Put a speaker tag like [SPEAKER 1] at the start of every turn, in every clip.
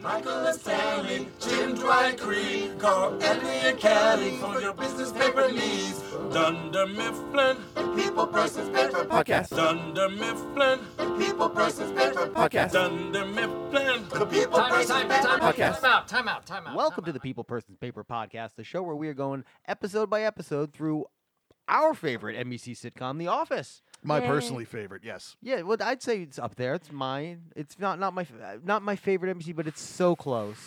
[SPEAKER 1] Michael and Stanley, Jim Dwight Creed, call Andy and Kelly for your business paper needs. Dunder Mifflin, the People Persons Paper
[SPEAKER 2] Podcast.
[SPEAKER 1] Dunder Mifflin, the People Persons Paper
[SPEAKER 2] Podcast.
[SPEAKER 1] Dunder Mifflin, the People
[SPEAKER 3] Time out,
[SPEAKER 1] Persons
[SPEAKER 3] time
[SPEAKER 1] Paper
[SPEAKER 3] out, time out,
[SPEAKER 2] Podcast.
[SPEAKER 3] time out, time out, time out.
[SPEAKER 4] Welcome to
[SPEAKER 3] time
[SPEAKER 4] the People Persons Paper Podcast, the show where we are going episode by episode through our favorite NBC sitcom, The Office.
[SPEAKER 5] My
[SPEAKER 6] Yay.
[SPEAKER 5] personally favorite, yes.
[SPEAKER 4] Yeah, well, I'd say it's up there. It's my, it's not not my f- uh, not my favorite NBC, but it's so close.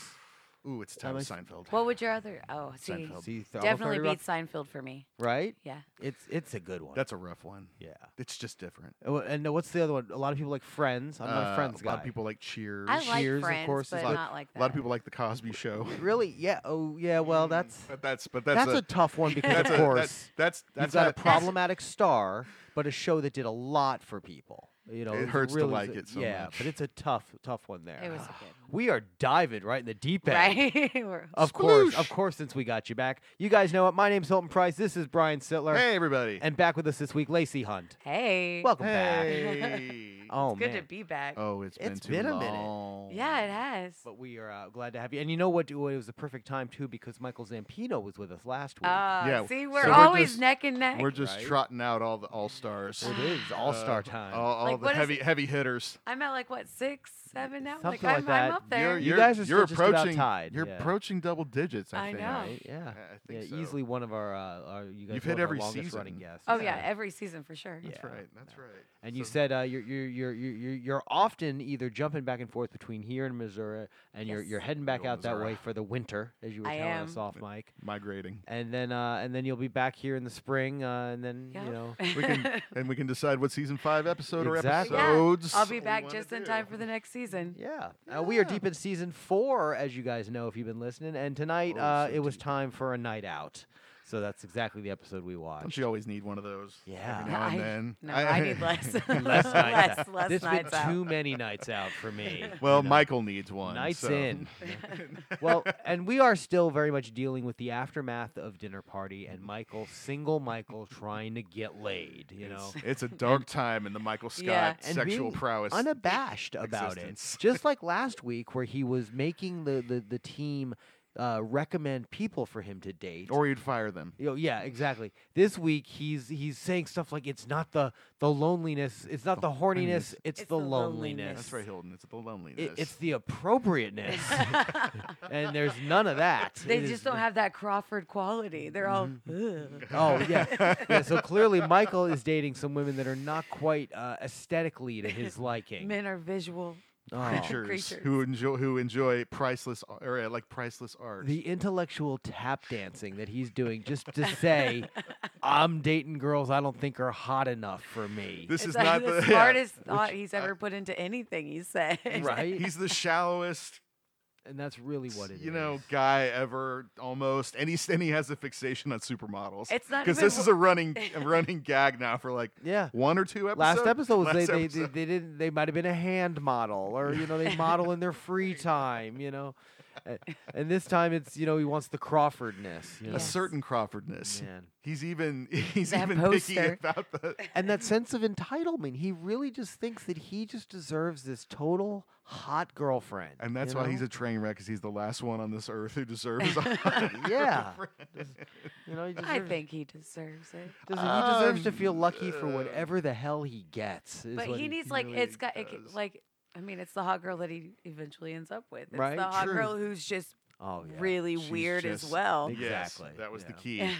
[SPEAKER 5] Ooh, it's time
[SPEAKER 4] I-
[SPEAKER 5] Seinfeld.
[SPEAKER 6] What would your other? Oh, see,
[SPEAKER 5] Seinfeld.
[SPEAKER 4] See, th- I'm
[SPEAKER 6] definitely
[SPEAKER 4] afraid
[SPEAKER 6] beat
[SPEAKER 4] of-
[SPEAKER 6] Seinfeld for me.
[SPEAKER 4] right.
[SPEAKER 6] Yeah.
[SPEAKER 4] It's it's a good one.
[SPEAKER 5] That's a rough one.
[SPEAKER 4] yeah.
[SPEAKER 5] It's just different.
[SPEAKER 4] Oh, And uh, what's the other one? A lot of people like Friends. I'm not
[SPEAKER 5] Uh,
[SPEAKER 4] a Friends
[SPEAKER 5] A
[SPEAKER 4] guy.
[SPEAKER 5] lot of people like Cheers.
[SPEAKER 6] I like
[SPEAKER 4] Cheers, of
[SPEAKER 6] Friends,
[SPEAKER 4] course, is
[SPEAKER 6] but
[SPEAKER 5] like-
[SPEAKER 6] not like
[SPEAKER 5] a
[SPEAKER 6] that.
[SPEAKER 5] lot of people like the Cosby Show.
[SPEAKER 4] really? Yeah. Oh, yeah. Well, that's
[SPEAKER 5] but that's but
[SPEAKER 4] that's,
[SPEAKER 5] Mm. that's,
[SPEAKER 4] a, tough one because
[SPEAKER 5] that's
[SPEAKER 4] of
[SPEAKER 5] a,
[SPEAKER 4] course.
[SPEAKER 5] that's that's
[SPEAKER 4] You've
[SPEAKER 5] that's
[SPEAKER 4] got a
[SPEAKER 5] not-
[SPEAKER 4] problematic star, but a show that did a lot for people. You know,
[SPEAKER 5] It
[SPEAKER 4] was
[SPEAKER 5] hurts to
[SPEAKER 4] really-
[SPEAKER 5] like it so
[SPEAKER 4] yeah,
[SPEAKER 5] much.
[SPEAKER 4] but it's a tough, tough one there.
[SPEAKER 6] It was a good.
[SPEAKER 4] we are diving right in the deep
[SPEAKER 6] one.
[SPEAKER 4] end.
[SPEAKER 6] Right. We're-
[SPEAKER 4] Of course, of course. Since we got you back, you guys know it. My name's Hilton Price. This is Brian Sittler,
[SPEAKER 5] Hey everybody.
[SPEAKER 4] and back with us this week, Lacey Hunt.
[SPEAKER 6] hey.
[SPEAKER 4] Welcome back.
[SPEAKER 5] Hey.
[SPEAKER 4] Oh
[SPEAKER 6] it's good
[SPEAKER 4] man,
[SPEAKER 6] to be back.
[SPEAKER 5] oh, it's been
[SPEAKER 4] It's
[SPEAKER 5] too
[SPEAKER 4] been a minute.
[SPEAKER 5] long.
[SPEAKER 6] yeah, it has.
[SPEAKER 4] but we are uh, glad to have you. And you know what? It was the perfect time too because Michael Zampino was with us last week.
[SPEAKER 6] Uh,
[SPEAKER 5] Yeah,
[SPEAKER 6] see,
[SPEAKER 5] so
[SPEAKER 6] we're
[SPEAKER 5] we're
[SPEAKER 6] always
[SPEAKER 5] just-
[SPEAKER 6] neck and neck.
[SPEAKER 5] We're just
[SPEAKER 4] Right.
[SPEAKER 5] trotting out all the all stars.
[SPEAKER 4] it is all star time.
[SPEAKER 5] All, all
[SPEAKER 6] Like,
[SPEAKER 5] the
[SPEAKER 6] what is
[SPEAKER 5] heavy
[SPEAKER 6] it?
[SPEAKER 5] heavy hitters.
[SPEAKER 6] I'm at like what six, seven now.
[SPEAKER 4] Something
[SPEAKER 6] like
[SPEAKER 4] like
[SPEAKER 6] I'm, I'm
[SPEAKER 4] that.
[SPEAKER 6] up there.
[SPEAKER 5] You're,
[SPEAKER 4] You
[SPEAKER 5] you're,
[SPEAKER 4] guys are still
[SPEAKER 5] you're
[SPEAKER 4] just about
[SPEAKER 5] approaching
[SPEAKER 4] tied,
[SPEAKER 5] You're
[SPEAKER 4] yeah.
[SPEAKER 5] approaching double digits. I,
[SPEAKER 6] I
[SPEAKER 5] think.
[SPEAKER 6] know.
[SPEAKER 4] right? Yeah.
[SPEAKER 5] I- I
[SPEAKER 4] Yeah,
[SPEAKER 5] think so.
[SPEAKER 4] easily one of our, uh, our you guys
[SPEAKER 5] You've
[SPEAKER 4] were
[SPEAKER 5] hit
[SPEAKER 4] one of our
[SPEAKER 5] every
[SPEAKER 4] longest running
[SPEAKER 5] season.
[SPEAKER 4] guests.
[SPEAKER 6] oh yeah, every season for sure.
[SPEAKER 4] Yeah.
[SPEAKER 5] That's right. That's
[SPEAKER 4] no.
[SPEAKER 5] right.
[SPEAKER 4] And you
[SPEAKER 5] So-
[SPEAKER 4] said uh, you're, you're you're you're you're you're often either jumping back and forth between here and Missouri, and you're
[SPEAKER 6] Yes.
[SPEAKER 4] you're heading back
[SPEAKER 5] old
[SPEAKER 4] out that
[SPEAKER 5] Missouri.
[SPEAKER 4] way for the winter, as you were
[SPEAKER 6] I
[SPEAKER 4] telling us
[SPEAKER 6] am.
[SPEAKER 4] off mic.
[SPEAKER 5] migrating.
[SPEAKER 4] And then uh, and then you'll be back here in the spring, uh, and then
[SPEAKER 6] Yeah.
[SPEAKER 4] you know
[SPEAKER 5] we can and we can decide what season five episode or
[SPEAKER 4] Exactly.
[SPEAKER 6] Yeah,
[SPEAKER 5] episodes.
[SPEAKER 6] I'll be
[SPEAKER 5] we
[SPEAKER 6] back
[SPEAKER 5] wanna
[SPEAKER 6] just in
[SPEAKER 5] do.
[SPEAKER 6] time for the next season.
[SPEAKER 4] Yeah. Uh, we are deep in season four, as you guys know if you've been listening. And tonight
[SPEAKER 5] Oh,
[SPEAKER 4] uh,
[SPEAKER 5] so
[SPEAKER 4] it was
[SPEAKER 5] deep.
[SPEAKER 4] time for a night out. So that's exactly the episode we
[SPEAKER 5] Don't
[SPEAKER 4] watched.
[SPEAKER 5] you always need one of those?
[SPEAKER 4] Yeah.
[SPEAKER 5] Every now and
[SPEAKER 6] I-
[SPEAKER 5] then.
[SPEAKER 6] No, I, need less. less,
[SPEAKER 4] nights
[SPEAKER 6] less,
[SPEAKER 4] out. This has been
[SPEAKER 6] nights out.
[SPEAKER 4] too many nights out for me.
[SPEAKER 5] Well,
[SPEAKER 4] you know.
[SPEAKER 5] Michael needs one.
[SPEAKER 4] Nights
[SPEAKER 5] so-
[SPEAKER 4] in. well, and we are still very much dealing with the aftermath of dinner party and Michael, single Michael, trying to get laid. You know,
[SPEAKER 5] It's a dark time in the Michael Scott
[SPEAKER 6] Yeah.
[SPEAKER 4] And being
[SPEAKER 5] sexual prowess.
[SPEAKER 4] unabashed about
[SPEAKER 5] existence.
[SPEAKER 4] it, just like last week where he was making the the, the team uh, recommend people for him to date.
[SPEAKER 5] or you'd fire them.
[SPEAKER 4] Yo, yeah, exactly. This week he's he's saying stuff like it's not the the loneliness, it's not the, horniness, it's,
[SPEAKER 6] It's
[SPEAKER 4] the,
[SPEAKER 6] the
[SPEAKER 4] loneliness.
[SPEAKER 6] loneliness.
[SPEAKER 5] That's right, Hilton. It's the
[SPEAKER 4] It,
[SPEAKER 5] loneliness.
[SPEAKER 4] it's the appropriateness, and there's none of that.
[SPEAKER 6] They
[SPEAKER 4] It is-
[SPEAKER 6] just don't have that Crawford quality. They're all. "Ugh."
[SPEAKER 4] Oh yeah, yeah. So clearly, Michael is dating some women that are not quite uh, aesthetically to his liking.
[SPEAKER 6] Men are visual.
[SPEAKER 4] Oh.
[SPEAKER 5] creatures,
[SPEAKER 6] creatures.
[SPEAKER 5] who enjoy who enjoy priceless ar- or uh, like priceless art.
[SPEAKER 4] The intellectual tap dancing that he's doing just to say, "I'm dating girls I don't think are hot enough for me."
[SPEAKER 5] this
[SPEAKER 6] it's
[SPEAKER 5] is
[SPEAKER 6] like
[SPEAKER 5] not
[SPEAKER 6] the,
[SPEAKER 5] the yeah,
[SPEAKER 6] smartest
[SPEAKER 5] which-
[SPEAKER 6] thought he's ever put into anything he said.
[SPEAKER 4] right,
[SPEAKER 5] He's the shallowest,
[SPEAKER 4] and that's really what it is.
[SPEAKER 5] you know, guy ever almost, and he's and he has a fixation on supermodels.
[SPEAKER 6] It's not
[SPEAKER 5] because
[SPEAKER 6] even
[SPEAKER 5] this is a running a running gag now for like
[SPEAKER 4] Yeah.
[SPEAKER 5] one or two episodes.
[SPEAKER 4] Last episode was they,
[SPEAKER 5] Last
[SPEAKER 4] they, they
[SPEAKER 5] episode.
[SPEAKER 4] they didn't they might have been a hand model or you know they model in their free time you know, A- and this time it's you know he wants the Crawfordness. You know?
[SPEAKER 5] a certain Crawfordness.
[SPEAKER 4] Man.
[SPEAKER 5] He's even he's
[SPEAKER 6] That
[SPEAKER 5] even picky
[SPEAKER 6] poster.
[SPEAKER 5] about the
[SPEAKER 4] and that sense of entitlement. He really just thinks that he just deserves this total hot girlfriend.
[SPEAKER 5] and that's
[SPEAKER 4] you
[SPEAKER 5] why
[SPEAKER 4] know?
[SPEAKER 5] he's a train wreck because he's the last one on this earth who deserves
[SPEAKER 4] yeah. Does- you know, he deserves,
[SPEAKER 6] I think he deserves it.
[SPEAKER 4] does- he deserves to
[SPEAKER 5] Um,
[SPEAKER 4] feel lucky for
[SPEAKER 5] uh,
[SPEAKER 4] whatever the hell he gets. is
[SPEAKER 6] But
[SPEAKER 4] what
[SPEAKER 6] he needs like
[SPEAKER 5] really
[SPEAKER 6] it's got it, c-
[SPEAKER 5] does.
[SPEAKER 6] like I mean it's the hot girl that he eventually ends up with. It's
[SPEAKER 4] Right,
[SPEAKER 6] the hot
[SPEAKER 5] true.
[SPEAKER 6] girl who's just
[SPEAKER 4] Oh yeah.
[SPEAKER 6] really
[SPEAKER 5] She's
[SPEAKER 6] weird as
[SPEAKER 5] just-
[SPEAKER 6] well.
[SPEAKER 4] Big- Exactly,
[SPEAKER 5] Yes, that was the
[SPEAKER 4] yeah.
[SPEAKER 5] key.
[SPEAKER 4] Yeah.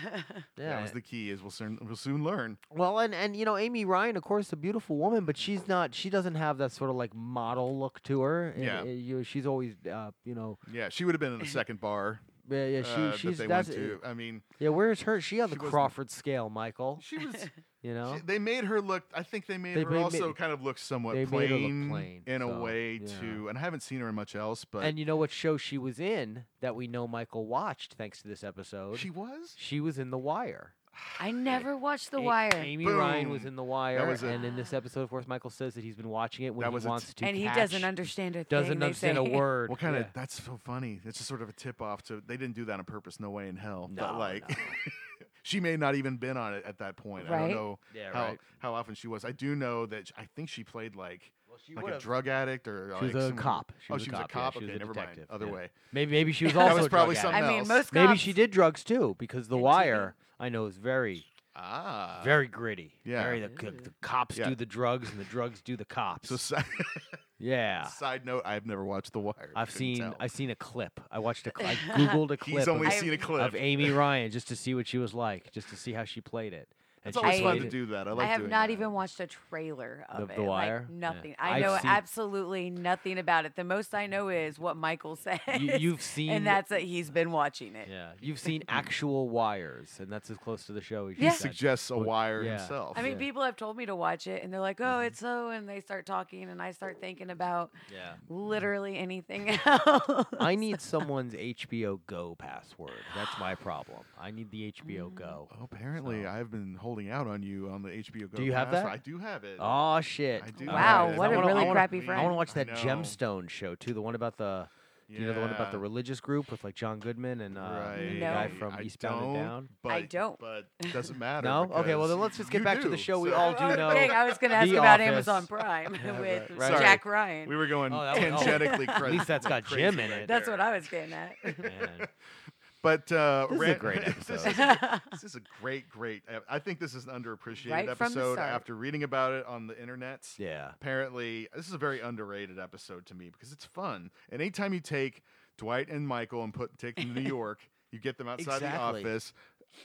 [SPEAKER 5] That was the key is we'll soon we'll soon learn.
[SPEAKER 4] Well, and and you know Amy Ryan, of course, a beautiful woman, but she's not. She doesn't have that sort of like model look to her. and,
[SPEAKER 5] Yeah.
[SPEAKER 4] uh, you, she's always, uh, you know,
[SPEAKER 5] Yeah, she would have been in the second bar
[SPEAKER 4] yeah, yeah. She,
[SPEAKER 5] uh,
[SPEAKER 4] she's
[SPEAKER 5] that they
[SPEAKER 4] that's
[SPEAKER 5] went to. I mean,
[SPEAKER 4] yeah. Where's her? She on
[SPEAKER 5] She
[SPEAKER 4] the
[SPEAKER 5] wasn't-
[SPEAKER 4] Crawford scale, Michael.
[SPEAKER 5] she was. she-
[SPEAKER 4] You know,
[SPEAKER 5] they made her look. I think they made
[SPEAKER 4] They
[SPEAKER 5] her
[SPEAKER 4] made-
[SPEAKER 5] also
[SPEAKER 4] made-
[SPEAKER 5] kind of look somewhat
[SPEAKER 4] they made
[SPEAKER 5] plain,
[SPEAKER 4] her look plain,
[SPEAKER 5] in a
[SPEAKER 4] so,
[SPEAKER 5] way
[SPEAKER 4] yeah.
[SPEAKER 5] to. And I haven't seen her in much else, but
[SPEAKER 4] and you know what show she was in that we know Michael watched thanks to this episode?
[SPEAKER 5] she was.
[SPEAKER 4] She was in The Wire.
[SPEAKER 6] I never watched The
[SPEAKER 4] A-
[SPEAKER 6] Wire.
[SPEAKER 4] Amy Ryan was
[SPEAKER 5] Boom.
[SPEAKER 4] in The Wire,
[SPEAKER 5] was a-
[SPEAKER 4] and in this episode, of course, Michael says that he's been watching it when
[SPEAKER 5] That
[SPEAKER 4] he
[SPEAKER 5] was a t-
[SPEAKER 4] wants to,
[SPEAKER 6] and he
[SPEAKER 4] catch-
[SPEAKER 6] doesn't understand a thing.
[SPEAKER 4] doesn't
[SPEAKER 6] they
[SPEAKER 4] understand a
[SPEAKER 6] say.
[SPEAKER 4] word.
[SPEAKER 5] What kind of?
[SPEAKER 4] Yeah.
[SPEAKER 5] That's so funny. It's just sort of a tip off to. They didn't do that on purpose. No way in hell.
[SPEAKER 4] No,
[SPEAKER 5] but like,
[SPEAKER 4] no.
[SPEAKER 5] she may not even been on it at that point. I
[SPEAKER 6] Right?
[SPEAKER 5] don't know
[SPEAKER 4] Yeah,
[SPEAKER 5] how
[SPEAKER 4] right.
[SPEAKER 5] how often she was. I do know that sh- I think she played like
[SPEAKER 4] She
[SPEAKER 5] like a
[SPEAKER 4] would've-
[SPEAKER 5] drug addict or
[SPEAKER 4] She was
[SPEAKER 5] like
[SPEAKER 4] a
[SPEAKER 5] some-
[SPEAKER 4] cop. She
[SPEAKER 5] oh,
[SPEAKER 4] was
[SPEAKER 5] she
[SPEAKER 4] a
[SPEAKER 5] was
[SPEAKER 4] cop.
[SPEAKER 5] a
[SPEAKER 4] yeah,
[SPEAKER 5] cop.
[SPEAKER 4] she was
[SPEAKER 5] okay,
[SPEAKER 4] a
[SPEAKER 5] never mind.
[SPEAKER 4] detective,
[SPEAKER 5] Other
[SPEAKER 4] yeah.
[SPEAKER 5] way.
[SPEAKER 4] Maybe maybe she was
[SPEAKER 6] That
[SPEAKER 4] also
[SPEAKER 5] was
[SPEAKER 4] a
[SPEAKER 5] probably
[SPEAKER 4] drug addict.
[SPEAKER 5] something
[SPEAKER 6] I mean,
[SPEAKER 5] else.
[SPEAKER 6] most
[SPEAKER 4] Maybe
[SPEAKER 6] cops-
[SPEAKER 4] she did drugs too, because The
[SPEAKER 6] And TV.
[SPEAKER 4] Wire I know is very
[SPEAKER 5] Ah,
[SPEAKER 4] very gritty.
[SPEAKER 5] yeah.
[SPEAKER 4] very the, c- the cops
[SPEAKER 5] Yeah.
[SPEAKER 4] do the drugs and the drugs do the cops.
[SPEAKER 5] So side,
[SPEAKER 4] yeah,
[SPEAKER 5] side note: I've never watched The Wire.
[SPEAKER 4] I've
[SPEAKER 5] couldn't
[SPEAKER 4] seen
[SPEAKER 5] tell.
[SPEAKER 4] I've seen a clip. I watched a cl- I googled a clip
[SPEAKER 5] He's only
[SPEAKER 4] of,
[SPEAKER 6] I've-
[SPEAKER 5] seen a clip.
[SPEAKER 4] of Amy Ryan just to see what she was like, just to see how she played it. And
[SPEAKER 5] it's
[SPEAKER 4] she
[SPEAKER 5] always
[SPEAKER 6] I-
[SPEAKER 5] fun
[SPEAKER 4] played
[SPEAKER 5] to
[SPEAKER 4] it-
[SPEAKER 5] do that. I
[SPEAKER 6] I
[SPEAKER 5] like.
[SPEAKER 6] have
[SPEAKER 5] doing
[SPEAKER 6] not
[SPEAKER 5] that.
[SPEAKER 6] even watched a trailer of
[SPEAKER 4] Of The
[SPEAKER 6] it.
[SPEAKER 4] Wire?
[SPEAKER 6] Like,
[SPEAKER 4] Yeah.
[SPEAKER 6] nothing. I
[SPEAKER 4] I've
[SPEAKER 6] know
[SPEAKER 4] seen-
[SPEAKER 6] absolutely nothing about it. The most I know is what Michael says.
[SPEAKER 4] you've seen-
[SPEAKER 6] and that's that he's been watching it.
[SPEAKER 4] Yeah, you've seen actual wires, and that's as close to the show as you
[SPEAKER 6] Yeah.
[SPEAKER 4] got.
[SPEAKER 5] suggests a
[SPEAKER 4] Well,
[SPEAKER 5] wire
[SPEAKER 4] yeah.
[SPEAKER 5] himself.
[SPEAKER 6] I
[SPEAKER 4] Yeah.
[SPEAKER 6] mean,
[SPEAKER 4] Mm-hmm.
[SPEAKER 6] people have told me to watch it, and they're like, "Oh, it's so," and they start talking, and I start thinking about
[SPEAKER 4] Yeah.
[SPEAKER 6] literally anything else.
[SPEAKER 4] I need someone's HBO Go password. That's my problem. I need the HBO Go.
[SPEAKER 6] Mm.
[SPEAKER 5] Oh, apparently,
[SPEAKER 4] So-
[SPEAKER 5] I've been holding out on you on the HBO Go.
[SPEAKER 4] you have
[SPEAKER 5] password.
[SPEAKER 4] that?
[SPEAKER 5] I do have it.
[SPEAKER 4] Oh shit!
[SPEAKER 5] I do.
[SPEAKER 4] All
[SPEAKER 6] Wow,
[SPEAKER 5] have it. I
[SPEAKER 6] what a
[SPEAKER 5] wanna- I
[SPEAKER 6] really
[SPEAKER 5] wanna
[SPEAKER 6] crappy
[SPEAKER 5] read-
[SPEAKER 4] I
[SPEAKER 6] friend.
[SPEAKER 4] want to watch
[SPEAKER 5] I
[SPEAKER 4] that
[SPEAKER 5] know.
[SPEAKER 4] Gemstone show too. The one about the you know the one about the
[SPEAKER 5] Yeah.
[SPEAKER 4] religious group with like John Goodman and uh, the guy
[SPEAKER 6] No.
[SPEAKER 4] from
[SPEAKER 5] I
[SPEAKER 4] Eastbound
[SPEAKER 5] don't,
[SPEAKER 4] and Down.
[SPEAKER 5] But,
[SPEAKER 6] I don't.
[SPEAKER 5] But it doesn't matter.
[SPEAKER 4] No? Okay, well, then
[SPEAKER 5] because
[SPEAKER 4] let's just get
[SPEAKER 5] you
[SPEAKER 4] back to the
[SPEAKER 5] do,
[SPEAKER 4] show we
[SPEAKER 5] so-
[SPEAKER 4] all do
[SPEAKER 6] Oh,
[SPEAKER 4] know.
[SPEAKER 6] dang, I was going to ask
[SPEAKER 4] The
[SPEAKER 6] about
[SPEAKER 4] Office.
[SPEAKER 6] Amazon Prime with
[SPEAKER 4] right.
[SPEAKER 5] Sorry.
[SPEAKER 6] Jack Ryan.
[SPEAKER 5] We were going
[SPEAKER 4] Oh, that was- oh.
[SPEAKER 5] tangentially
[SPEAKER 4] At
[SPEAKER 5] crazy.
[SPEAKER 4] least that's got
[SPEAKER 5] crazy
[SPEAKER 4] Jim in
[SPEAKER 5] right
[SPEAKER 4] it.
[SPEAKER 6] That's what
[SPEAKER 5] there.
[SPEAKER 6] I was getting at.
[SPEAKER 4] Man,
[SPEAKER 5] But uh,
[SPEAKER 4] This is a
[SPEAKER 5] Ran-
[SPEAKER 4] great
[SPEAKER 5] this,
[SPEAKER 4] episode.
[SPEAKER 5] is a, this is a great, great. uh, I think this is an underappreciated
[SPEAKER 6] Right from the
[SPEAKER 5] episode.
[SPEAKER 6] start.
[SPEAKER 5] After reading about it on the internet,
[SPEAKER 4] yeah.
[SPEAKER 5] apparently this is a very underrated episode to me because it's fun. And anytime you take Dwight and Michael and put take them to New York, you get them outside
[SPEAKER 4] Exactly.
[SPEAKER 5] the office.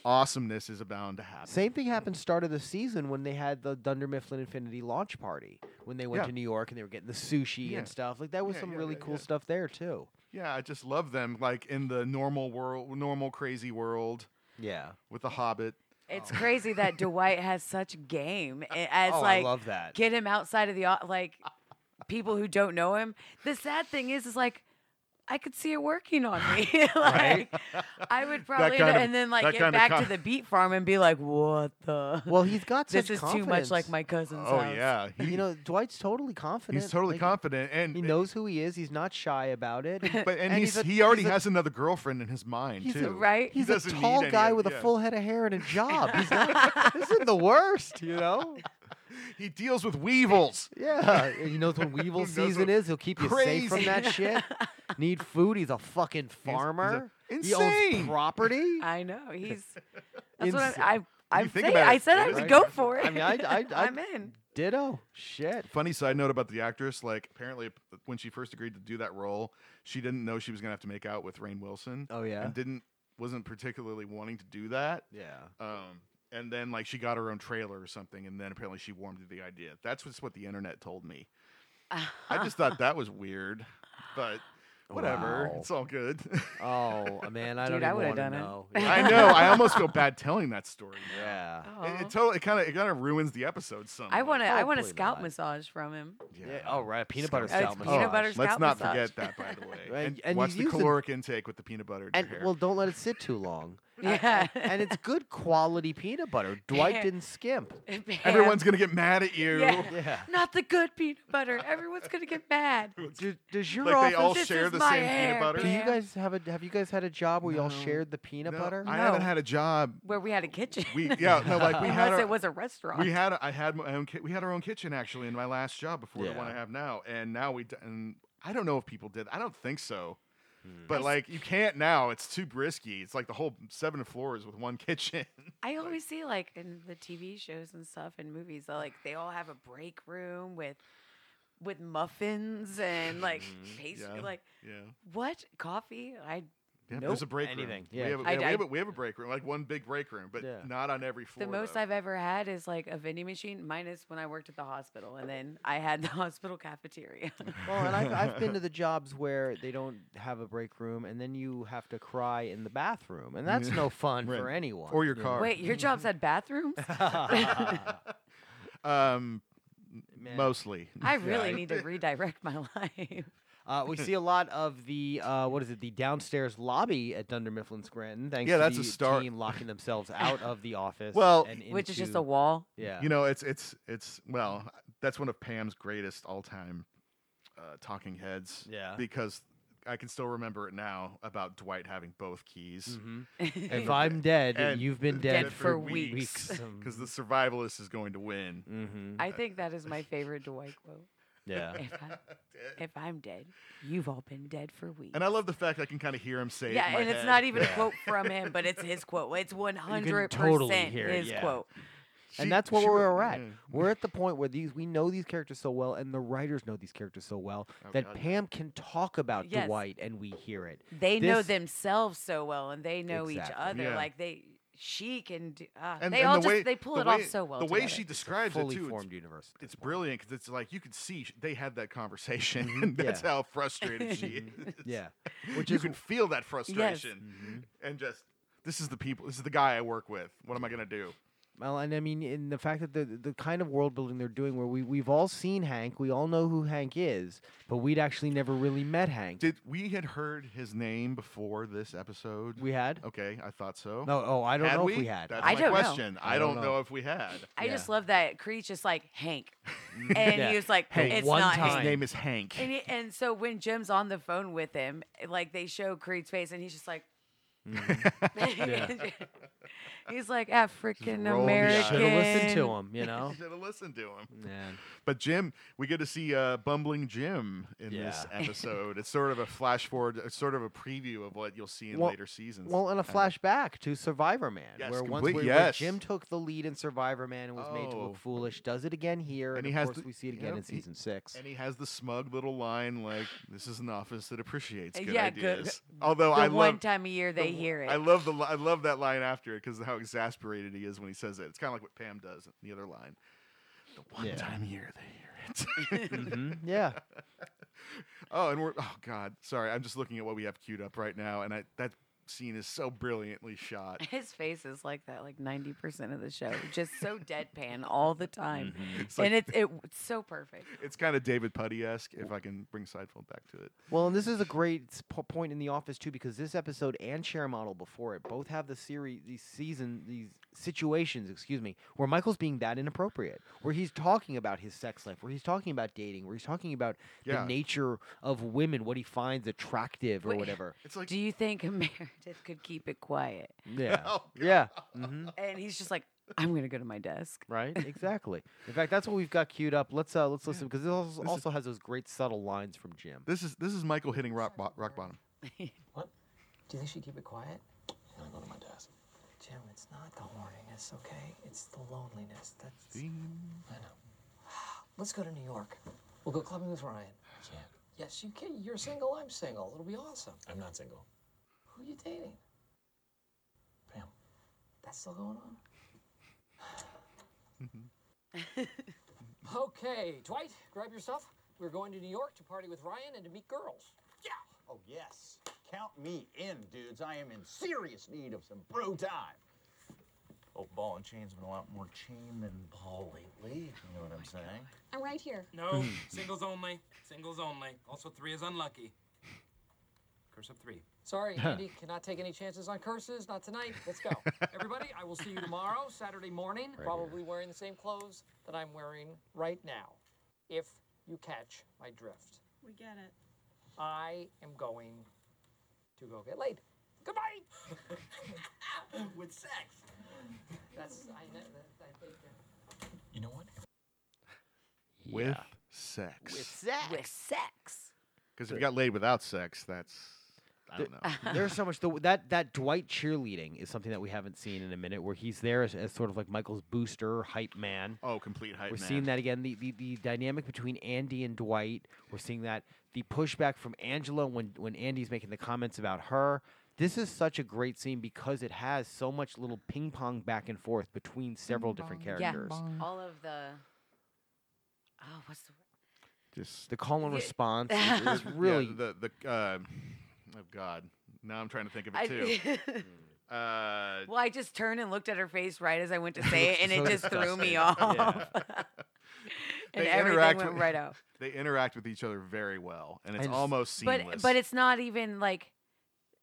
[SPEAKER 5] Awesomeness is bound to happen.
[SPEAKER 4] Same thing happened start of the season when they had the Dunder Mifflin Infinity launch party when they went
[SPEAKER 5] Yeah.
[SPEAKER 4] to New York and they were getting the sushi
[SPEAKER 5] Yeah.
[SPEAKER 4] and stuff. Like that was
[SPEAKER 5] Yeah,
[SPEAKER 4] some
[SPEAKER 5] yeah,
[SPEAKER 4] really
[SPEAKER 5] yeah,
[SPEAKER 4] cool
[SPEAKER 5] yeah.
[SPEAKER 4] stuff there too.
[SPEAKER 5] Yeah, I just love them. Like in the normal world, normal crazy world
[SPEAKER 4] Yeah.
[SPEAKER 5] with the Hobbit.
[SPEAKER 6] It's crazy that Dwight has such game a- as
[SPEAKER 4] oh,
[SPEAKER 6] like
[SPEAKER 4] I love that.
[SPEAKER 6] get him outside of the o- like people who don't know him. The sad thing is, is like I could see it working on me. like I would probably
[SPEAKER 5] kind of-
[SPEAKER 6] and then like
[SPEAKER 5] that
[SPEAKER 6] get
[SPEAKER 5] kind of
[SPEAKER 6] back
[SPEAKER 5] com-
[SPEAKER 6] to the beat farm and be like, what the.
[SPEAKER 4] well, he's got
[SPEAKER 6] this
[SPEAKER 4] such
[SPEAKER 6] is too much like
[SPEAKER 4] confidence.
[SPEAKER 6] my cousin's
[SPEAKER 5] Oh
[SPEAKER 6] house.
[SPEAKER 5] yeah,
[SPEAKER 4] You
[SPEAKER 5] he-
[SPEAKER 4] know, Dwight's totally confident.
[SPEAKER 5] he's totally
[SPEAKER 4] like,
[SPEAKER 5] confident, and
[SPEAKER 4] He knows who he is. He's not shy about it.
[SPEAKER 5] But and,
[SPEAKER 4] and
[SPEAKER 5] he's,
[SPEAKER 4] he's a-
[SPEAKER 5] he already
[SPEAKER 4] he's a-
[SPEAKER 5] has another girlfriend in his mind
[SPEAKER 4] He's a-
[SPEAKER 5] too.
[SPEAKER 6] Right?
[SPEAKER 5] He
[SPEAKER 4] He's a
[SPEAKER 5] doesn't need
[SPEAKER 4] tall
[SPEAKER 5] any
[SPEAKER 4] guy
[SPEAKER 5] of-
[SPEAKER 4] with
[SPEAKER 5] yeah.
[SPEAKER 4] a full head of hair and a job. He's not, this isn't the worst, you know?
[SPEAKER 5] He deals with weevils.
[SPEAKER 4] Yeah. and He knows when weevil
[SPEAKER 5] Who knows
[SPEAKER 4] season
[SPEAKER 5] what-
[SPEAKER 4] is. He'll keep you safe from that
[SPEAKER 5] Crazy.
[SPEAKER 4] shit. Need food. He's a fucking
[SPEAKER 5] he's a-
[SPEAKER 4] farmer. He
[SPEAKER 5] Insane.
[SPEAKER 4] owns property.
[SPEAKER 6] I know. He's. That's what
[SPEAKER 4] Insa-
[SPEAKER 6] I'm. I, I'm
[SPEAKER 5] think
[SPEAKER 6] saying.
[SPEAKER 5] about
[SPEAKER 6] I
[SPEAKER 5] it,
[SPEAKER 6] said
[SPEAKER 5] it
[SPEAKER 6] I
[SPEAKER 5] is
[SPEAKER 6] would go
[SPEAKER 5] impressive.
[SPEAKER 6] for it.
[SPEAKER 4] I mean, I, I, I,
[SPEAKER 6] am in.
[SPEAKER 4] Ditto. Shit.
[SPEAKER 5] Funny side note about the actress: like apparently, p- when she first agreed to do that role, she didn't know she was gonna have to make out with Rain Wilson,
[SPEAKER 4] Oh, yeah.
[SPEAKER 5] and didn't wasn't particularly wanting to do that.
[SPEAKER 4] Yeah.
[SPEAKER 5] Um, and then like she got her own trailer or something, and then apparently she warmed to the idea. That's what's what the internet told me. I just thought that was weird, but whatever,
[SPEAKER 4] Wow.
[SPEAKER 5] it's all good.
[SPEAKER 4] Oh, man. I
[SPEAKER 6] Dude,
[SPEAKER 4] don't
[SPEAKER 6] I
[SPEAKER 4] even
[SPEAKER 6] would've
[SPEAKER 4] want to
[SPEAKER 6] done it.
[SPEAKER 4] know.
[SPEAKER 5] I know. I almost feel bad telling that story. now.
[SPEAKER 4] Yeah.
[SPEAKER 5] It,
[SPEAKER 6] Aw.
[SPEAKER 5] it totally, it kind of, it kind of ruins the episode. Some.
[SPEAKER 6] I want to. I want a
[SPEAKER 4] Probably
[SPEAKER 6] scalp
[SPEAKER 4] not.
[SPEAKER 6] massage from him.
[SPEAKER 5] Yeah.
[SPEAKER 4] Yeah. Oh, right. Peanut butter
[SPEAKER 6] Scalp
[SPEAKER 4] salad.
[SPEAKER 6] massage. Peanut
[SPEAKER 4] massage.
[SPEAKER 6] butter
[SPEAKER 5] Let's
[SPEAKER 6] scalp
[SPEAKER 5] not
[SPEAKER 6] massage.
[SPEAKER 5] forget that, by the way.
[SPEAKER 4] Right,
[SPEAKER 5] and,
[SPEAKER 4] and
[SPEAKER 5] watch
[SPEAKER 4] you
[SPEAKER 5] the
[SPEAKER 4] use the-
[SPEAKER 5] caloric intake with the peanut butter. in your
[SPEAKER 4] And
[SPEAKER 5] hair.
[SPEAKER 4] well, don't let it sit too long.
[SPEAKER 6] Yeah.
[SPEAKER 4] and it's good quality peanut butter. Dwight didn't skimp.
[SPEAKER 6] Bam.
[SPEAKER 5] everyone's gonna get mad at you.
[SPEAKER 6] Yeah.
[SPEAKER 4] Yeah.
[SPEAKER 6] not the good peanut butter. Everyone's gonna get mad.
[SPEAKER 4] Do, does your
[SPEAKER 5] Like they
[SPEAKER 4] office?
[SPEAKER 5] all
[SPEAKER 6] this
[SPEAKER 5] share
[SPEAKER 6] is
[SPEAKER 5] the
[SPEAKER 6] my
[SPEAKER 5] same
[SPEAKER 6] hair,
[SPEAKER 5] peanut butter.
[SPEAKER 4] do you
[SPEAKER 6] Yeah.
[SPEAKER 4] guys have a? Have you guys had a job where y'all
[SPEAKER 5] No.
[SPEAKER 4] shared the peanut
[SPEAKER 5] No,
[SPEAKER 4] butter?
[SPEAKER 5] I haven't
[SPEAKER 6] No.
[SPEAKER 5] had a job.
[SPEAKER 6] Where we had a kitchen.
[SPEAKER 5] We yeah no like we
[SPEAKER 6] Unless
[SPEAKER 5] had
[SPEAKER 6] it
[SPEAKER 5] our,
[SPEAKER 6] was a restaurant.
[SPEAKER 5] we had a, I had my own ki- we had our own kitchen actually in my last job before the one I
[SPEAKER 4] Yeah.
[SPEAKER 5] have now and now we d- and I don't know if people did I don't think so.
[SPEAKER 4] Hmm.
[SPEAKER 5] But
[SPEAKER 6] s-
[SPEAKER 5] like you can't now; it's too risky. It's like the whole seven floors with one kitchen.
[SPEAKER 6] I always see like in the TV shows and stuff and movies, they're like they all have a break room with with muffins and like pastry.
[SPEAKER 5] Mm-hmm. yeah.
[SPEAKER 6] Like
[SPEAKER 5] yeah,
[SPEAKER 6] what coffee? I
[SPEAKER 5] Yeah,
[SPEAKER 4] Nope.
[SPEAKER 5] There's a break room.
[SPEAKER 4] Anything.
[SPEAKER 5] We
[SPEAKER 4] Yeah.
[SPEAKER 5] have, a,
[SPEAKER 6] I-
[SPEAKER 5] yeah, we,
[SPEAKER 6] I-
[SPEAKER 5] have a, we have a break room, like one big break room, but
[SPEAKER 4] Yeah.
[SPEAKER 5] not on every
[SPEAKER 6] the
[SPEAKER 5] floor.
[SPEAKER 6] most
[SPEAKER 5] though.
[SPEAKER 6] I've ever had is like a vending machine, minus when I worked at the hospital, and then I had the hospital cafeteria.
[SPEAKER 4] Well, and I've, I've been to the jobs where they don't have a break room, and then you have to cry in the bathroom, and that's no fun
[SPEAKER 5] Right.
[SPEAKER 4] for anyone.
[SPEAKER 5] or your
[SPEAKER 4] you
[SPEAKER 5] car.
[SPEAKER 6] Wait, your jobs had bathrooms?
[SPEAKER 4] know.
[SPEAKER 5] Um,
[SPEAKER 4] Man.
[SPEAKER 5] mostly.
[SPEAKER 6] I
[SPEAKER 5] Yeah.
[SPEAKER 6] really need to redirect my life.
[SPEAKER 4] Uh, we see a lot of the uh, what is it? The downstairs lobby at Dunder Mifflin Scranton. Thanks
[SPEAKER 5] Yeah,
[SPEAKER 4] to
[SPEAKER 5] that's a
[SPEAKER 4] the
[SPEAKER 5] start.
[SPEAKER 4] team locking themselves out of the office.
[SPEAKER 5] Well,
[SPEAKER 4] and
[SPEAKER 6] Which is just
[SPEAKER 4] into-
[SPEAKER 6] a wall.
[SPEAKER 4] yeah.
[SPEAKER 5] You know, it's it's it's well, that's one of Pam's greatest all-time uh, talking heads.
[SPEAKER 4] Yeah.
[SPEAKER 5] Because I can still remember it now about Dwight having both keys.
[SPEAKER 4] Mhm. If I'm dead,
[SPEAKER 5] And
[SPEAKER 4] you've been
[SPEAKER 5] dead
[SPEAKER 4] dead,
[SPEAKER 5] for
[SPEAKER 6] weeks.
[SPEAKER 5] Because the survivalist is going to win.
[SPEAKER 4] mm-hmm.
[SPEAKER 6] I think that is my favorite Dwight quote.
[SPEAKER 4] Yeah.
[SPEAKER 6] If, I,
[SPEAKER 5] Dead.
[SPEAKER 6] if I'm dead, you've all been dead for weeks.
[SPEAKER 5] And I love the fact I can kind of hear him say it.
[SPEAKER 6] Yeah,
[SPEAKER 5] in my
[SPEAKER 6] and it's
[SPEAKER 5] head.
[SPEAKER 6] not even a
[SPEAKER 4] Yeah.
[SPEAKER 6] quote from him, but it's his quote. It's one hundred
[SPEAKER 4] totally
[SPEAKER 6] percent
[SPEAKER 4] hear it,
[SPEAKER 6] his
[SPEAKER 4] yeah.
[SPEAKER 6] quote.
[SPEAKER 5] She-
[SPEAKER 4] and that's where
[SPEAKER 5] she Mm. wrote-
[SPEAKER 4] we're at.
[SPEAKER 5] yeah.
[SPEAKER 4] We're at the point where these we know these characters so well, and the writers know these characters so well
[SPEAKER 5] Oh,
[SPEAKER 4] that
[SPEAKER 5] God, yeah.
[SPEAKER 4] Pam can talk about
[SPEAKER 6] Yes.
[SPEAKER 4] Dwight, and we hear it.
[SPEAKER 6] They know
[SPEAKER 4] This-
[SPEAKER 6] themselves so well, and they know each
[SPEAKER 4] Exactly.
[SPEAKER 6] other.
[SPEAKER 5] Yeah.
[SPEAKER 6] Like they, she can do. ah,
[SPEAKER 5] And-
[SPEAKER 6] they
[SPEAKER 5] and
[SPEAKER 6] all
[SPEAKER 5] the
[SPEAKER 6] just
[SPEAKER 5] way-
[SPEAKER 6] they pull
[SPEAKER 5] the
[SPEAKER 6] it off
[SPEAKER 5] way-
[SPEAKER 6] so well.
[SPEAKER 5] The way
[SPEAKER 6] together.
[SPEAKER 5] she describes it
[SPEAKER 4] Fully
[SPEAKER 5] too, it's
[SPEAKER 4] formed universe. at
[SPEAKER 5] it's
[SPEAKER 4] this point.
[SPEAKER 5] brilliant because it's like you can see sh- they had that conversation, and
[SPEAKER 4] Mm-hmm. Yeah. Mm-hmm.
[SPEAKER 5] that's how frustrated she is.
[SPEAKER 4] Yeah, which
[SPEAKER 5] you
[SPEAKER 4] is
[SPEAKER 5] can feel that frustration,
[SPEAKER 4] Mhm.
[SPEAKER 5] and just this is the people, this is the guy I work with. What am I gonna do?
[SPEAKER 4] well, and I mean, in the fact that the the kind of world building they're doing, where we we've all seen Hank, we all know who Hank is, but we'd actually never really met Hank.
[SPEAKER 5] Did we had heard his name before this episode?
[SPEAKER 4] we had?
[SPEAKER 5] okay, I thought so.
[SPEAKER 4] No, oh, I don't
[SPEAKER 5] Oh. Had
[SPEAKER 4] know if we had.
[SPEAKER 5] That's
[SPEAKER 6] I
[SPEAKER 5] my
[SPEAKER 6] don't know.
[SPEAKER 5] question. I don't know if we had.
[SPEAKER 6] I just
[SPEAKER 4] Yeah.
[SPEAKER 6] love that Creed's just like Hank, and
[SPEAKER 4] Yeah.
[SPEAKER 6] he was like,
[SPEAKER 4] Hank.
[SPEAKER 6] "It's
[SPEAKER 4] One
[SPEAKER 6] not
[SPEAKER 4] time.
[SPEAKER 5] His
[SPEAKER 6] Hank."
[SPEAKER 5] name is Hank.
[SPEAKER 6] And, he, and so when Jim's on the phone with him, like they show Creed's face, and he's just like, he's like African
[SPEAKER 5] Mm-hmm. rolling the eyes.
[SPEAKER 6] American.
[SPEAKER 4] Should have listened to him, you know.
[SPEAKER 5] Should have listened to him.
[SPEAKER 4] yeah.
[SPEAKER 5] But Jim, we get to see uh, bumbling Jim in this
[SPEAKER 4] Yeah.
[SPEAKER 5] episode. it's sort of a flash forward, it's sort of a preview of what you'll see in
[SPEAKER 4] Well-
[SPEAKER 5] later seasons.
[SPEAKER 4] Well, and a flashback to Survivor Man,
[SPEAKER 5] Yes,
[SPEAKER 4] where once
[SPEAKER 5] complete-
[SPEAKER 4] where, where
[SPEAKER 5] yes.
[SPEAKER 4] Jim took the lead in Survivor Man and was made to
[SPEAKER 5] Oh.
[SPEAKER 4] look foolish, does it again here,
[SPEAKER 5] And
[SPEAKER 4] and,
[SPEAKER 5] he
[SPEAKER 4] of
[SPEAKER 5] has
[SPEAKER 4] course
[SPEAKER 5] the-
[SPEAKER 4] we see it
[SPEAKER 5] you
[SPEAKER 4] again
[SPEAKER 5] know,
[SPEAKER 4] in
[SPEAKER 5] he-
[SPEAKER 4] season six.
[SPEAKER 5] and he has the smug little line like, "This is an office that appreciates good
[SPEAKER 6] Uh, Yeah, good-
[SPEAKER 5] ideas." Although
[SPEAKER 6] the
[SPEAKER 5] I
[SPEAKER 6] one
[SPEAKER 5] love
[SPEAKER 6] time a year
[SPEAKER 5] the
[SPEAKER 6] they
[SPEAKER 5] w-
[SPEAKER 6] hear it.
[SPEAKER 5] I love the li- I love that line after it because how exasperated he is when he says it. It's kind of like what Pam does in the other line. The one
[SPEAKER 4] Yeah.
[SPEAKER 5] time a year they hear it.
[SPEAKER 4] Mhm, Yeah,
[SPEAKER 5] Oh, and we're oh god, sorry. I'm just looking at what we have queued up right now, and I, that scene is so brilliantly shot.
[SPEAKER 6] His face is like that, like ninety percent of the show, just so deadpan all the time,
[SPEAKER 5] Mm-hmm. It's like,
[SPEAKER 6] and it's it, it's so perfect.
[SPEAKER 5] it's kind of David Putty esque if I can bring Seinfeld back to it.
[SPEAKER 4] well, and this is a great s- po- point in the office too, because this episode and Share Model before it both have the series, these season, these situations, excuse me, where Michael's being that inappropriate, where he's talking about his sex life, where he's talking about dating, where he's talking about
[SPEAKER 5] Yeah.
[SPEAKER 4] the nature of women, what he finds attractive or
[SPEAKER 6] Wait.
[SPEAKER 4] whatever.
[SPEAKER 5] It's like
[SPEAKER 6] Do you think Meredith could keep it quiet?
[SPEAKER 4] Yeah,
[SPEAKER 5] Oh,
[SPEAKER 4] yeah. hmm
[SPEAKER 6] And he's just like, I'm gonna go to my desk.
[SPEAKER 4] Right, exactly. In fact, that's what we've got queued up. Let's uh, let's listen because this also,
[SPEAKER 5] This is-
[SPEAKER 4] also has those great subtle lines from Jim.
[SPEAKER 5] this is this is Michael hitting rock bo- rock bottom.
[SPEAKER 2] What? Do you think she'd keep it quiet? And I go to my desk. Jim, it's not the horniness, okay? It's the loneliness. That's. I know. Let's go to New York. We'll go clubbing with Ryan. I can't. Yes, you can. You're single. I'm single. It'll be awesome. I'm not single. Who are you dating? Pam. That's still going on. okay, Dwight, grab your stuff. We're going to New York to party with Ryan and to meet girls.
[SPEAKER 3] Yeah. Oh, yes. Count me in, dudes. I am in serious need of some bro time. Oh, ball and chain's been a lot more chain than ball lately. if You know what I'm saying?
[SPEAKER 7] I'm right here.
[SPEAKER 1] Hmm.
[SPEAKER 2] No, singles only. Singles only. Also, three is unlucky. Curse of three. Sorry, Andy. cannot take any chances on curses. Not tonight. Let's go. Everybody, I will see you tomorrow, Saturday morning, probably wearing the same clothes that I'm wearing right now. If you catch my drift,
[SPEAKER 7] We get it.
[SPEAKER 2] I am going to go get laid. Goodbye.
[SPEAKER 3] With sex.
[SPEAKER 2] That's, I, kn- that, I think. that-
[SPEAKER 3] You know what?
[SPEAKER 5] With sex.
[SPEAKER 6] With sex.
[SPEAKER 5] Because if you got laid without sex, that's I
[SPEAKER 4] The-
[SPEAKER 5] don't know.
[SPEAKER 4] There's so much the, that that Dwight cheerleading is something that we haven't seen in a minute, where he's there as, as sort of like Michael's booster hype man.
[SPEAKER 5] Oh, complete hype.
[SPEAKER 4] We're
[SPEAKER 5] man.
[SPEAKER 4] seeing that again. The, the the dynamic between Andy and Dwight. We're seeing that the pushback from Angela when when Andy's making the comments about her. This is such a great scene because it has so much little ping pong back and forth between several different characters.
[SPEAKER 6] All of the. Oh, what's the
[SPEAKER 5] Just
[SPEAKER 4] The call and
[SPEAKER 6] Yeah.
[SPEAKER 4] response is, is
[SPEAKER 5] yeah,
[SPEAKER 4] really
[SPEAKER 5] the the uh, oh god. Now I'm trying to think of it too.
[SPEAKER 6] I,
[SPEAKER 5] Uh,
[SPEAKER 6] well, I just turned and looked at her face right as I went to say it, and it
[SPEAKER 5] so
[SPEAKER 6] just threw me
[SPEAKER 5] disgusting.
[SPEAKER 6] off. and
[SPEAKER 5] They
[SPEAKER 6] everything
[SPEAKER 5] interact
[SPEAKER 6] went
[SPEAKER 5] with-
[SPEAKER 6] right out.
[SPEAKER 5] they interact with each other very well, and it's
[SPEAKER 4] And s-
[SPEAKER 5] almost seamless.
[SPEAKER 6] But but it's not even like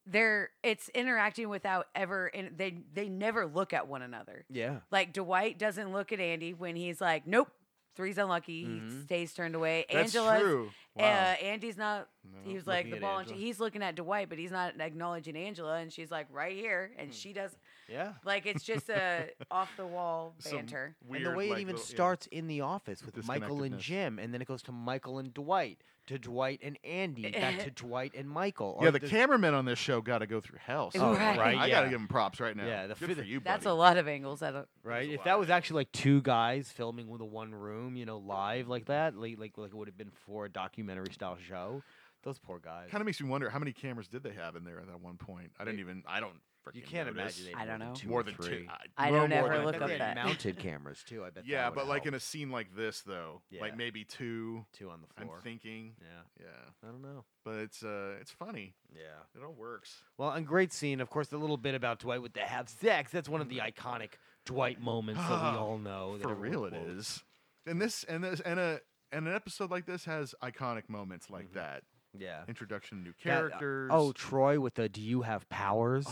[SPEAKER 6] they're it's interacting without ever and they they never look at one another.
[SPEAKER 4] yeah.
[SPEAKER 6] Like Dwight doesn't look at Andy when he's like, Nope, Three's unlucky. He
[SPEAKER 4] Mhm.
[SPEAKER 6] stays turned away.
[SPEAKER 5] Mm-hmm. That's
[SPEAKER 6] Angela's,
[SPEAKER 5] true.
[SPEAKER 6] Uh, Andy's not.
[SPEAKER 5] No,
[SPEAKER 6] He was like
[SPEAKER 4] looking
[SPEAKER 6] the
[SPEAKER 4] at
[SPEAKER 6] ball. And she,
[SPEAKER 4] Angela.
[SPEAKER 6] he's looking at Dwight, but he's not acknowledging Angela, and she's like right here,
[SPEAKER 5] Hmm.
[SPEAKER 6] and she does.
[SPEAKER 4] Yeah.
[SPEAKER 6] Like it's just a off the wall
[SPEAKER 5] Some
[SPEAKER 6] banter.
[SPEAKER 5] Weird,
[SPEAKER 4] and the way
[SPEAKER 5] like,
[SPEAKER 4] it even
[SPEAKER 5] little- yeah.
[SPEAKER 4] starts in the office with Michael and
[SPEAKER 5] disconnectedness.
[SPEAKER 4] Jim, and then it goes to Michael and Dwight, to Dwight and Andy, back to Dwight and Michael.
[SPEAKER 5] Yeah,
[SPEAKER 4] Or
[SPEAKER 5] the
[SPEAKER 4] there's-
[SPEAKER 5] cameramen on this show got to go through hell.
[SPEAKER 6] Oh,
[SPEAKER 5] sometimes.
[SPEAKER 6] right.
[SPEAKER 4] right,
[SPEAKER 5] I got to
[SPEAKER 4] yeah.
[SPEAKER 5] give them props right now.
[SPEAKER 4] Yeah, the
[SPEAKER 5] Good
[SPEAKER 4] fit-
[SPEAKER 5] for you,
[SPEAKER 6] That's a
[SPEAKER 5] buddy.
[SPEAKER 6] lot of angles. That uh, a-
[SPEAKER 4] right.
[SPEAKER 5] a
[SPEAKER 4] If
[SPEAKER 5] lot
[SPEAKER 4] that
[SPEAKER 5] of
[SPEAKER 4] was actually like two guys filming with a one room, you know, live like that, like like, like it would have been for a documentary style show. Those poor guys.
[SPEAKER 5] Kind of makes me wonder how many cameras did they have in there at that one point? I didn't even. I don't.
[SPEAKER 4] you
[SPEAKER 5] freaking
[SPEAKER 4] can't
[SPEAKER 5] notice.
[SPEAKER 4] imagine. they
[SPEAKER 6] I
[SPEAKER 4] had more
[SPEAKER 6] don't know.
[SPEAKER 4] Than two
[SPEAKER 5] More
[SPEAKER 4] or
[SPEAKER 5] than
[SPEAKER 4] three.
[SPEAKER 5] two.
[SPEAKER 6] I
[SPEAKER 5] no
[SPEAKER 6] don't
[SPEAKER 5] more
[SPEAKER 6] ever
[SPEAKER 5] than-
[SPEAKER 6] look
[SPEAKER 5] I
[SPEAKER 4] I
[SPEAKER 5] bet
[SPEAKER 6] up
[SPEAKER 5] they
[SPEAKER 4] bet
[SPEAKER 5] had
[SPEAKER 6] that.
[SPEAKER 4] mounted cameras too. I bet. that
[SPEAKER 5] Yeah,
[SPEAKER 4] would've
[SPEAKER 5] but like in a
[SPEAKER 4] helped.
[SPEAKER 5] scene like this though,
[SPEAKER 4] Yeah.
[SPEAKER 5] like maybe two.
[SPEAKER 4] two on the
[SPEAKER 5] I'm
[SPEAKER 4] floor.
[SPEAKER 5] thinking.
[SPEAKER 4] yeah,
[SPEAKER 5] Yeah,
[SPEAKER 4] I don't know.
[SPEAKER 5] but it's uh, it's funny.
[SPEAKER 4] Yeah.
[SPEAKER 5] It all works.
[SPEAKER 4] Well, and great scene, of course, the little bit about Dwight with the have sex. That's one of the iconic Dwight moments that we all know. that
[SPEAKER 5] For
[SPEAKER 4] everyone
[SPEAKER 5] real, it
[SPEAKER 4] quotes.
[SPEAKER 5] is. And this and this and a and an episode like this has iconic moments like
[SPEAKER 4] Mm-hmm.
[SPEAKER 5] that.
[SPEAKER 4] Yeah.
[SPEAKER 5] Introduction to new
[SPEAKER 4] That- uh,
[SPEAKER 5] characters. Oh.
[SPEAKER 4] oh, Troy with the "Do you have powers?"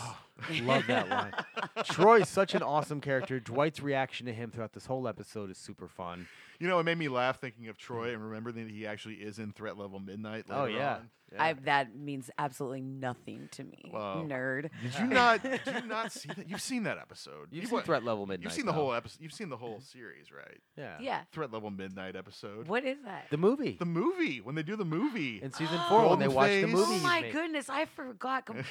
[SPEAKER 4] Love that line. Troy's such an awesome character. Dwight's reaction to him throughout this whole episode is super fun.
[SPEAKER 5] you know, it made me laugh thinking of Troy and remembering that he actually is in Threat Level Midnight.
[SPEAKER 4] Oh
[SPEAKER 5] later
[SPEAKER 4] yeah.
[SPEAKER 5] on.
[SPEAKER 4] Yeah.
[SPEAKER 6] I, that means absolutely nothing to me,
[SPEAKER 5] Wow.
[SPEAKER 6] nerd.
[SPEAKER 5] Did you not? Did you not see that? You've seen that episode.
[SPEAKER 4] You've
[SPEAKER 5] You
[SPEAKER 4] seen
[SPEAKER 5] wa-
[SPEAKER 4] Threat Level Midnight.
[SPEAKER 5] You've seen the
[SPEAKER 4] though.
[SPEAKER 5] whole episode. You've seen the whole series, right?
[SPEAKER 4] Yeah.
[SPEAKER 6] Yeah.
[SPEAKER 5] Threat Level Midnight episode.
[SPEAKER 6] What is that?
[SPEAKER 4] The movie.
[SPEAKER 5] The movie when they do the movie.
[SPEAKER 4] in season four when they
[SPEAKER 5] Golden
[SPEAKER 4] watch the
[SPEAKER 5] Face.
[SPEAKER 4] movie.
[SPEAKER 6] oh
[SPEAKER 4] he's
[SPEAKER 6] my
[SPEAKER 4] made.
[SPEAKER 6] goodness, I forgot. Com-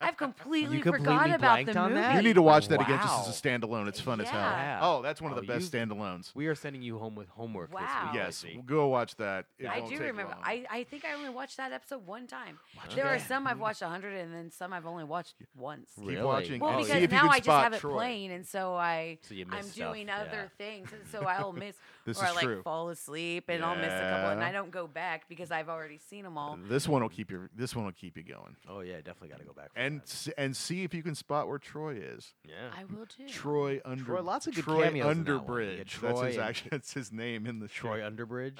[SPEAKER 6] I've completely,
[SPEAKER 4] completely
[SPEAKER 6] forgot about
[SPEAKER 4] blanked
[SPEAKER 6] the
[SPEAKER 4] on
[SPEAKER 6] movie.
[SPEAKER 4] that?
[SPEAKER 5] you need to watch that again just
[SPEAKER 4] Wow.
[SPEAKER 5] as a standalone. It's fun as hell.
[SPEAKER 6] Yeah.
[SPEAKER 5] Oh, that's one of
[SPEAKER 4] Oh,
[SPEAKER 5] the best
[SPEAKER 4] you-
[SPEAKER 5] standalones.
[SPEAKER 4] We are sending you home with homework
[SPEAKER 6] Wow.
[SPEAKER 5] Yes,
[SPEAKER 4] this
[SPEAKER 5] w-
[SPEAKER 4] week.
[SPEAKER 5] go watch that. It
[SPEAKER 6] I
[SPEAKER 5] won't
[SPEAKER 6] do
[SPEAKER 5] take
[SPEAKER 6] remember.
[SPEAKER 5] long.
[SPEAKER 6] I, I think I only watched that episode one time. there are some
[SPEAKER 5] Mm.
[SPEAKER 6] I've watched a hundred, and then some I've only watched once.
[SPEAKER 5] keep
[SPEAKER 4] Really?
[SPEAKER 5] watching.
[SPEAKER 6] Well,
[SPEAKER 5] and see
[SPEAKER 6] because
[SPEAKER 5] if you
[SPEAKER 6] now
[SPEAKER 5] can
[SPEAKER 6] I just
[SPEAKER 5] spot
[SPEAKER 6] have it
[SPEAKER 5] Troy.
[SPEAKER 6] playing, and so I
[SPEAKER 4] So you
[SPEAKER 6] I'm
[SPEAKER 4] miss stuff,
[SPEAKER 6] doing
[SPEAKER 4] yeah.
[SPEAKER 6] other things, and so I'll miss
[SPEAKER 5] This
[SPEAKER 6] or
[SPEAKER 5] is
[SPEAKER 6] I like
[SPEAKER 5] true.
[SPEAKER 6] fall asleep, and I'll miss a couple, and
[SPEAKER 5] Yeah.
[SPEAKER 6] I don't go back because I've already seen them all.
[SPEAKER 5] This one will keep your. This one will keep you going.
[SPEAKER 4] Oh yeah, definitely got to go back. for
[SPEAKER 5] And
[SPEAKER 4] that.
[SPEAKER 5] s- and see if you can spot where Troy is.
[SPEAKER 4] yeah.
[SPEAKER 6] I will too.
[SPEAKER 5] Troy under
[SPEAKER 4] Troy- lots of good
[SPEAKER 5] Troy
[SPEAKER 4] cameos in that one. You
[SPEAKER 5] Underbridge.
[SPEAKER 4] get
[SPEAKER 5] that's
[SPEAKER 4] Troy
[SPEAKER 5] his
[SPEAKER 4] and-
[SPEAKER 5] actually, that's his name in the
[SPEAKER 4] Troy
[SPEAKER 5] show.
[SPEAKER 4] Underbridge.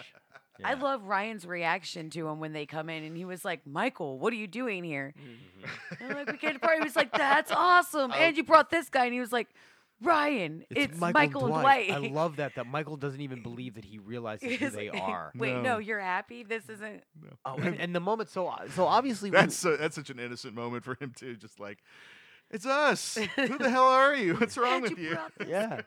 [SPEAKER 6] I
[SPEAKER 4] Yeah.
[SPEAKER 6] love Ryan's reaction to him when they come in, and he was like, "Michael, what are you doing here?"
[SPEAKER 4] Mm-hmm.
[SPEAKER 6] And they're like, "We came to party." He was like, "That's awesome!" and you brought this guy, and he was like, "Ryan, it's, Michael, and Dwight."
[SPEAKER 4] I love that that Michael doesn't even believe that he realizes who
[SPEAKER 6] He's
[SPEAKER 4] they
[SPEAKER 6] like,
[SPEAKER 4] are.
[SPEAKER 6] Wait, no.
[SPEAKER 5] No.
[SPEAKER 6] you're happy. This isn't.
[SPEAKER 4] Oh, and, and the moment so uh, so obviously we-
[SPEAKER 5] That's so, that's such an innocent moment for him too. Just like, it's us. Who the hell are you? What's wrong
[SPEAKER 6] And
[SPEAKER 5] with you? Mm-hmm.
[SPEAKER 6] brought this-
[SPEAKER 4] yeah.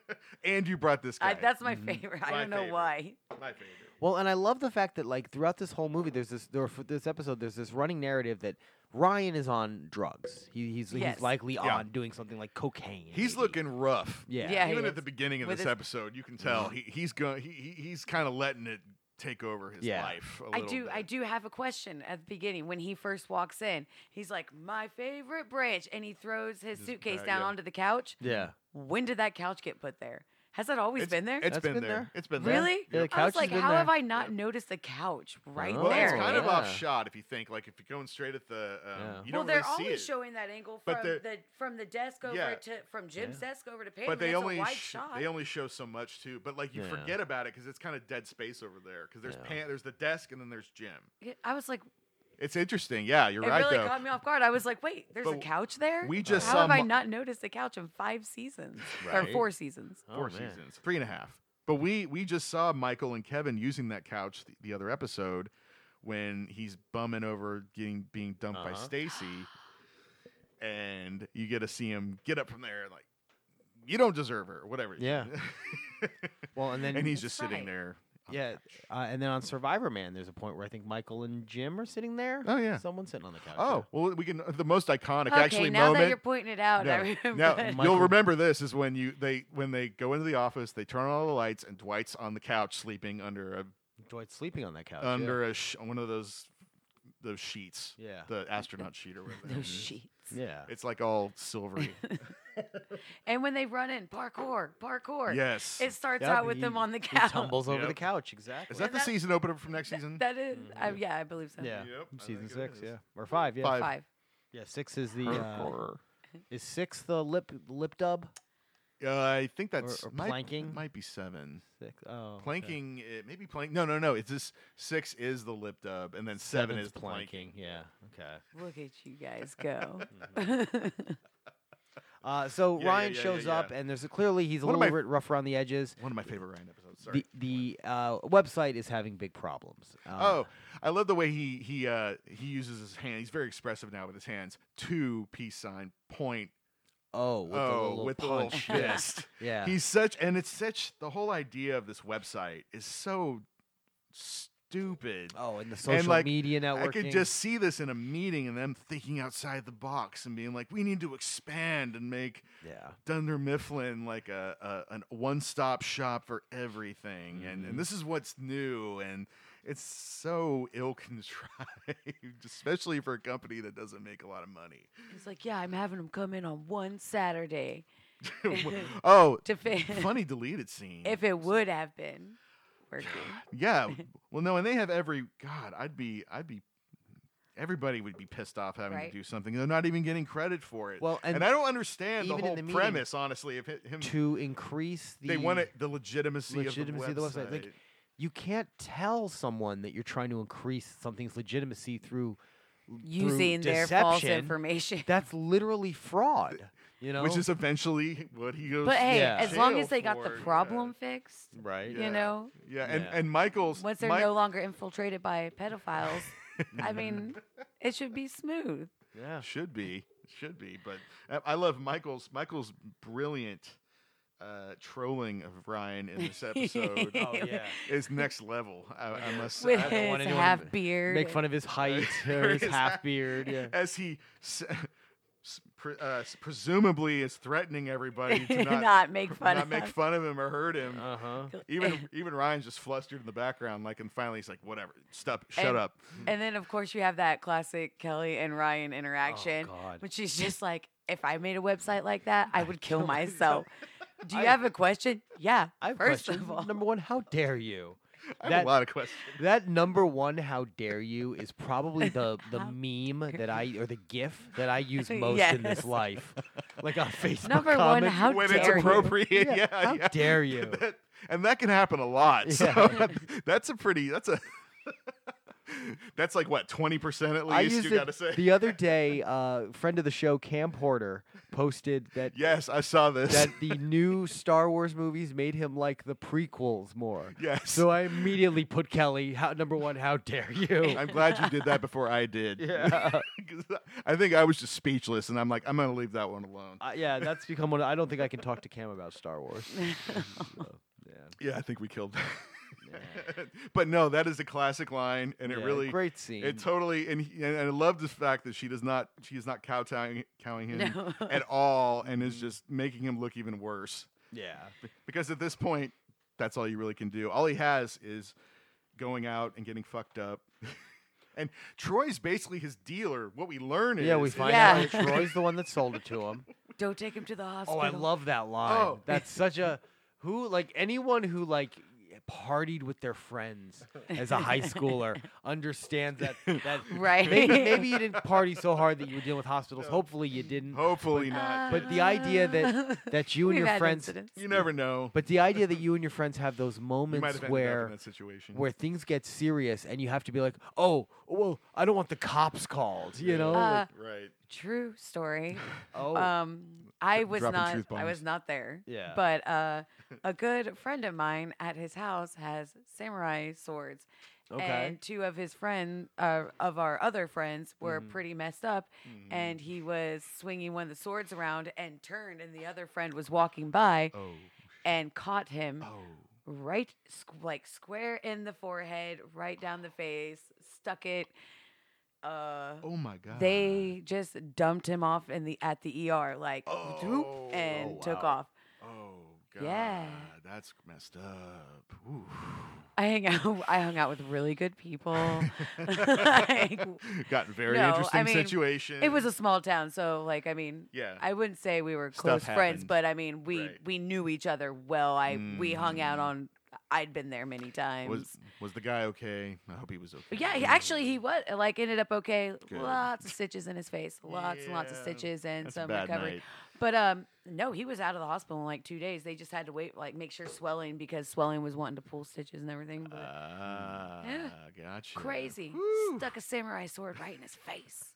[SPEAKER 5] and you brought this guy.
[SPEAKER 6] I, that's my favorite. I
[SPEAKER 5] My
[SPEAKER 6] don't know
[SPEAKER 5] favorite.
[SPEAKER 6] why.
[SPEAKER 5] my favorite.
[SPEAKER 4] Well, and I love the fact that like throughout this whole movie, there's this there, for this episode, there's this running narrative that Ryan is on drugs. He, he's
[SPEAKER 6] Yes.
[SPEAKER 4] he's likely
[SPEAKER 5] Yeah.
[SPEAKER 4] on doing something like cocaine.
[SPEAKER 5] He's
[SPEAKER 4] maybe.
[SPEAKER 5] looking rough.
[SPEAKER 4] Yeah.
[SPEAKER 6] Yeah. he
[SPEAKER 5] Even
[SPEAKER 6] is.
[SPEAKER 5] at the beginning of
[SPEAKER 6] With
[SPEAKER 5] this
[SPEAKER 6] his-
[SPEAKER 5] episode, you can tell he, he's going. He, he, he's kind of letting it take over his
[SPEAKER 4] Yeah.
[SPEAKER 5] life. I
[SPEAKER 6] I do. I do have a question at the beginning when he first walks in. He's like, "My favorite branch," and he throws his
[SPEAKER 5] His
[SPEAKER 6] suitcase
[SPEAKER 5] bag,
[SPEAKER 6] down
[SPEAKER 5] yeah.
[SPEAKER 6] onto the couch.
[SPEAKER 4] Yeah.
[SPEAKER 6] When did that couch get put there? Has that always
[SPEAKER 5] It's
[SPEAKER 6] been there?
[SPEAKER 5] It's
[SPEAKER 4] That's
[SPEAKER 5] been,
[SPEAKER 4] been
[SPEAKER 5] there.
[SPEAKER 4] there.
[SPEAKER 5] It's been there.
[SPEAKER 6] Really?
[SPEAKER 4] Yeah, the
[SPEAKER 6] I was
[SPEAKER 4] couch has
[SPEAKER 6] like,
[SPEAKER 4] been
[SPEAKER 6] how have
[SPEAKER 4] there.
[SPEAKER 6] I not noticed the couch right
[SPEAKER 4] Oh.
[SPEAKER 5] Well,
[SPEAKER 6] there?
[SPEAKER 5] it's kind of off
[SPEAKER 4] Yeah.
[SPEAKER 5] shot if you think like if you're going straight at the. Um,
[SPEAKER 4] Yeah.
[SPEAKER 5] You
[SPEAKER 6] well,
[SPEAKER 5] don't
[SPEAKER 6] they're
[SPEAKER 5] really see
[SPEAKER 6] always
[SPEAKER 5] it.
[SPEAKER 6] showing that angle
[SPEAKER 5] But
[SPEAKER 6] from
[SPEAKER 5] they're-
[SPEAKER 6] the from the desk over
[SPEAKER 5] Yeah.
[SPEAKER 6] to from Jim's desk over to Pam.
[SPEAKER 5] But they
[SPEAKER 6] that's a
[SPEAKER 5] only
[SPEAKER 6] wide
[SPEAKER 5] sh-
[SPEAKER 6] shot.
[SPEAKER 5] they only show so much too. But like you
[SPEAKER 4] Yeah.
[SPEAKER 5] forget about it because it's kind of dead space over there because there's
[SPEAKER 4] Yeah.
[SPEAKER 5] pan, there's the desk and then there's Jim.
[SPEAKER 6] I was like,
[SPEAKER 5] It's interesting. Yeah, you're
[SPEAKER 6] it
[SPEAKER 5] right
[SPEAKER 6] really
[SPEAKER 5] though.
[SPEAKER 6] caught me off guard. I was like, wait, there's a
[SPEAKER 5] But
[SPEAKER 6] couch there.
[SPEAKER 5] we just
[SPEAKER 6] how
[SPEAKER 5] saw
[SPEAKER 6] have I
[SPEAKER 5] Mo-
[SPEAKER 6] not noticed the couch in five seasons or
[SPEAKER 4] Right.
[SPEAKER 6] four seasons?
[SPEAKER 4] Oh,
[SPEAKER 5] Four
[SPEAKER 4] man.
[SPEAKER 5] seasons, three and a half. But we we just saw Michael and Kevin using that couch the, the other episode when he's bumming over getting being dumped by
[SPEAKER 4] Uh-huh.
[SPEAKER 5] Stacy, and you get to see him get up from there like you don't deserve her, or whatever.
[SPEAKER 4] Yeah. Well, and then
[SPEAKER 5] and he's
[SPEAKER 6] That's
[SPEAKER 5] just sitting
[SPEAKER 6] right.
[SPEAKER 5] there. on the
[SPEAKER 4] yeah,
[SPEAKER 5] couch.
[SPEAKER 4] uh, and then on Survivor Man, there's a point where I think Michael and Jim are sitting there.
[SPEAKER 5] Oh, yeah.
[SPEAKER 4] someone sitting on the couch.
[SPEAKER 5] Oh well, we can the most iconic
[SPEAKER 6] okay,
[SPEAKER 5] actually
[SPEAKER 6] now
[SPEAKER 5] moment.
[SPEAKER 6] that you're pointing it out, Oh, I
[SPEAKER 5] No.
[SPEAKER 6] remember.
[SPEAKER 5] Now
[SPEAKER 4] Michael-
[SPEAKER 5] you'll remember this is when you they when they go into the office, they turn on all the lights, and Dwight's on the couch sleeping under a
[SPEAKER 4] yeah. Dwight's sleeping on that couch. yeah.
[SPEAKER 5] under a sh- one of those those sheets,
[SPEAKER 4] Yeah.
[SPEAKER 5] the astronaut sheet or whatever.
[SPEAKER 6] Those sheets.
[SPEAKER 4] Yeah.
[SPEAKER 5] It's like all silvery.
[SPEAKER 6] And when they run in parkour, parkour.
[SPEAKER 5] yes,
[SPEAKER 6] It starts
[SPEAKER 4] Yeah,
[SPEAKER 6] out with
[SPEAKER 4] he-
[SPEAKER 6] them on the
[SPEAKER 4] He
[SPEAKER 6] couch.
[SPEAKER 4] tumbles over the
[SPEAKER 5] Yep.
[SPEAKER 4] couch. Exactly.
[SPEAKER 5] is that the
[SPEAKER 6] that-
[SPEAKER 5] season opener from next season?
[SPEAKER 6] That is-
[SPEAKER 5] Mm-hmm.
[SPEAKER 6] I- yeah, I believe so.
[SPEAKER 4] yeah.
[SPEAKER 5] Yep, I
[SPEAKER 4] Season
[SPEAKER 5] think it
[SPEAKER 4] six.
[SPEAKER 5] is.
[SPEAKER 4] Yeah. Or five. Yeah.
[SPEAKER 5] Five.
[SPEAKER 6] Five.
[SPEAKER 4] Yeah. Six is the. Uh, is six the lip lip dub?
[SPEAKER 5] Uh, I think that's
[SPEAKER 4] or
[SPEAKER 5] might-
[SPEAKER 4] planking?
[SPEAKER 5] Might be seven.
[SPEAKER 4] Six. Oh. okay.
[SPEAKER 5] Planking, it, maybe plank. No, no, no. It's this six is the lip dub, and then seven
[SPEAKER 4] Seven's
[SPEAKER 5] is the planking.
[SPEAKER 4] Yeah. Okay.
[SPEAKER 5] Mm-hmm.
[SPEAKER 6] Look at you guys go.
[SPEAKER 4] Uh, so
[SPEAKER 5] Yeah, yeah,
[SPEAKER 4] Ryan
[SPEAKER 5] yeah, yeah,
[SPEAKER 4] shows
[SPEAKER 5] yeah.
[SPEAKER 4] up, and there's a, clearly he's a
[SPEAKER 5] One of
[SPEAKER 4] little
[SPEAKER 5] my-
[SPEAKER 4] bit rough around the edges.
[SPEAKER 5] One of my favorite Ryan episodes. Sorry.
[SPEAKER 4] The the uh, website is having big problems. Uh,
[SPEAKER 5] Oh, I love the way he he uh, he uses his hand. He's very expressive now with his hands. Two peace sign point.
[SPEAKER 4] oh, with the
[SPEAKER 5] oh,
[SPEAKER 4] little
[SPEAKER 5] with the little
[SPEAKER 4] punch. yeah.
[SPEAKER 5] fist.
[SPEAKER 4] Yeah.
[SPEAKER 5] He's such, and it's such. The whole idea of this website is so stupid.
[SPEAKER 4] Oh, and the social
[SPEAKER 5] like,
[SPEAKER 4] media networking.
[SPEAKER 5] I could just see this in a meeting and them thinking outside the box and being like, "We need to expand and make
[SPEAKER 4] yeah.
[SPEAKER 5] Dunder Mifflin like a, a an one stop shop for everything." And
[SPEAKER 4] Mm-hmm.
[SPEAKER 5] and this is what's new, and it's so ill contrived, especially for a company that doesn't make a lot of money.
[SPEAKER 6] He's like, yeah, I'm having him come in on one Saturday
[SPEAKER 5] oh,
[SPEAKER 6] to fit.
[SPEAKER 5] funny deleted scene.
[SPEAKER 6] if it would have been working.
[SPEAKER 5] Yeah. Well, no, and they have every God. I'd be. I'd be. Everybody would be pissed off having
[SPEAKER 6] Right.
[SPEAKER 5] to do something. They're not even getting credit for it.
[SPEAKER 4] Well, and
[SPEAKER 5] I don't understand the
[SPEAKER 4] even in
[SPEAKER 5] whole
[SPEAKER 4] the meeting,
[SPEAKER 5] premise, honestly, of hi- him.
[SPEAKER 4] to increase the
[SPEAKER 5] they want it, the legitimacy,
[SPEAKER 4] legitimacy
[SPEAKER 5] of the website.
[SPEAKER 4] Like you can't tell someone that you're trying to increase something's legitimacy through through
[SPEAKER 6] Using their false
[SPEAKER 4] deception.
[SPEAKER 6] information.
[SPEAKER 4] That's literally fraud. You know,
[SPEAKER 5] which is eventually what he goes.
[SPEAKER 6] But hey,
[SPEAKER 4] Yeah.
[SPEAKER 6] as long
[SPEAKER 5] jail
[SPEAKER 6] as they got the
[SPEAKER 5] for, yeah.
[SPEAKER 6] problem fixed,
[SPEAKER 4] right.
[SPEAKER 5] Yeah.
[SPEAKER 6] you know,
[SPEAKER 5] yeah, and
[SPEAKER 4] Yeah.
[SPEAKER 5] and Michael's
[SPEAKER 6] once they're
[SPEAKER 5] Mi-
[SPEAKER 6] no longer infiltrated by pedophiles, I mean, it should be smooth.
[SPEAKER 4] Yeah.
[SPEAKER 5] should be should be, but uh, I I love Michael's Michael's brilliant uh, trolling of Ryan in this episode.
[SPEAKER 6] Oh, yeah.
[SPEAKER 5] is next level. I, I must say.
[SPEAKER 6] With
[SPEAKER 5] I-
[SPEAKER 4] don't want
[SPEAKER 6] his
[SPEAKER 4] anyone to
[SPEAKER 6] half beard.
[SPEAKER 4] Make fun of his height or his half beard. Yeah.
[SPEAKER 5] As he s- s- pre- uh, s- presumably is threatening everybody to not,
[SPEAKER 6] Not make fun
[SPEAKER 5] not
[SPEAKER 6] of
[SPEAKER 5] make
[SPEAKER 6] him.
[SPEAKER 5] fun of him or hurt him.
[SPEAKER 4] Uh huh.
[SPEAKER 5] even even Ryan's just flustered in the background, like, and finally he's like, "Whatever, stop, shut
[SPEAKER 6] And-
[SPEAKER 5] up."
[SPEAKER 6] And then, of course, you have that classic Kelly and Ryan interaction,
[SPEAKER 4] Oh, God.
[SPEAKER 6] which is just like, if I made a website like that, I would kill myself. Do you have a question? Yeah.
[SPEAKER 4] I have
[SPEAKER 6] first
[SPEAKER 4] questions.
[SPEAKER 6] of all,
[SPEAKER 4] number one, how dare you?
[SPEAKER 5] I have
[SPEAKER 4] That-
[SPEAKER 5] a lot of questions.
[SPEAKER 4] That number one, how dare you, is probably the the
[SPEAKER 6] How
[SPEAKER 4] meme that I or the GIF that I use most in this
[SPEAKER 6] Yes.
[SPEAKER 4] life, like on Facebook.
[SPEAKER 6] Number one,
[SPEAKER 4] comments.
[SPEAKER 6] how
[SPEAKER 5] when it's
[SPEAKER 6] dare you.
[SPEAKER 5] appropriate, yeah, yeah.
[SPEAKER 4] how dare you?
[SPEAKER 5] That- and that can happen a lot. So
[SPEAKER 4] Yeah.
[SPEAKER 5] that's a pretty. That's a. that's like what twenty percent at least.
[SPEAKER 4] I used
[SPEAKER 5] you
[SPEAKER 4] it
[SPEAKER 5] gotta say.
[SPEAKER 4] the other day. Uh, friend of the show, Cam Porter, posted that
[SPEAKER 5] yes, I saw this.
[SPEAKER 4] that the new Star Wars movies made him like the prequels more.
[SPEAKER 5] Yes.
[SPEAKER 4] So I immediately put Kelly how, number one. How dare you?
[SPEAKER 5] I'm glad you did that before I did.
[SPEAKER 4] Yeah.
[SPEAKER 5] 'Cause I think I was just speechless, and I'm like, I'm gonna leave that one alone.
[SPEAKER 4] Uh, yeah, that's become one. Of, I don't think I can talk to Cam about Star Wars. So, yeah.
[SPEAKER 5] Yeah, I think we killed that. but no, that is a classic line, and it
[SPEAKER 4] Yeah,
[SPEAKER 5] really
[SPEAKER 4] great scene.
[SPEAKER 5] It totally and, he, and I love the fact that she does not she is not kowtowing cowing him at all, and
[SPEAKER 4] Mm-hmm.
[SPEAKER 5] is just making him look even worse.
[SPEAKER 4] yeah.
[SPEAKER 5] Because at this point, that's all you really can do. All he has is going out and getting fucked up. and Troy's basically his dealer. What we learn is
[SPEAKER 4] Yeah, we find
[SPEAKER 6] Yeah.
[SPEAKER 4] out that Troy's the one that sold it to him.
[SPEAKER 6] don't take him to the hospital.
[SPEAKER 4] Oh, I love that line.
[SPEAKER 5] Oh.
[SPEAKER 4] That's such a who like anyone who like partied with their friends as a high schooler understands that that
[SPEAKER 6] Right.
[SPEAKER 4] maybe maybe you didn't party so hard that you were dealing with hospitals. Hopefully you didn't.
[SPEAKER 5] hopefully not.
[SPEAKER 4] But the idea that that you and
[SPEAKER 6] We've
[SPEAKER 4] your
[SPEAKER 6] had
[SPEAKER 4] friends
[SPEAKER 6] incidents.
[SPEAKER 5] you never know.
[SPEAKER 4] but the idea that you and your friends have those
[SPEAKER 5] you might
[SPEAKER 4] moments
[SPEAKER 5] have ended up
[SPEAKER 4] where
[SPEAKER 5] in that situation.
[SPEAKER 4] where things get serious and you have to be like, "Oh, well, I don't want the cops called," you know?
[SPEAKER 6] Uh,
[SPEAKER 4] Like,
[SPEAKER 5] right.
[SPEAKER 6] True story.
[SPEAKER 4] oh,
[SPEAKER 6] Um, I was
[SPEAKER 5] dropping
[SPEAKER 6] not.
[SPEAKER 5] truth
[SPEAKER 6] I was
[SPEAKER 5] bombs.
[SPEAKER 6] not there.
[SPEAKER 4] Yeah.
[SPEAKER 6] But uh, a good friend of mine at his house has samurai swords.
[SPEAKER 4] Okay.
[SPEAKER 6] And two of his friend, uh, of our other friends, were
[SPEAKER 5] Mm-hmm.
[SPEAKER 6] pretty messed up, and he was swinging one of the swords around and turned, and the other friend was walking by
[SPEAKER 5] Oh.
[SPEAKER 6] and caught him right, squ- like square in the forehead, right down the face, stuck it. Uh,
[SPEAKER 5] Oh my god.
[SPEAKER 6] they just dumped him off in the at the ER, like droop,
[SPEAKER 5] Oh,
[SPEAKER 6] and
[SPEAKER 5] oh,
[SPEAKER 6] took
[SPEAKER 5] wow.
[SPEAKER 6] off.
[SPEAKER 5] Oh god.
[SPEAKER 6] Yeah.
[SPEAKER 5] That's messed up. Ooh.
[SPEAKER 6] I hang out. I hung out with really good people. Like,
[SPEAKER 5] Got in very
[SPEAKER 6] No, I
[SPEAKER 5] interesting
[SPEAKER 6] mean,
[SPEAKER 5] situation.
[SPEAKER 6] it was a small town, so like I mean,
[SPEAKER 5] Yeah.
[SPEAKER 6] I wouldn't say we were
[SPEAKER 5] Stuff
[SPEAKER 6] close friends,
[SPEAKER 5] happened.
[SPEAKER 6] but I mean, we
[SPEAKER 5] Right. Mm.
[SPEAKER 6] we knew each other well. I we hung out on. I'd been there many times.
[SPEAKER 5] was was the guy okay? I hope he was okay.
[SPEAKER 6] But yeah, he, actually, he was like ended up okay.
[SPEAKER 5] Mm. Good.
[SPEAKER 6] Lots of stitches in his face, lots and lots of
[SPEAKER 5] Yeah,
[SPEAKER 6] stitches, and
[SPEAKER 5] that's a
[SPEAKER 6] some
[SPEAKER 5] bad
[SPEAKER 6] recovery.
[SPEAKER 5] night.
[SPEAKER 6] But um, no, he was out of the hospital in like two days. They just had to wait, like make sure swelling because swelling was wanting to pull stitches and everything. But
[SPEAKER 5] Ah, gotcha.
[SPEAKER 6] crazy, stuck a samurai sword right in his face.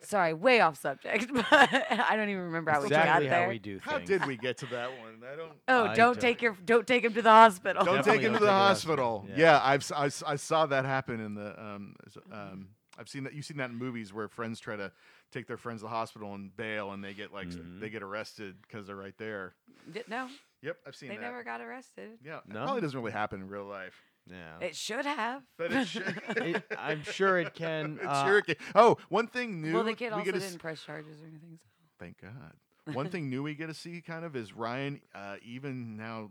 [SPEAKER 6] Sorry, way off subject, but I don't even remember how
[SPEAKER 4] exactly
[SPEAKER 6] we got
[SPEAKER 4] how
[SPEAKER 6] there.
[SPEAKER 4] we do things.
[SPEAKER 5] How did we get to that one? I don't.
[SPEAKER 6] oh,
[SPEAKER 4] I
[SPEAKER 6] don't,
[SPEAKER 4] don't-
[SPEAKER 6] take your don't take him to the hospital.
[SPEAKER 5] Don't
[SPEAKER 4] Definitely
[SPEAKER 5] take him to
[SPEAKER 4] don't
[SPEAKER 5] the
[SPEAKER 4] take him to the hospital.
[SPEAKER 5] hospital.
[SPEAKER 4] Yeah.
[SPEAKER 5] Yeah, I've s- I, s- I saw that happen in the um, s- um I've seen that you've seen that in movies where friends try to take their friends to the hospital and bail and they get like s- they get arrested because they're right there.
[SPEAKER 6] D- no,
[SPEAKER 5] Yep, I've seen
[SPEAKER 6] they
[SPEAKER 5] that.
[SPEAKER 6] never got arrested.
[SPEAKER 5] yeah, it
[SPEAKER 4] No?
[SPEAKER 5] probably doesn't really happen in real life,
[SPEAKER 4] Yeah.
[SPEAKER 6] It should have.
[SPEAKER 5] but it should.
[SPEAKER 4] It- I'm sure it can.
[SPEAKER 5] It's
[SPEAKER 4] uh,
[SPEAKER 5] Cherokee. Oh, one thing new.
[SPEAKER 6] well, the kid
[SPEAKER 5] we
[SPEAKER 6] also
[SPEAKER 5] get to
[SPEAKER 6] didn't
[SPEAKER 5] s-
[SPEAKER 6] press charges or anything. So.
[SPEAKER 5] Thank God. One thing new we get to see kind of is Ryan, uh, even now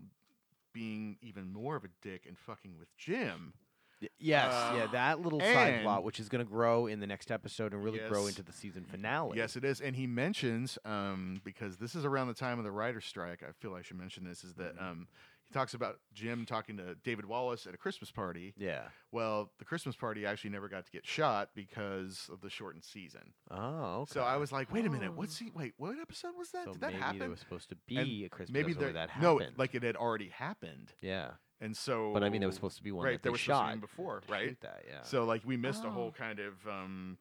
[SPEAKER 5] being even more of a dick and fucking with Jim.
[SPEAKER 4] y- Yes, yeah,
[SPEAKER 5] Uh,
[SPEAKER 4] that little side plot,
[SPEAKER 5] and-
[SPEAKER 4] which is going to grow in the next episode and really grow
[SPEAKER 5] Yes.
[SPEAKER 4] into the season finale.
[SPEAKER 5] Yes, it is. And he mentions, um, because this is around the time of the writer's strike, I feel I should mention this, is that
[SPEAKER 4] Mm-hmm.
[SPEAKER 5] um, he talks about Jim talking to David Wallace at a Christmas party.
[SPEAKER 4] Yeah.
[SPEAKER 5] Well, the Christmas party actually never got to get shot because of the shortened season.
[SPEAKER 4] Oh, okay. Um,
[SPEAKER 5] So I was like, wait a minute,
[SPEAKER 6] Oh.
[SPEAKER 5] what's he, wait, what episode was that?
[SPEAKER 4] So
[SPEAKER 5] Did that
[SPEAKER 4] maybe
[SPEAKER 5] happen?
[SPEAKER 4] there was supposed to
[SPEAKER 5] And
[SPEAKER 4] be a Christmas
[SPEAKER 5] maybe
[SPEAKER 4] episode where
[SPEAKER 5] there-
[SPEAKER 4] that happened.
[SPEAKER 5] no, like it had already happened.
[SPEAKER 4] yeah.
[SPEAKER 5] And so,
[SPEAKER 4] But I mean, there was supposed to be one
[SPEAKER 5] right,
[SPEAKER 4] that
[SPEAKER 5] there
[SPEAKER 4] they
[SPEAKER 5] was supposed to be
[SPEAKER 4] shot
[SPEAKER 5] one before,
[SPEAKER 4] to
[SPEAKER 5] right?
[SPEAKER 4] shoot That, yeah.
[SPEAKER 5] So like we missed a
[SPEAKER 6] Oh.
[SPEAKER 5] whole kind of, um,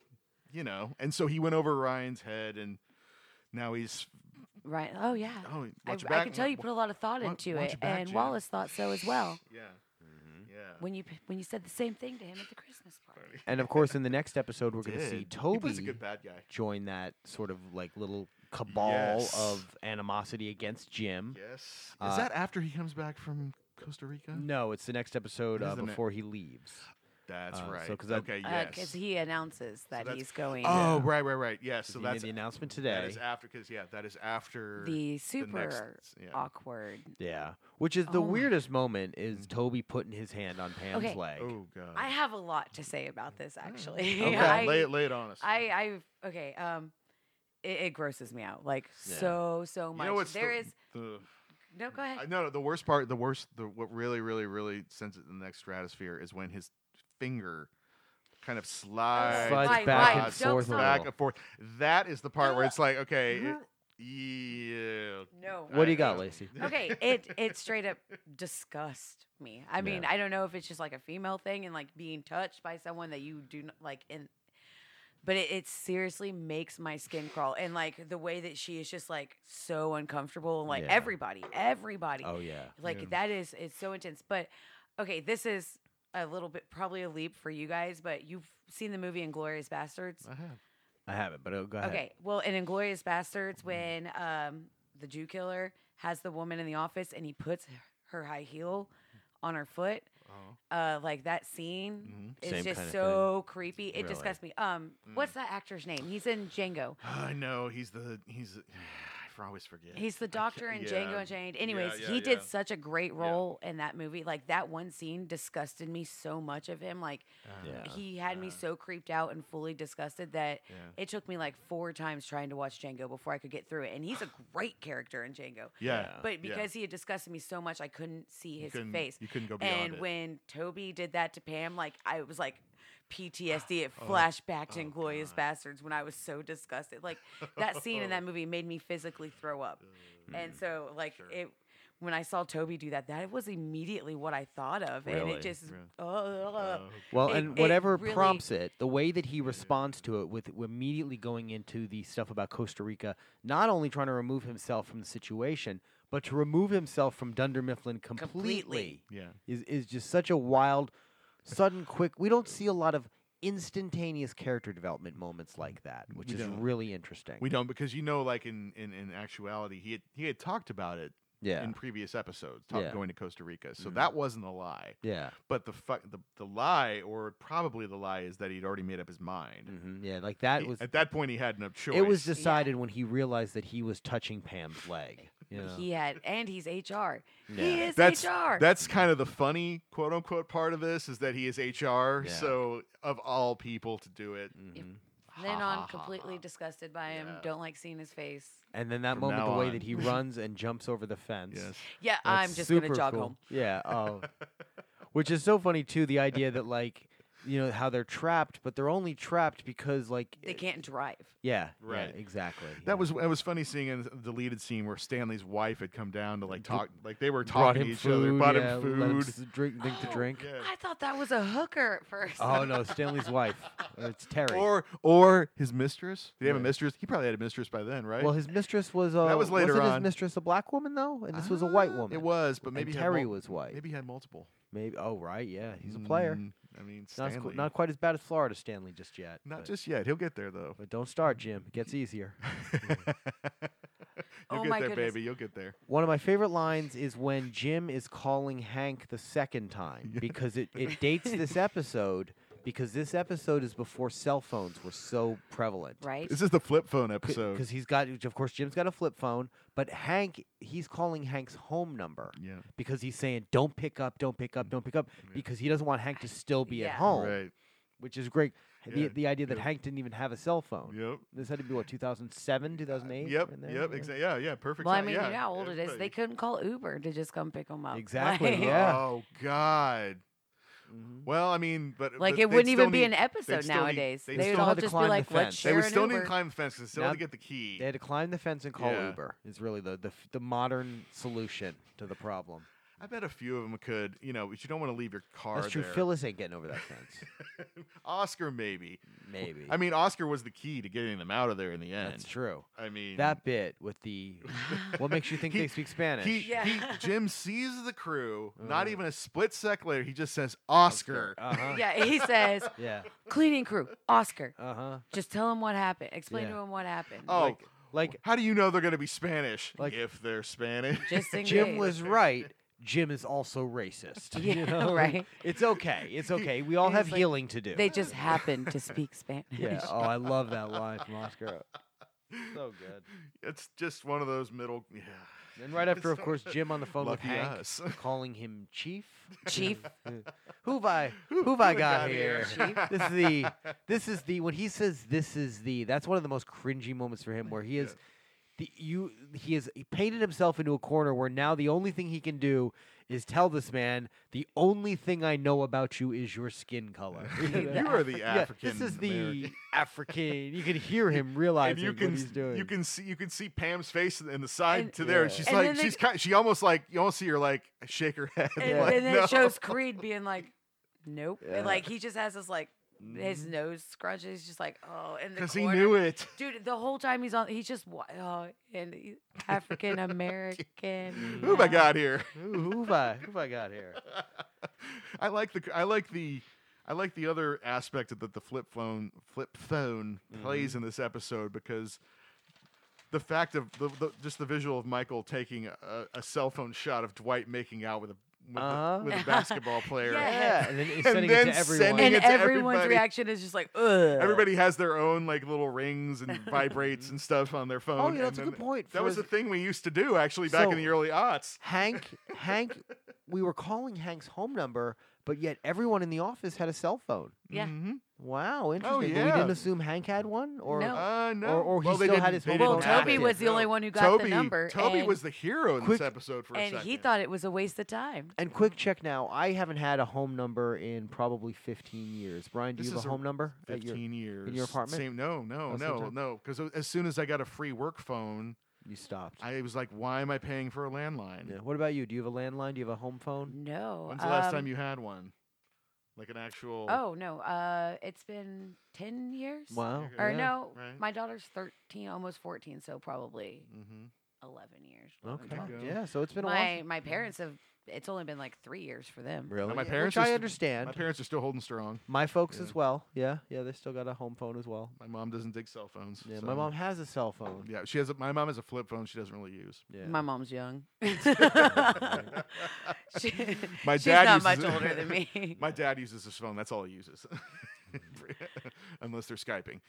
[SPEAKER 5] you know. And so he went over Ryan's head, and now he's
[SPEAKER 6] Right. Oh yeah.
[SPEAKER 5] oh,
[SPEAKER 6] I,
[SPEAKER 5] watch your
[SPEAKER 6] I
[SPEAKER 5] back,
[SPEAKER 6] can tell
[SPEAKER 5] wa-
[SPEAKER 6] you put a lot of thought
[SPEAKER 5] wa-
[SPEAKER 6] into
[SPEAKER 5] watch
[SPEAKER 6] it,
[SPEAKER 5] your back,
[SPEAKER 6] and
[SPEAKER 5] Jim.
[SPEAKER 6] Wallace thought so as well.
[SPEAKER 5] Yeah,
[SPEAKER 4] Mm-hmm.
[SPEAKER 5] yeah.
[SPEAKER 6] When you p- when you said the same thing to him at the Christmas party.
[SPEAKER 4] and of course, in the next episode, we're going to
[SPEAKER 5] Did.
[SPEAKER 4] see
[SPEAKER 5] He
[SPEAKER 4] Toby
[SPEAKER 5] plays a good bad guy.
[SPEAKER 4] join that sort of like little cabal
[SPEAKER 5] Yes.
[SPEAKER 4] of animosity against Jim.
[SPEAKER 5] Yes, is
[SPEAKER 4] Uh, Mm,
[SPEAKER 5] that after he comes back from Costa Rica?
[SPEAKER 4] No, it's the next episode
[SPEAKER 5] It is
[SPEAKER 4] uh,
[SPEAKER 5] the ne-
[SPEAKER 4] before he leaves.
[SPEAKER 5] That's
[SPEAKER 4] Uh, so
[SPEAKER 5] right.
[SPEAKER 4] 'cause I-
[SPEAKER 5] okay, yes.
[SPEAKER 6] Because he announces that
[SPEAKER 5] that's-
[SPEAKER 6] he's going.
[SPEAKER 5] oh, right, right, right. Yes.
[SPEAKER 4] So
[SPEAKER 5] So
[SPEAKER 4] he made
[SPEAKER 5] that's
[SPEAKER 4] the announcement
[SPEAKER 5] that
[SPEAKER 4] today.
[SPEAKER 5] is after because yeah, that is after
[SPEAKER 6] the
[SPEAKER 5] the
[SPEAKER 6] super
[SPEAKER 5] next- yeah.
[SPEAKER 6] awkward.
[SPEAKER 4] yeah, which is the
[SPEAKER 6] Oh my-
[SPEAKER 4] weirdest moment is Toby putting his hand on Pam's
[SPEAKER 6] Okay.
[SPEAKER 4] leg.
[SPEAKER 5] Mm-hmm. Oh god.
[SPEAKER 6] I have a lot to say about this actually.
[SPEAKER 5] Oh. Okay,
[SPEAKER 6] I,
[SPEAKER 5] lay it, lay it on us.
[SPEAKER 6] I, I, okay. Um, it, it grosses me out like
[SPEAKER 4] Yeah.
[SPEAKER 6] so, so
[SPEAKER 5] You
[SPEAKER 6] much.
[SPEAKER 5] know what's
[SPEAKER 6] There
[SPEAKER 5] the-
[SPEAKER 6] is
[SPEAKER 5] the-
[SPEAKER 6] no. Go ahead.
[SPEAKER 5] I know the worst part, the worst, the what really, really, really sends it to the next stratosphere is when his finger kind of slides,
[SPEAKER 4] Slides
[SPEAKER 6] Right,
[SPEAKER 4] back
[SPEAKER 6] right,
[SPEAKER 4] and
[SPEAKER 6] don't
[SPEAKER 4] forth a
[SPEAKER 6] stop.
[SPEAKER 5] back
[SPEAKER 4] little.
[SPEAKER 5] and forth. That is the part where it's like, okay,
[SPEAKER 6] Uh-huh.
[SPEAKER 5] it- yeah.
[SPEAKER 6] no.
[SPEAKER 4] What do you got,
[SPEAKER 5] I-
[SPEAKER 4] Lacey?
[SPEAKER 6] okay, it it straight up disgusts me. I mean,
[SPEAKER 4] Yeah.
[SPEAKER 6] I don't know if it's just like a female thing and like being touched by someone that you do not like in but it, it seriously makes my skin crawl and like the way that she is just like so uncomfortable like
[SPEAKER 4] Yeah.
[SPEAKER 6] everybody everybody
[SPEAKER 4] Oh yeah.
[SPEAKER 6] like
[SPEAKER 5] Yeah.
[SPEAKER 6] that is it's so intense but okay this is a little bit probably a leap for you guys but you've seen the movie inglorious bastards
[SPEAKER 5] I have.
[SPEAKER 4] I haven't, but Mm-hmm. uh, go ahead.
[SPEAKER 6] Okay. Well, in Inglorious Bastards, when um, the Jew killer has the woman in the office and he puts her high heel on her foot,
[SPEAKER 5] Oh.
[SPEAKER 6] uh, like that scene is
[SPEAKER 4] Mm-hmm. Same
[SPEAKER 6] just
[SPEAKER 4] kinda
[SPEAKER 6] so creepy. It
[SPEAKER 4] Really. Mm.
[SPEAKER 6] disgusts me. Um, what's that actor's name? He's in Django.
[SPEAKER 5] I know he's the he's. I always forget.
[SPEAKER 6] He's
[SPEAKER 5] I
[SPEAKER 6] the
[SPEAKER 5] can't-
[SPEAKER 6] doctor in Django
[SPEAKER 5] yeah.
[SPEAKER 6] and Jane. Anyways,
[SPEAKER 5] yeah,
[SPEAKER 6] he
[SPEAKER 5] yeah.
[SPEAKER 6] did such a great role in that movie. Like that one scene disgusted me so much of him. Like
[SPEAKER 4] Yeah.
[SPEAKER 6] he had me so creeped out and fully disgusted that
[SPEAKER 5] Uh-huh. Yeah.
[SPEAKER 6] it took me like four times trying to watch Django before I could get through it. And he's a great character in Django.
[SPEAKER 5] Yeah.
[SPEAKER 6] But because he had disgusted me so much, I couldn't see his
[SPEAKER 5] couldn't-
[SPEAKER 6] face.
[SPEAKER 5] you couldn't go beyond
[SPEAKER 6] And
[SPEAKER 5] it.
[SPEAKER 6] when Toby did that to Pam, like I was like PTSD. It
[SPEAKER 5] Oh,
[SPEAKER 6] flashed back to Inglorious Bastards when I was so disgusted. Like that scene in that movie made me physically throw up.
[SPEAKER 5] Mm,
[SPEAKER 6] And so like it. When I saw Toby do that, that was immediately what I thought of, and
[SPEAKER 4] Really?
[SPEAKER 6] it just
[SPEAKER 5] Really?
[SPEAKER 6] uh,
[SPEAKER 4] Well,
[SPEAKER 6] it-
[SPEAKER 4] and
[SPEAKER 6] it
[SPEAKER 4] whatever
[SPEAKER 6] really-
[SPEAKER 4] prompts it, the way that he responds to it, with immediately going into the stuff about Costa Rica, not only trying to remove himself from the situation, but to remove himself from Dunder Mifflin completely,
[SPEAKER 6] Completely.
[SPEAKER 5] Yeah.
[SPEAKER 4] is is just such a wild, sudden, quick. We don't see a lot of instantaneous character development moments like that, which
[SPEAKER 5] Mm, We
[SPEAKER 4] is
[SPEAKER 5] don't.
[SPEAKER 4] really interesting.
[SPEAKER 5] We don't because you know, like in in, in actuality, he had, he had talked about it
[SPEAKER 4] yeah,
[SPEAKER 5] in previous episodes, talk,
[SPEAKER 4] Yeah. Mm-hmm.
[SPEAKER 5] going to Costa Rica. So that wasn't a lie.
[SPEAKER 4] yeah,
[SPEAKER 5] But the fuck, the, the lie, or probably the lie, is that he'd already made up his mind.
[SPEAKER 4] hmm yeah. Like that
[SPEAKER 5] He-
[SPEAKER 4] was.
[SPEAKER 5] at that point, he had no choice.
[SPEAKER 4] It was decided when he realized that he was touching Pam's leg. You know?
[SPEAKER 6] he had, and he's HR. He
[SPEAKER 4] Yeah.
[SPEAKER 6] is
[SPEAKER 5] Oh, that's
[SPEAKER 6] HR.
[SPEAKER 5] that's kind of the funny quote unquote part of this is that he is HR.
[SPEAKER 4] Yeah.
[SPEAKER 5] So of all people to do it,
[SPEAKER 4] Mhm.
[SPEAKER 6] Then on, completely disgusted by him.
[SPEAKER 5] Yeah.
[SPEAKER 6] Don't like seeing his face.
[SPEAKER 4] And then that
[SPEAKER 5] From
[SPEAKER 4] moment,
[SPEAKER 5] now
[SPEAKER 4] the way
[SPEAKER 5] on.
[SPEAKER 4] that he runs and jumps over the fence.
[SPEAKER 5] yes,
[SPEAKER 6] Yeah, I'm
[SPEAKER 4] That's
[SPEAKER 6] just gonna
[SPEAKER 4] super
[SPEAKER 6] jog
[SPEAKER 4] cool.
[SPEAKER 6] home.
[SPEAKER 4] Yeah. Oh. Which is so funny too. The idea that like you know how they're trapped, but they're only trapped because like
[SPEAKER 6] They can't drive.
[SPEAKER 4] Yeah, right.
[SPEAKER 5] Right.
[SPEAKER 4] exactly. yeah.
[SPEAKER 5] That was it was funny seeing a deleted scene where Stanley's wife had come down to like talk, like they were
[SPEAKER 4] brought
[SPEAKER 5] talking
[SPEAKER 4] him
[SPEAKER 5] to each
[SPEAKER 4] food,
[SPEAKER 5] other, brought
[SPEAKER 4] yeah,
[SPEAKER 5] him
[SPEAKER 4] let him
[SPEAKER 5] food. Oh,
[SPEAKER 4] s- drink, drink to drink.
[SPEAKER 5] Yeah.
[SPEAKER 6] I thought that was a hooker at first.
[SPEAKER 4] Oh no, Stanley's wife. Uh, It's Terry.
[SPEAKER 5] Or or his mistress. Did he have
[SPEAKER 4] Yeah.
[SPEAKER 5] a mistress? He probably had a mistress by then, right?
[SPEAKER 4] well, his mistress was a.
[SPEAKER 5] That was later
[SPEAKER 4] wasn't
[SPEAKER 5] on.
[SPEAKER 4] his mistress a black woman though, and this was a white
[SPEAKER 5] Ah,
[SPEAKER 4] woman.
[SPEAKER 5] It was, but
[SPEAKER 4] And
[SPEAKER 5] maybe he had
[SPEAKER 4] Terry
[SPEAKER 5] mul-
[SPEAKER 4] was white.
[SPEAKER 5] Maybe he had multiple.
[SPEAKER 4] Maybe. Oh right, yeah, he's a player.
[SPEAKER 5] Mm, I mean,
[SPEAKER 4] Not, as
[SPEAKER 5] Stanley.
[SPEAKER 4] qu- not quite as bad as Florida Stanley just yet.
[SPEAKER 5] Not
[SPEAKER 4] but-
[SPEAKER 5] just yet. He'll get there though.
[SPEAKER 4] But don't start, Jim. It gets easier.
[SPEAKER 5] You'll
[SPEAKER 6] Oh
[SPEAKER 5] get
[SPEAKER 6] my
[SPEAKER 5] there,
[SPEAKER 6] goodness.
[SPEAKER 5] baby. You'll get there.
[SPEAKER 4] One of my favorite lines is when Jim is calling Hank the second time because it, it dates this episode because this episode is before cell phones were so prevalent.
[SPEAKER 6] right?
[SPEAKER 5] This is the flip phone
[SPEAKER 4] Because
[SPEAKER 5] episode.
[SPEAKER 4] he's got, of course, Jim's got a flip phone, but Hank, he's calling Hank's home number
[SPEAKER 5] Yeah.
[SPEAKER 4] because he's saying, don't pick up, don't pick up, don't pick up, because he doesn't want Hank to still be at
[SPEAKER 6] Yeah.
[SPEAKER 4] home,
[SPEAKER 5] Mm. Right.
[SPEAKER 4] which is great.
[SPEAKER 5] Yeah,
[SPEAKER 4] The, the idea that
[SPEAKER 5] yep.
[SPEAKER 4] Hank didn't even have a cell phone.
[SPEAKER 5] Yep.
[SPEAKER 4] This had to be, what, 2007, 2008?
[SPEAKER 5] Uh, Yep.
[SPEAKER 4] in there,
[SPEAKER 5] Yep.
[SPEAKER 4] yeah.
[SPEAKER 5] Exactly. Yeah. Yeah. Perfect.
[SPEAKER 6] well, I
[SPEAKER 5] time,
[SPEAKER 6] mean,
[SPEAKER 5] yeah.
[SPEAKER 6] you know how old it is. They
[SPEAKER 5] everybody-
[SPEAKER 6] couldn't call Uber to just come pick them up.
[SPEAKER 4] Exactly,
[SPEAKER 6] Like,
[SPEAKER 4] yeah.
[SPEAKER 5] Oh God.
[SPEAKER 4] Mm-hmm.
[SPEAKER 5] Well, I mean, but but
[SPEAKER 6] Like it
[SPEAKER 5] they'd
[SPEAKER 6] wouldn't
[SPEAKER 5] still
[SPEAKER 6] even be
[SPEAKER 5] need-
[SPEAKER 6] an
[SPEAKER 5] they'd
[SPEAKER 6] episode
[SPEAKER 5] still need-
[SPEAKER 6] nowadays.
[SPEAKER 5] they'd
[SPEAKER 6] they would
[SPEAKER 5] still
[SPEAKER 6] all
[SPEAKER 4] had to
[SPEAKER 6] just
[SPEAKER 4] climb
[SPEAKER 6] be
[SPEAKER 4] the
[SPEAKER 6] like,
[SPEAKER 4] fence.
[SPEAKER 6] "Let's
[SPEAKER 5] They
[SPEAKER 6] share
[SPEAKER 5] would
[SPEAKER 6] an
[SPEAKER 5] still need
[SPEAKER 6] Uber."
[SPEAKER 5] to climb the fence because still
[SPEAKER 4] Now-
[SPEAKER 5] had to get the key.
[SPEAKER 4] They had to climb the fence and call
[SPEAKER 5] Yeah.
[SPEAKER 4] Uber. Is really the, the f- the modern solution to the problem.
[SPEAKER 5] I bet a few of them could, you know, but you don't want to leave your car
[SPEAKER 4] That's true.
[SPEAKER 5] there.
[SPEAKER 4] Phyllis ain't getting over that fence.
[SPEAKER 5] Oscar, maybe.
[SPEAKER 4] Maybe.
[SPEAKER 5] I mean, Oscar was the key to getting them out of there in the end.
[SPEAKER 4] that's true.
[SPEAKER 5] I mean,
[SPEAKER 4] That bit with the what makes you think
[SPEAKER 5] He-
[SPEAKER 4] they speak Spanish?
[SPEAKER 5] He,
[SPEAKER 6] Yeah.
[SPEAKER 5] he, Jim sees the crew. Not even a split sec later, he just says Oscar.
[SPEAKER 4] uh-huh.
[SPEAKER 6] Yeah, he says,
[SPEAKER 4] Yeah.
[SPEAKER 6] "Cleaning crew, Oscar.
[SPEAKER 4] Uh huh.
[SPEAKER 6] Just tell him what happened. Explain
[SPEAKER 4] Yeah.
[SPEAKER 6] to him what happened."
[SPEAKER 5] Oh,
[SPEAKER 4] Like, like
[SPEAKER 5] how do you know they're going to be Spanish?
[SPEAKER 4] Like-
[SPEAKER 5] if they're Spanish.
[SPEAKER 6] just in
[SPEAKER 4] Jim
[SPEAKER 6] case.
[SPEAKER 4] was right. Jim is also racist. you
[SPEAKER 6] Yeah,
[SPEAKER 4] know?
[SPEAKER 6] right.
[SPEAKER 4] It's okay. It's okay. We all
[SPEAKER 6] He's
[SPEAKER 4] have
[SPEAKER 6] like,
[SPEAKER 4] healing to do.
[SPEAKER 6] They just happened to speak Spanish.
[SPEAKER 4] yeah. Oh, I love that line from Oscar. So good.
[SPEAKER 5] it's just one of those middle. Yeah.
[SPEAKER 4] And right after, of
[SPEAKER 5] So-
[SPEAKER 4] course, Jim on the phone with
[SPEAKER 5] Lucky
[SPEAKER 4] Hank,
[SPEAKER 5] us.
[SPEAKER 4] calling him Chief.
[SPEAKER 6] Chief.
[SPEAKER 4] Who've I who've I got here?
[SPEAKER 6] Chief?
[SPEAKER 4] This is the this is the when he says this is the that's one of the most cringy moments for him where he is the you he has painted himself into a corner where now the only thing he can do is tell this man the only thing I know about you is your skin color.
[SPEAKER 5] You are the African.
[SPEAKER 4] this is
[SPEAKER 5] American.
[SPEAKER 4] the African. You can hear him realizing
[SPEAKER 5] and you can
[SPEAKER 4] what he's doing.
[SPEAKER 5] you can see you can see Pam's face in the side
[SPEAKER 6] And-
[SPEAKER 5] to there.
[SPEAKER 4] Yeah.
[SPEAKER 5] And she's
[SPEAKER 6] And then
[SPEAKER 5] like
[SPEAKER 6] they-
[SPEAKER 5] she's kind, she almost like you almost see her like shake her head.
[SPEAKER 6] and,
[SPEAKER 5] like,
[SPEAKER 6] and then
[SPEAKER 5] "No."
[SPEAKER 6] it shows Creed being like, "Nope." And,
[SPEAKER 4] Yeah.
[SPEAKER 6] like he just has this like his nose scrunches. He's just like, "Oh," and
[SPEAKER 5] Mm-hmm. because he knew it.
[SPEAKER 6] Dude, the whole time he's on, he's just wa- oh, and he- African American.
[SPEAKER 5] Who have I
[SPEAKER 6] now.
[SPEAKER 5] got Oh here?
[SPEAKER 4] Who, who've I who've I got here?
[SPEAKER 5] I like the I like the I like the other aspect of that the flip phone flip phone
[SPEAKER 4] Mm-hmm.
[SPEAKER 5] plays in this episode because the fact of the, the just the visual of Michael taking a, a cell phone shot of Dwight making out with a with,
[SPEAKER 4] Uh-huh.
[SPEAKER 5] a, with a basketball player.
[SPEAKER 6] Yeah.
[SPEAKER 4] Yeah, and then he's
[SPEAKER 5] And
[SPEAKER 4] sending
[SPEAKER 5] then
[SPEAKER 4] it to everyone.
[SPEAKER 5] sending
[SPEAKER 6] And
[SPEAKER 5] it to
[SPEAKER 6] everyone's
[SPEAKER 5] everybody.
[SPEAKER 6] reaction is just like, ugh.
[SPEAKER 5] Everybody has their own like little rings and vibrates and stuff on their phone.
[SPEAKER 4] Oh, yeah,
[SPEAKER 5] and
[SPEAKER 4] that's a
[SPEAKER 5] then
[SPEAKER 4] good point.
[SPEAKER 5] That
[SPEAKER 4] For
[SPEAKER 5] was a
[SPEAKER 4] as-
[SPEAKER 5] thing we used to do actually back
[SPEAKER 4] So-
[SPEAKER 5] in the early aughts.
[SPEAKER 4] Hank, Hank, we were calling Hank's home number, but yet everyone in the office had a cell phone.
[SPEAKER 6] Yeah.
[SPEAKER 5] Mhm.
[SPEAKER 4] Wow, interesting. But we
[SPEAKER 5] yeah.
[SPEAKER 4] didn't assume Hank had one, or
[SPEAKER 6] No.
[SPEAKER 5] Uh, no.
[SPEAKER 4] Or- or he
[SPEAKER 5] well, they
[SPEAKER 4] still had
[SPEAKER 5] didn't-
[SPEAKER 4] his
[SPEAKER 5] they
[SPEAKER 4] mobile
[SPEAKER 5] didn't
[SPEAKER 6] Oh. well,
[SPEAKER 5] have
[SPEAKER 6] Toby
[SPEAKER 5] it.
[SPEAKER 6] was the
[SPEAKER 4] No.
[SPEAKER 6] only one who got
[SPEAKER 5] Toby,
[SPEAKER 6] the number.
[SPEAKER 5] Toby
[SPEAKER 6] and,
[SPEAKER 5] was the hero in
[SPEAKER 4] Quick-
[SPEAKER 5] this episode for a
[SPEAKER 6] and
[SPEAKER 5] second.
[SPEAKER 6] he thought it was a waste of time.
[SPEAKER 4] And quick check now. I haven't had a home number in probably 15 years. Brian, do
[SPEAKER 5] This
[SPEAKER 4] you have
[SPEAKER 5] is
[SPEAKER 4] a
[SPEAKER 5] a
[SPEAKER 4] home number? at your-
[SPEAKER 5] 15 years
[SPEAKER 4] in your apartment?
[SPEAKER 5] Same, no, no,
[SPEAKER 4] Oh, same
[SPEAKER 5] no,
[SPEAKER 4] time?
[SPEAKER 5] no. Because as soon as I got a free work phone,
[SPEAKER 4] you stopped.
[SPEAKER 5] I was like, "Why am I paying for a landline?
[SPEAKER 4] yeah. What about you? Do you have a landline? Do you have a home phone?
[SPEAKER 6] No.
[SPEAKER 5] When's the last
[SPEAKER 6] um,
[SPEAKER 5] time you had one? Like an actual?
[SPEAKER 6] Oh no. Uh, it's been ten years.
[SPEAKER 4] Wow.
[SPEAKER 5] Okay.
[SPEAKER 6] Or
[SPEAKER 4] yeah.
[SPEAKER 6] no,
[SPEAKER 5] right.
[SPEAKER 6] my daughter's thirteen, almost fourteen, so probably
[SPEAKER 5] Mhm.
[SPEAKER 6] eleven years. 11,
[SPEAKER 4] Okay.
[SPEAKER 6] 12.
[SPEAKER 5] go.
[SPEAKER 4] Yeah. So it's been a
[SPEAKER 6] My
[SPEAKER 4] while.
[SPEAKER 6] my parents have. It's only been like three years for them.
[SPEAKER 4] Really?
[SPEAKER 5] my
[SPEAKER 4] Yeah,
[SPEAKER 5] parents
[SPEAKER 4] Which
[SPEAKER 5] used
[SPEAKER 4] I
[SPEAKER 5] to-
[SPEAKER 4] understand.
[SPEAKER 5] My parents are still holding strong.
[SPEAKER 4] My folks
[SPEAKER 5] Yeah.
[SPEAKER 4] as well. Yeah. Yeah. They still got a home phone as well.
[SPEAKER 5] My mom doesn't dig cell phones.
[SPEAKER 4] Yeah.
[SPEAKER 5] so-
[SPEAKER 4] My mom has a cell phone.
[SPEAKER 5] Yeah, she has. A, my mom has a flip phone. She doesn't really use.
[SPEAKER 4] Yeah.
[SPEAKER 6] My mom's young. She-
[SPEAKER 5] My
[SPEAKER 6] she's
[SPEAKER 5] dad
[SPEAKER 6] not
[SPEAKER 5] uses
[SPEAKER 6] much
[SPEAKER 5] it.
[SPEAKER 6] older than me.
[SPEAKER 5] My dad uses his phone. That's all he uses, unless they're skyping.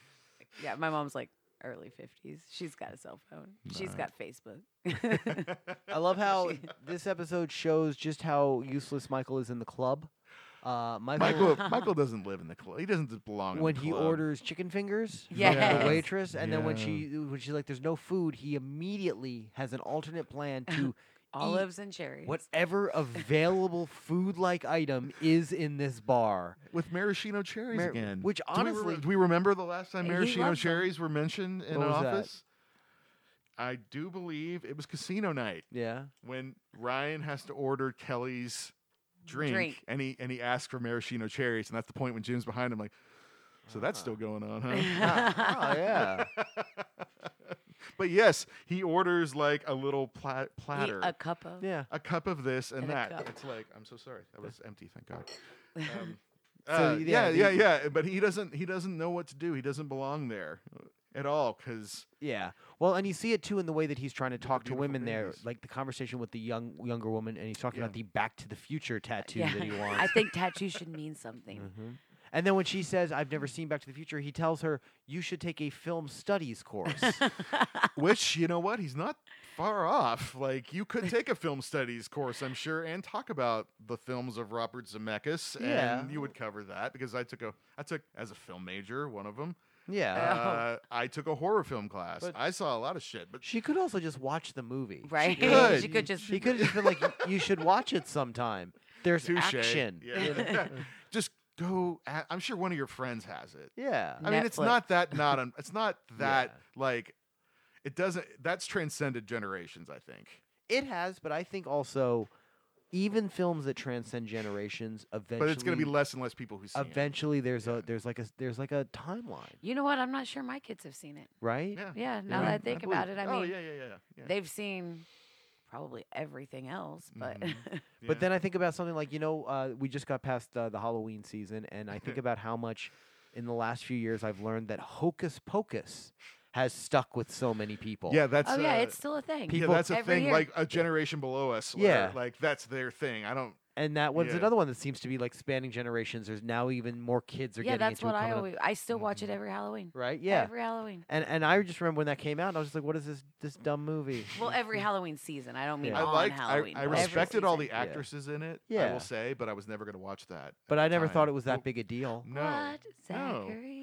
[SPEAKER 6] yeah, my mom's like early fifties. She's got a cell phone. She's got Facebook.
[SPEAKER 4] I love how this episode shows just how useless Michael is in the club. Uh, Michael,
[SPEAKER 5] Michael Michael doesn't live in the club. He doesn't belong.
[SPEAKER 4] when
[SPEAKER 5] in the
[SPEAKER 4] he
[SPEAKER 5] club.
[SPEAKER 4] orders chicken fingers from
[SPEAKER 6] Yes.
[SPEAKER 4] the waitress, and then when
[SPEAKER 5] Yeah.
[SPEAKER 4] she when she's like, "There's no food," he immediately has an alternate plan to
[SPEAKER 6] Olives and cherries.
[SPEAKER 4] whatever available food-like item is in this bar.
[SPEAKER 5] with maraschino cherries
[SPEAKER 4] Mar-
[SPEAKER 5] again.
[SPEAKER 4] which
[SPEAKER 5] Do we re-
[SPEAKER 4] honestly-
[SPEAKER 5] do we remember the last time
[SPEAKER 6] He
[SPEAKER 5] maraschino
[SPEAKER 6] loves them.
[SPEAKER 5] cherries were mentioned in
[SPEAKER 4] What
[SPEAKER 5] an
[SPEAKER 4] was that?
[SPEAKER 5] office? I do believe it was casino night
[SPEAKER 4] Yeah.
[SPEAKER 5] when Ryan has to order Kelly's drink,
[SPEAKER 6] Drink.
[SPEAKER 5] and he and he asks for maraschino cherries, and that's the point when Jim's behind him like. So that's
[SPEAKER 4] Uh-huh.
[SPEAKER 5] still going on, huh?
[SPEAKER 4] Oh yeah.
[SPEAKER 5] but yes, he orders like a little pla-
[SPEAKER 6] Eat
[SPEAKER 5] platter,
[SPEAKER 6] a cup of.
[SPEAKER 4] yeah.
[SPEAKER 5] a cup of this and,
[SPEAKER 6] And a
[SPEAKER 5] that.
[SPEAKER 6] cup.
[SPEAKER 5] It's like I'm so sorry, that was empty. Thank God. Um,
[SPEAKER 4] So,
[SPEAKER 5] uh,
[SPEAKER 4] yeah,
[SPEAKER 5] yeah, yeah,
[SPEAKER 4] the-
[SPEAKER 5] yeah. But he doesn't. He doesn't know what to do. He doesn't belong there at all. Because
[SPEAKER 4] Yeah. Well, and you see it too in the way that he's trying to talk to
[SPEAKER 5] beautiful
[SPEAKER 4] women there,
[SPEAKER 5] babies.
[SPEAKER 4] like the conversation with the young younger woman, and he's talking
[SPEAKER 5] Yeah.
[SPEAKER 4] about the Back to the Future tattoo
[SPEAKER 6] Yeah.
[SPEAKER 4] that he wants.
[SPEAKER 6] I think tattoo should mean something.
[SPEAKER 4] Mhm. And then when she says, "I've never seen Back to the Future," he tells her, "You should take a film studies course."
[SPEAKER 5] which you know what, he's not far off. Like you could take a film studies course, I'm sure, and talk about the films of Robert Zemeckis,
[SPEAKER 4] Yeah.
[SPEAKER 5] and you would cover that. Because I took a, I took as a film major one of them.
[SPEAKER 4] yeah.
[SPEAKER 5] Uh, I took a horror film class.
[SPEAKER 4] But-
[SPEAKER 5] I saw a lot of shit, but
[SPEAKER 4] she could also just watch the movie.
[SPEAKER 6] Right?
[SPEAKER 5] could.
[SPEAKER 6] she could just.
[SPEAKER 4] She could have just been like, "Y- "You should watch it sometime." There's
[SPEAKER 5] touche.
[SPEAKER 4] action.
[SPEAKER 5] Yeah. Just go. At, I'm sure one of your friends has it.
[SPEAKER 4] Yeah.
[SPEAKER 5] I mean, it's
[SPEAKER 6] Netflix.
[SPEAKER 5] not that not un- it's not that like it doesn't that's transcended generations, I think.
[SPEAKER 4] It has, but I think also, even films that transcend generations eventually.
[SPEAKER 5] But it's going to be less and less people who see it.
[SPEAKER 4] Eventually, there's a there's like a there's like a timeline,
[SPEAKER 6] You know what? I'm not sure my kids have seen it.
[SPEAKER 4] right?
[SPEAKER 5] Yeah.
[SPEAKER 6] Yeah, now
[SPEAKER 5] Yeah.
[SPEAKER 6] that I think
[SPEAKER 5] believe-
[SPEAKER 6] about it, I mean,
[SPEAKER 5] oh yeah, yeah, yeah, yeah.
[SPEAKER 6] they've seen probably everything else, but
[SPEAKER 4] But
[SPEAKER 5] Yeah.
[SPEAKER 4] then I think about something like you know uh, we just got past uh, the Halloween season, and I think about how much in the last few years I've learned that Hocus Pocus has stuck with so many people.
[SPEAKER 5] yeah, that's
[SPEAKER 6] oh yeah,
[SPEAKER 5] uh,
[SPEAKER 6] it's still a
[SPEAKER 5] yeah,
[SPEAKER 6] thing.
[SPEAKER 4] people-
[SPEAKER 5] that's a
[SPEAKER 6] every
[SPEAKER 5] thing.
[SPEAKER 6] year.
[SPEAKER 5] Like a generation below us. are-
[SPEAKER 4] Yeah.
[SPEAKER 5] like that's their thing. I don't.
[SPEAKER 4] and that one's
[SPEAKER 5] Yeah.
[SPEAKER 4] another one that seems to be like spanning generations. There's now even more kids are
[SPEAKER 6] yeah,
[SPEAKER 4] getting
[SPEAKER 6] that's
[SPEAKER 4] into
[SPEAKER 6] what
[SPEAKER 4] it.
[SPEAKER 6] I
[SPEAKER 4] coming up-
[SPEAKER 6] always. I still watch it every Halloween.
[SPEAKER 4] right? Yeah.
[SPEAKER 6] Every Halloween.
[SPEAKER 4] and and I just remember when that came out, and I was just like, "What is this this dumb movie?"
[SPEAKER 6] Well, every Halloween season. I don't mean
[SPEAKER 4] Yeah.
[SPEAKER 5] I
[SPEAKER 6] on
[SPEAKER 5] liked. I,
[SPEAKER 6] Halloween.
[SPEAKER 5] I
[SPEAKER 6] but every
[SPEAKER 5] respected all
[SPEAKER 6] season.
[SPEAKER 5] the actresses in it. I
[SPEAKER 4] Yeah.
[SPEAKER 5] will say, but I was never going to watch that.
[SPEAKER 4] But
[SPEAKER 5] at
[SPEAKER 4] I
[SPEAKER 5] the
[SPEAKER 4] never thought
[SPEAKER 5] time.
[SPEAKER 4] it was
[SPEAKER 5] Well,
[SPEAKER 4] that big a deal.
[SPEAKER 5] No.
[SPEAKER 6] What
[SPEAKER 5] no.
[SPEAKER 6] Zachary?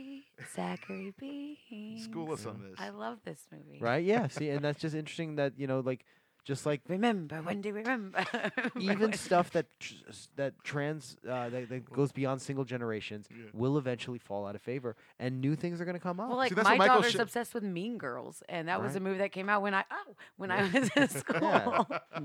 [SPEAKER 6] Zachary B.
[SPEAKER 5] School us on this.
[SPEAKER 6] I love this movie.
[SPEAKER 4] Right? Yeah. See, and that's just interesting that you know, like, just like
[SPEAKER 6] Remember when do you remember? Remember
[SPEAKER 4] even
[SPEAKER 6] when-
[SPEAKER 4] stuff that tr- s- that trans uh, that, that goes beyond single generations will eventually fall out of favor, and new things are going to come up.
[SPEAKER 6] Well, like
[SPEAKER 5] that's
[SPEAKER 6] my
[SPEAKER 5] what Michael
[SPEAKER 6] daughter's
[SPEAKER 5] Sh-
[SPEAKER 6] obsessed with Mean Girls, and that was
[SPEAKER 4] Right.
[SPEAKER 6] a movie that came out when I oh when I was in school. Oh,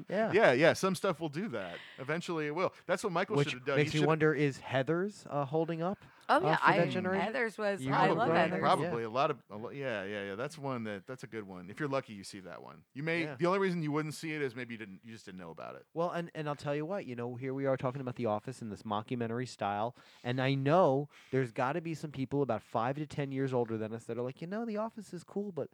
[SPEAKER 4] yeah.
[SPEAKER 5] Yeah, yeah. Some stuff will do that. Eventually, it will. That's what Michael
[SPEAKER 4] Which
[SPEAKER 5] should have done. He
[SPEAKER 4] makes me
[SPEAKER 5] should've-
[SPEAKER 4] wonder: Is Heather's uh, holding up?
[SPEAKER 6] Oh
[SPEAKER 4] uh,
[SPEAKER 6] yeah,
[SPEAKER 4] for that
[SPEAKER 6] I
[SPEAKER 4] generation?
[SPEAKER 6] Heather's was
[SPEAKER 4] You
[SPEAKER 6] I
[SPEAKER 4] would
[SPEAKER 6] love
[SPEAKER 4] grow up
[SPEAKER 6] Heather's.
[SPEAKER 4] probably.
[SPEAKER 5] Probably a lot of, a lo- yeah, yeah, yeah. That's one that that's a good one. If you're lucky, you see that one. You may
[SPEAKER 4] Yeah.
[SPEAKER 5] the only reason you wouldn't see it is maybe you didn't you just didn't know about it.
[SPEAKER 4] Well, and, and I'll tell you what, you know, here we are talking about The Office in this mockumentary style. And I know there's got to be some people about five to 10 years older than us that are like, you know, The Office is cool, but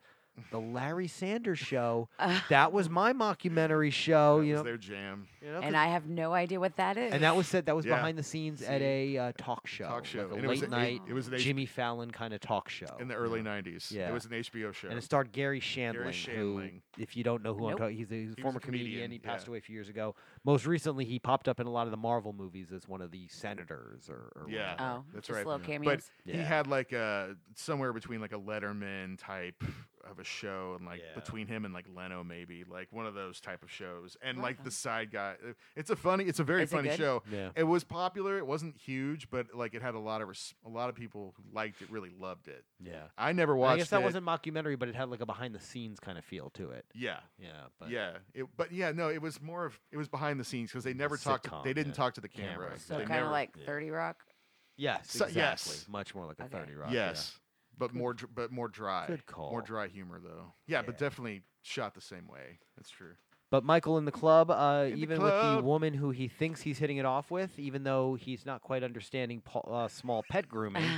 [SPEAKER 4] The Larry Sanders Show, that was my mockumentary show, Oh,
[SPEAKER 5] That
[SPEAKER 4] you
[SPEAKER 5] was
[SPEAKER 4] know.
[SPEAKER 5] their jam.
[SPEAKER 4] you know, 'cause-
[SPEAKER 6] And I have no idea what that is.
[SPEAKER 4] and that was said that was
[SPEAKER 5] Yeah.
[SPEAKER 4] behind the scenes at a uh, talk show,
[SPEAKER 5] Talk show.
[SPEAKER 4] like a
[SPEAKER 5] And it was
[SPEAKER 4] late
[SPEAKER 5] a- it-
[SPEAKER 4] night
[SPEAKER 5] it was an H-
[SPEAKER 4] Jimmy Fallon kind of talk show
[SPEAKER 5] In the early '90s,
[SPEAKER 4] Yeah.
[SPEAKER 5] it was an HBO show.
[SPEAKER 4] and it starred Gary Shandling,
[SPEAKER 5] Shandling.
[SPEAKER 4] who, if you don't know who I'm
[SPEAKER 6] Nope.
[SPEAKER 4] talking, he's a, he's a
[SPEAKER 5] was
[SPEAKER 4] former
[SPEAKER 5] a comedian,
[SPEAKER 4] comedian. He passed
[SPEAKER 5] yeah.
[SPEAKER 4] away a few years ago. Most recently, he popped up in a lot of the Marvel movies as one of the senators or, or
[SPEAKER 5] yeah,
[SPEAKER 4] whatever.
[SPEAKER 6] Oh,
[SPEAKER 5] that's
[SPEAKER 6] just
[SPEAKER 5] right.
[SPEAKER 6] little
[SPEAKER 5] But
[SPEAKER 6] cameos.
[SPEAKER 5] he
[SPEAKER 4] Yeah.
[SPEAKER 5] had like a somewhere between like a Letterman type of a show and like
[SPEAKER 4] Yeah.
[SPEAKER 5] between him and like Leno maybe like one of those type of shows and like the side guy. It's a funny. It's a very
[SPEAKER 6] Is it
[SPEAKER 5] funny
[SPEAKER 6] good?
[SPEAKER 5] show.
[SPEAKER 4] Yeah.
[SPEAKER 5] It was popular. It wasn't huge, but like it had a lot of res- a lot of people who liked it. Really loved it.
[SPEAKER 4] yeah.
[SPEAKER 5] I never watched.
[SPEAKER 4] I guess that
[SPEAKER 5] it.
[SPEAKER 4] wasn't mockumentary, but it had like a behind the scenes kind of feel to it.
[SPEAKER 5] Yeah.
[SPEAKER 4] Yeah, but
[SPEAKER 5] yeah, it, but yeah, no, it was more of it was behind the scenes because they never talked.
[SPEAKER 4] sitcom,
[SPEAKER 5] they didn't
[SPEAKER 4] yeah.
[SPEAKER 5] talk to the
[SPEAKER 4] Camera.
[SPEAKER 5] camera.
[SPEAKER 6] So
[SPEAKER 5] They
[SPEAKER 6] kind of
[SPEAKER 5] never-
[SPEAKER 6] like Thirty Rock.
[SPEAKER 4] yes,
[SPEAKER 5] So-
[SPEAKER 4] exactly.
[SPEAKER 5] yes.
[SPEAKER 4] much more like a
[SPEAKER 6] Okay.
[SPEAKER 4] Thirty Rock. yeah.
[SPEAKER 5] yes, but more dr- but more dry.
[SPEAKER 4] good call.
[SPEAKER 5] More dry humor though. Yeah,
[SPEAKER 4] Yeah.
[SPEAKER 5] but definitely shot the same way. That's true.
[SPEAKER 4] But Michael in the club, uh,
[SPEAKER 5] the
[SPEAKER 4] even with
[SPEAKER 5] club.
[SPEAKER 4] the woman who he thinks he's hitting it off with, even though he's not quite understanding Paul, uh, small pet grooming,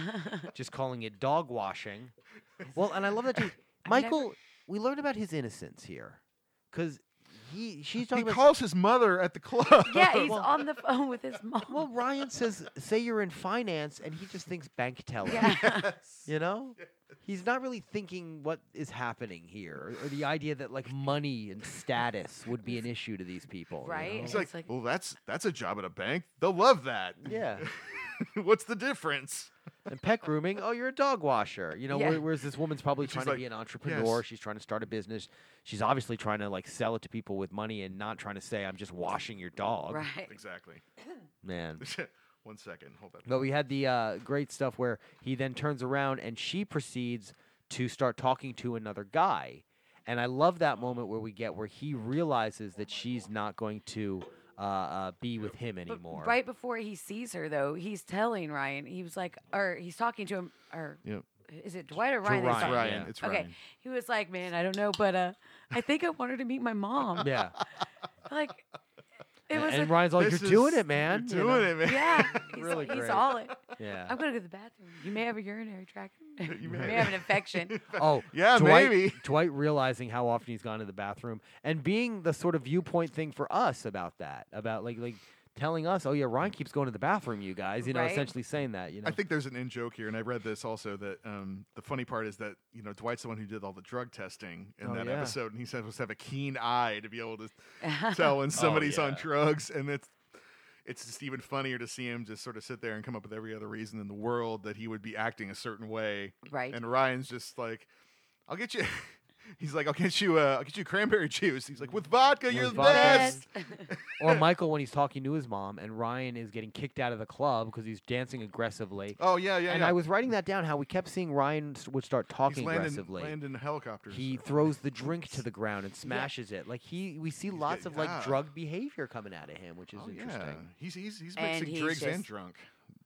[SPEAKER 4] just calling it dog washing. Well, and I love that too. Michael, we learned about his innocence here, because he she's
[SPEAKER 5] He
[SPEAKER 4] talking about.
[SPEAKER 5] calls his mother at the club.
[SPEAKER 6] Yeah, he's
[SPEAKER 4] Well-
[SPEAKER 6] on the phone with his mom.
[SPEAKER 4] well, Ryan says, "Say you're in finance," and he just thinks bank teller.
[SPEAKER 6] yeah.
[SPEAKER 4] You know? He's not really thinking what is happening here or the idea that like money and status would be an issue to these people. you
[SPEAKER 6] Right?
[SPEAKER 4] know?
[SPEAKER 5] He's
[SPEAKER 6] And
[SPEAKER 5] like,
[SPEAKER 6] it's like-
[SPEAKER 5] well, that's that's a job at a bank. They'll love that.
[SPEAKER 4] Yeah.
[SPEAKER 5] What's the difference?
[SPEAKER 4] and pet grooming. Oh, you're a dog washer. You know,
[SPEAKER 6] Yeah.
[SPEAKER 4] where, whereas this woman's probably
[SPEAKER 5] She's
[SPEAKER 4] trying
[SPEAKER 5] like,
[SPEAKER 4] to be an entrepreneur.
[SPEAKER 5] "Yes."
[SPEAKER 4] She's trying to start a business. She's obviously trying to like sell it to people with money and not trying to say I'm just washing your dog.
[SPEAKER 6] Right.
[SPEAKER 5] Exactly.
[SPEAKER 4] Man.
[SPEAKER 5] One second. Hold that.
[SPEAKER 4] But we had the uh, great stuff where he then turns around and she proceeds to start talking to another guy. And I love that moment where we get where he realizes that she's not going to uh, uh, be with him
[SPEAKER 6] But
[SPEAKER 4] anymore.
[SPEAKER 6] right before he sees her, though, he's telling Ryan. He was like, or he's talking to him, or
[SPEAKER 5] Yep.
[SPEAKER 6] is it Dwight or Ryan? that he's
[SPEAKER 4] Ryan,
[SPEAKER 6] talking
[SPEAKER 5] Ryan.
[SPEAKER 4] yeah.
[SPEAKER 5] It's
[SPEAKER 6] to? Okay.
[SPEAKER 5] Ryan.
[SPEAKER 6] He was like, man, I don't know, but uh, I think I wanted to meet my mom.
[SPEAKER 4] Yeah.
[SPEAKER 6] Like, it
[SPEAKER 4] And,
[SPEAKER 6] was
[SPEAKER 4] and
[SPEAKER 6] like,
[SPEAKER 4] Ryan's like,
[SPEAKER 5] This
[SPEAKER 4] "You're doing
[SPEAKER 5] is-
[SPEAKER 4] it, man.
[SPEAKER 5] You're
[SPEAKER 4] you
[SPEAKER 5] doing
[SPEAKER 4] know?
[SPEAKER 5] it, man.
[SPEAKER 6] yeah, he's,
[SPEAKER 4] Really
[SPEAKER 6] he's
[SPEAKER 4] great.
[SPEAKER 6] all it.
[SPEAKER 4] Yeah.
[SPEAKER 6] I'm gonna go to the bathroom. You may have a urinary tract. you
[SPEAKER 5] may
[SPEAKER 6] may
[SPEAKER 5] have-
[SPEAKER 6] have an infection.
[SPEAKER 4] Oh,
[SPEAKER 5] Yeah,
[SPEAKER 4] Dwight,
[SPEAKER 5] maybe.
[SPEAKER 4] Dwight realizing how often he's gone to the bathroom and being the sort of viewpoint thing for us about that, about like like telling us, "Oh yeah, Ryan keeps going to the bathroom, you guys." You know,
[SPEAKER 6] Right.
[SPEAKER 4] essentially saying that. You know,
[SPEAKER 5] I think there's an in joke here, and I read this also that um, the funny part is that you know Dwight's the one who did all the drug testing in
[SPEAKER 4] Oh,
[SPEAKER 5] that
[SPEAKER 4] yeah.
[SPEAKER 5] episode, and he said was to have a keen eye to be able to tell when somebody's on
[SPEAKER 4] Oh, yeah.
[SPEAKER 5] drugs, and it's it's just even funnier to see him just sort of sit there and come up with every other reason in the world that he would be acting a certain way,
[SPEAKER 6] Right.
[SPEAKER 5] And Ryan's just like, "I'll get you." He's like, "I'll get you. Uh, I'll get you cranberry juice." He's like, "With vodka, you're
[SPEAKER 4] With
[SPEAKER 5] the
[SPEAKER 4] vodka.
[SPEAKER 5] best."
[SPEAKER 4] or Michael when he's talking to his mom, and Ryan is getting kicked out of the club because he's dancing aggressively.
[SPEAKER 5] Oh yeah, yeah.
[SPEAKER 4] and
[SPEAKER 5] yeah.
[SPEAKER 4] I was writing that down how we kept seeing Ryan s- would start
[SPEAKER 5] He's
[SPEAKER 4] talking
[SPEAKER 5] landing,
[SPEAKER 4] aggressively.
[SPEAKER 5] landing helicopters.
[SPEAKER 4] he
[SPEAKER 5] or-
[SPEAKER 4] throws the drink to the ground and smashes it. Like he, we see lots
[SPEAKER 5] get-
[SPEAKER 4] of like
[SPEAKER 5] yeah.
[SPEAKER 4] drug behavior coming out of him, which is
[SPEAKER 5] Oh,
[SPEAKER 4] interesting.
[SPEAKER 5] He's he's he's
[SPEAKER 6] And
[SPEAKER 5] mixing
[SPEAKER 6] he's
[SPEAKER 5] drinks and
[SPEAKER 6] just-
[SPEAKER 5] drunk.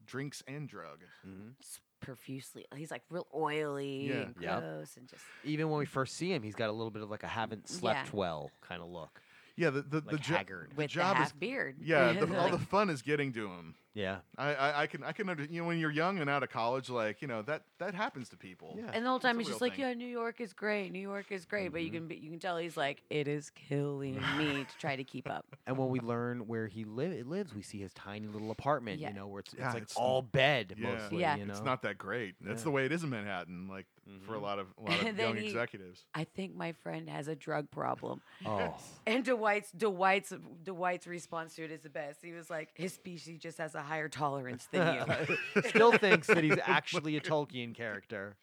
[SPEAKER 5] Drinks and drug.
[SPEAKER 4] Mm-hmm.
[SPEAKER 6] It's profusely. He's like real oily
[SPEAKER 5] Yeah.
[SPEAKER 6] and
[SPEAKER 4] Yep.
[SPEAKER 6] gross and just
[SPEAKER 4] Even when we first see him, he's got a little bit of like a haven't slept
[SPEAKER 6] Yeah.
[SPEAKER 4] well kind of look.
[SPEAKER 5] Yeah, the the, the,
[SPEAKER 4] Like
[SPEAKER 5] jo-
[SPEAKER 4] haggard.
[SPEAKER 5] the
[SPEAKER 6] with the
[SPEAKER 5] job
[SPEAKER 6] half
[SPEAKER 5] is
[SPEAKER 6] beard.
[SPEAKER 5] yeah. The, all the
[SPEAKER 6] Like,
[SPEAKER 5] fun is getting to him.
[SPEAKER 4] Yeah.
[SPEAKER 5] I, I I can I can under, you know when you're young and out of college like you know that that happens to people.
[SPEAKER 4] Yeah.
[SPEAKER 6] and the whole time
[SPEAKER 5] a
[SPEAKER 6] he's
[SPEAKER 5] real
[SPEAKER 6] just like,
[SPEAKER 5] thing. Mm-hmm.
[SPEAKER 6] "Yeah, New York is great. New York is great," but you can be, you can tell he's like, "It is killing me to try to keep up."
[SPEAKER 4] And when we learn where he li- lives, we see his tiny little apartment,
[SPEAKER 6] Yeah.
[SPEAKER 4] you know, where it's, it's
[SPEAKER 5] Yeah,
[SPEAKER 4] like
[SPEAKER 5] it's-
[SPEAKER 4] all bed
[SPEAKER 5] yeah.
[SPEAKER 4] mostly,
[SPEAKER 6] Yeah.
[SPEAKER 4] you know.
[SPEAKER 5] It's not that great. That's the way it is in Manhattan. Like for a lot of a lot of
[SPEAKER 6] And
[SPEAKER 5] young
[SPEAKER 6] Mm-hmm. then he-
[SPEAKER 5] executives.
[SPEAKER 6] I think my friend has a drug problem.
[SPEAKER 4] oh.
[SPEAKER 6] And Dwight's Dwight's Dwight's response to it is the best. He was like, "His species just has a higher tolerance than you."
[SPEAKER 4] Still thinks that he's actually a Tolkien character.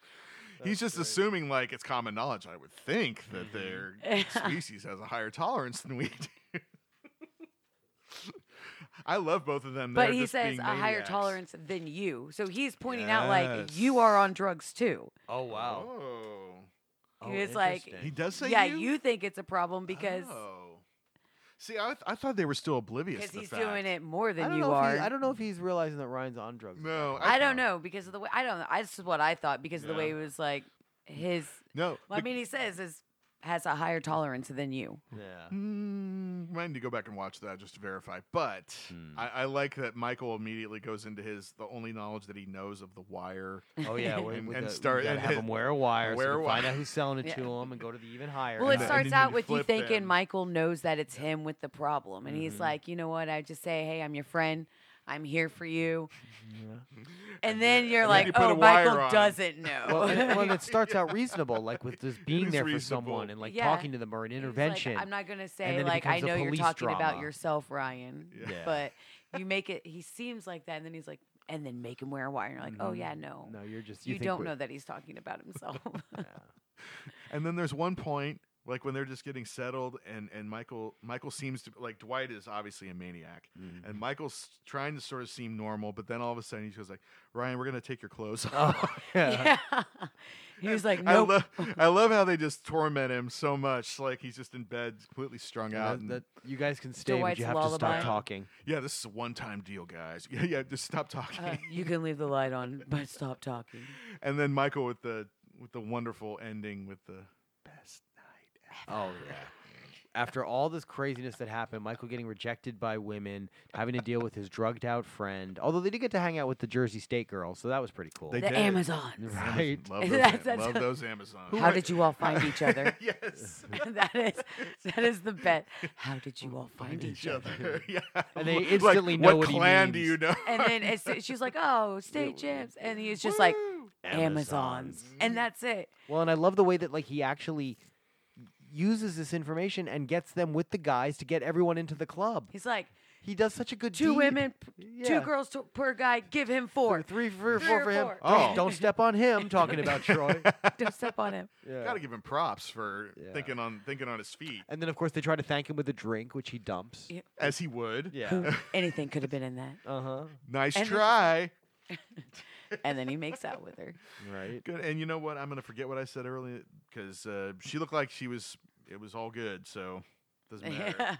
[SPEAKER 5] He's just assuming like it's common knowledge. I would think that their
[SPEAKER 6] Mm-hmm.
[SPEAKER 5] species has a higher tolerance than we do. I love both of them.
[SPEAKER 6] But
[SPEAKER 5] They're
[SPEAKER 6] he
[SPEAKER 5] just
[SPEAKER 6] says
[SPEAKER 5] being
[SPEAKER 6] a higher
[SPEAKER 5] maniacs.
[SPEAKER 6] tolerance than you. So he's pointing out like you are on drugs too.
[SPEAKER 4] Oh wow.
[SPEAKER 5] Oh.
[SPEAKER 4] Oh,
[SPEAKER 6] He was like,
[SPEAKER 4] interesting.
[SPEAKER 5] He does say
[SPEAKER 6] yeah,
[SPEAKER 5] you?
[SPEAKER 6] you? think it's a problem because
[SPEAKER 5] Oh. See, I, th- I thought they were still oblivious
[SPEAKER 6] because
[SPEAKER 5] to the
[SPEAKER 6] he's
[SPEAKER 5] fact.
[SPEAKER 6] doing it more
[SPEAKER 4] I
[SPEAKER 6] than
[SPEAKER 4] don't
[SPEAKER 6] you
[SPEAKER 4] know if
[SPEAKER 6] are.
[SPEAKER 4] he- I don't know if he's realizing that Ryan's on drugs.
[SPEAKER 5] No, I,
[SPEAKER 6] I don't know because of the way I don't know. I, this is what I thought because of the way
[SPEAKER 5] Yeah.
[SPEAKER 6] it was like his.
[SPEAKER 5] No.
[SPEAKER 6] Well, I mean, he says is has a higher tolerance than you.
[SPEAKER 4] Yeah.
[SPEAKER 5] Mm, might need to go back and watch that just to verify. But
[SPEAKER 4] Hmm.
[SPEAKER 5] I, I like that Michael immediately goes into his the only knowledge that he knows of the wire.
[SPEAKER 4] Oh yeah,
[SPEAKER 5] And-
[SPEAKER 4] with, with
[SPEAKER 5] and
[SPEAKER 4] the, you
[SPEAKER 5] start-
[SPEAKER 4] gotta
[SPEAKER 5] and-
[SPEAKER 4] have
[SPEAKER 5] and
[SPEAKER 4] him wear a wire, so
[SPEAKER 5] wear a
[SPEAKER 4] we can find
[SPEAKER 5] wire.
[SPEAKER 4] out who's selling it
[SPEAKER 6] Yeah.
[SPEAKER 4] to him, and go to the even higher.
[SPEAKER 6] Well, it
[SPEAKER 5] then-
[SPEAKER 4] and
[SPEAKER 5] start-
[SPEAKER 6] starts
[SPEAKER 5] and
[SPEAKER 6] out
[SPEAKER 5] you
[SPEAKER 6] with you
[SPEAKER 5] flip
[SPEAKER 6] thinking
[SPEAKER 5] them. Mm-hmm.
[SPEAKER 6] Michael knows that it's him with the problem, and he's like, you know what? I just say, hey, I'm your friend. I'm here for you. And then you're
[SPEAKER 5] and then
[SPEAKER 6] like,
[SPEAKER 5] you put a
[SPEAKER 6] oh,
[SPEAKER 5] wire on
[SPEAKER 6] Michael
[SPEAKER 5] him."
[SPEAKER 6] doesn't know.
[SPEAKER 4] well, and, well, and it starts out reasonable, like with just being
[SPEAKER 5] is
[SPEAKER 4] there for
[SPEAKER 5] reasonable.
[SPEAKER 4] someone and like
[SPEAKER 6] Yeah.
[SPEAKER 4] talking to them or an
[SPEAKER 6] He's like,
[SPEAKER 4] intervention.
[SPEAKER 6] I'm not gonna
[SPEAKER 4] then
[SPEAKER 6] say
[SPEAKER 4] it
[SPEAKER 6] like I
[SPEAKER 4] becomes a
[SPEAKER 6] know you're
[SPEAKER 4] police
[SPEAKER 6] talking about
[SPEAKER 4] drama.
[SPEAKER 6] yourself, Ryan.
[SPEAKER 4] Yeah.
[SPEAKER 6] But you make it. He seems like that, and then he's like, and then make him wear a wire. And you're like, oh yeah, no,
[SPEAKER 4] Mm-hmm. No, you're just
[SPEAKER 6] you,
[SPEAKER 4] you, think
[SPEAKER 6] don't
[SPEAKER 4] we're-
[SPEAKER 6] know that he's talking about himself.
[SPEAKER 5] And then there's one point like when they're just getting settled and and Michael Michael seems to like Dwight is obviously a maniac
[SPEAKER 4] Hmm.
[SPEAKER 5] and Michael's trying to sort of seem normal but then all of a sudden he goes like Ryan we're going to take your clothes off.
[SPEAKER 4] Oh, yeah.
[SPEAKER 6] he was like,
[SPEAKER 5] I
[SPEAKER 6] no.
[SPEAKER 5] love I love how they just torment him so much like he's just in bed completely strung
[SPEAKER 4] Yeah,
[SPEAKER 5] out
[SPEAKER 4] that-
[SPEAKER 5] and-
[SPEAKER 4] that- you guys can stay, but
[SPEAKER 6] Dwight's
[SPEAKER 4] you have to
[SPEAKER 6] lullaby.
[SPEAKER 4] stop talking.
[SPEAKER 5] Yeah, this is a one-time deal, guys. Yeah, yeah, just stop
[SPEAKER 4] Uh,
[SPEAKER 5] talking.
[SPEAKER 6] Uh, you can leave the light on, but stop talking.
[SPEAKER 5] and then Michael with the with the wonderful ending with the best night.
[SPEAKER 4] Oh yeah. After all this craziness that happened, Michael getting rejected by women, having to deal with his drugged out friend. Although they did get to hang out with the Jersey State girls, so that was pretty cool.
[SPEAKER 5] They
[SPEAKER 6] The
[SPEAKER 5] did.
[SPEAKER 6] Amazons.
[SPEAKER 5] Amazon-
[SPEAKER 4] Right.
[SPEAKER 5] Love those,
[SPEAKER 6] That's-
[SPEAKER 5] Am-
[SPEAKER 6] that's-
[SPEAKER 5] love those Amazon.
[SPEAKER 6] How did you all find each other?
[SPEAKER 5] yes.
[SPEAKER 6] that is that is the bet. How did you all find each
[SPEAKER 5] Each
[SPEAKER 6] other?
[SPEAKER 5] other. Yeah.
[SPEAKER 4] And they
[SPEAKER 5] Like,
[SPEAKER 4] instantly know
[SPEAKER 5] what
[SPEAKER 4] what he
[SPEAKER 5] clan do
[SPEAKER 4] means.
[SPEAKER 5] you know?
[SPEAKER 6] And then as soo- she's like, "Oh, state champs," and he's just like, "Amazons," and that's it.
[SPEAKER 4] Well, and I love the way that like he actually uses this information and gets them with the guys to get everyone into the club.
[SPEAKER 6] He's like,
[SPEAKER 4] He does such a good
[SPEAKER 6] Two
[SPEAKER 4] deed.
[SPEAKER 6] women, p-
[SPEAKER 4] Yeah.
[SPEAKER 6] two girls to, per guy. Give him four.
[SPEAKER 4] Three, three or
[SPEAKER 6] Three
[SPEAKER 4] four
[SPEAKER 6] or
[SPEAKER 4] for him.
[SPEAKER 6] four.
[SPEAKER 5] Oh.
[SPEAKER 4] Don't step on him talking about Troy.
[SPEAKER 6] Don't step on him.
[SPEAKER 4] Yeah.
[SPEAKER 5] Gotta give him props for
[SPEAKER 4] Yeah.
[SPEAKER 5] thinking on thinking on his feet,
[SPEAKER 4] And then, of course, they try to thank him with a drink, which he dumps.
[SPEAKER 6] Yeah.
[SPEAKER 5] as he would.
[SPEAKER 4] Yeah.
[SPEAKER 6] Anything could have been in that.
[SPEAKER 4] uh huh.
[SPEAKER 5] Nice
[SPEAKER 6] And-
[SPEAKER 5] try.
[SPEAKER 6] And then he makes out with her.
[SPEAKER 4] Right.
[SPEAKER 5] Good. And you know what? I'm gonna forget what I said earlier because uh, she looked like she was. It was all good, so doesn't matter.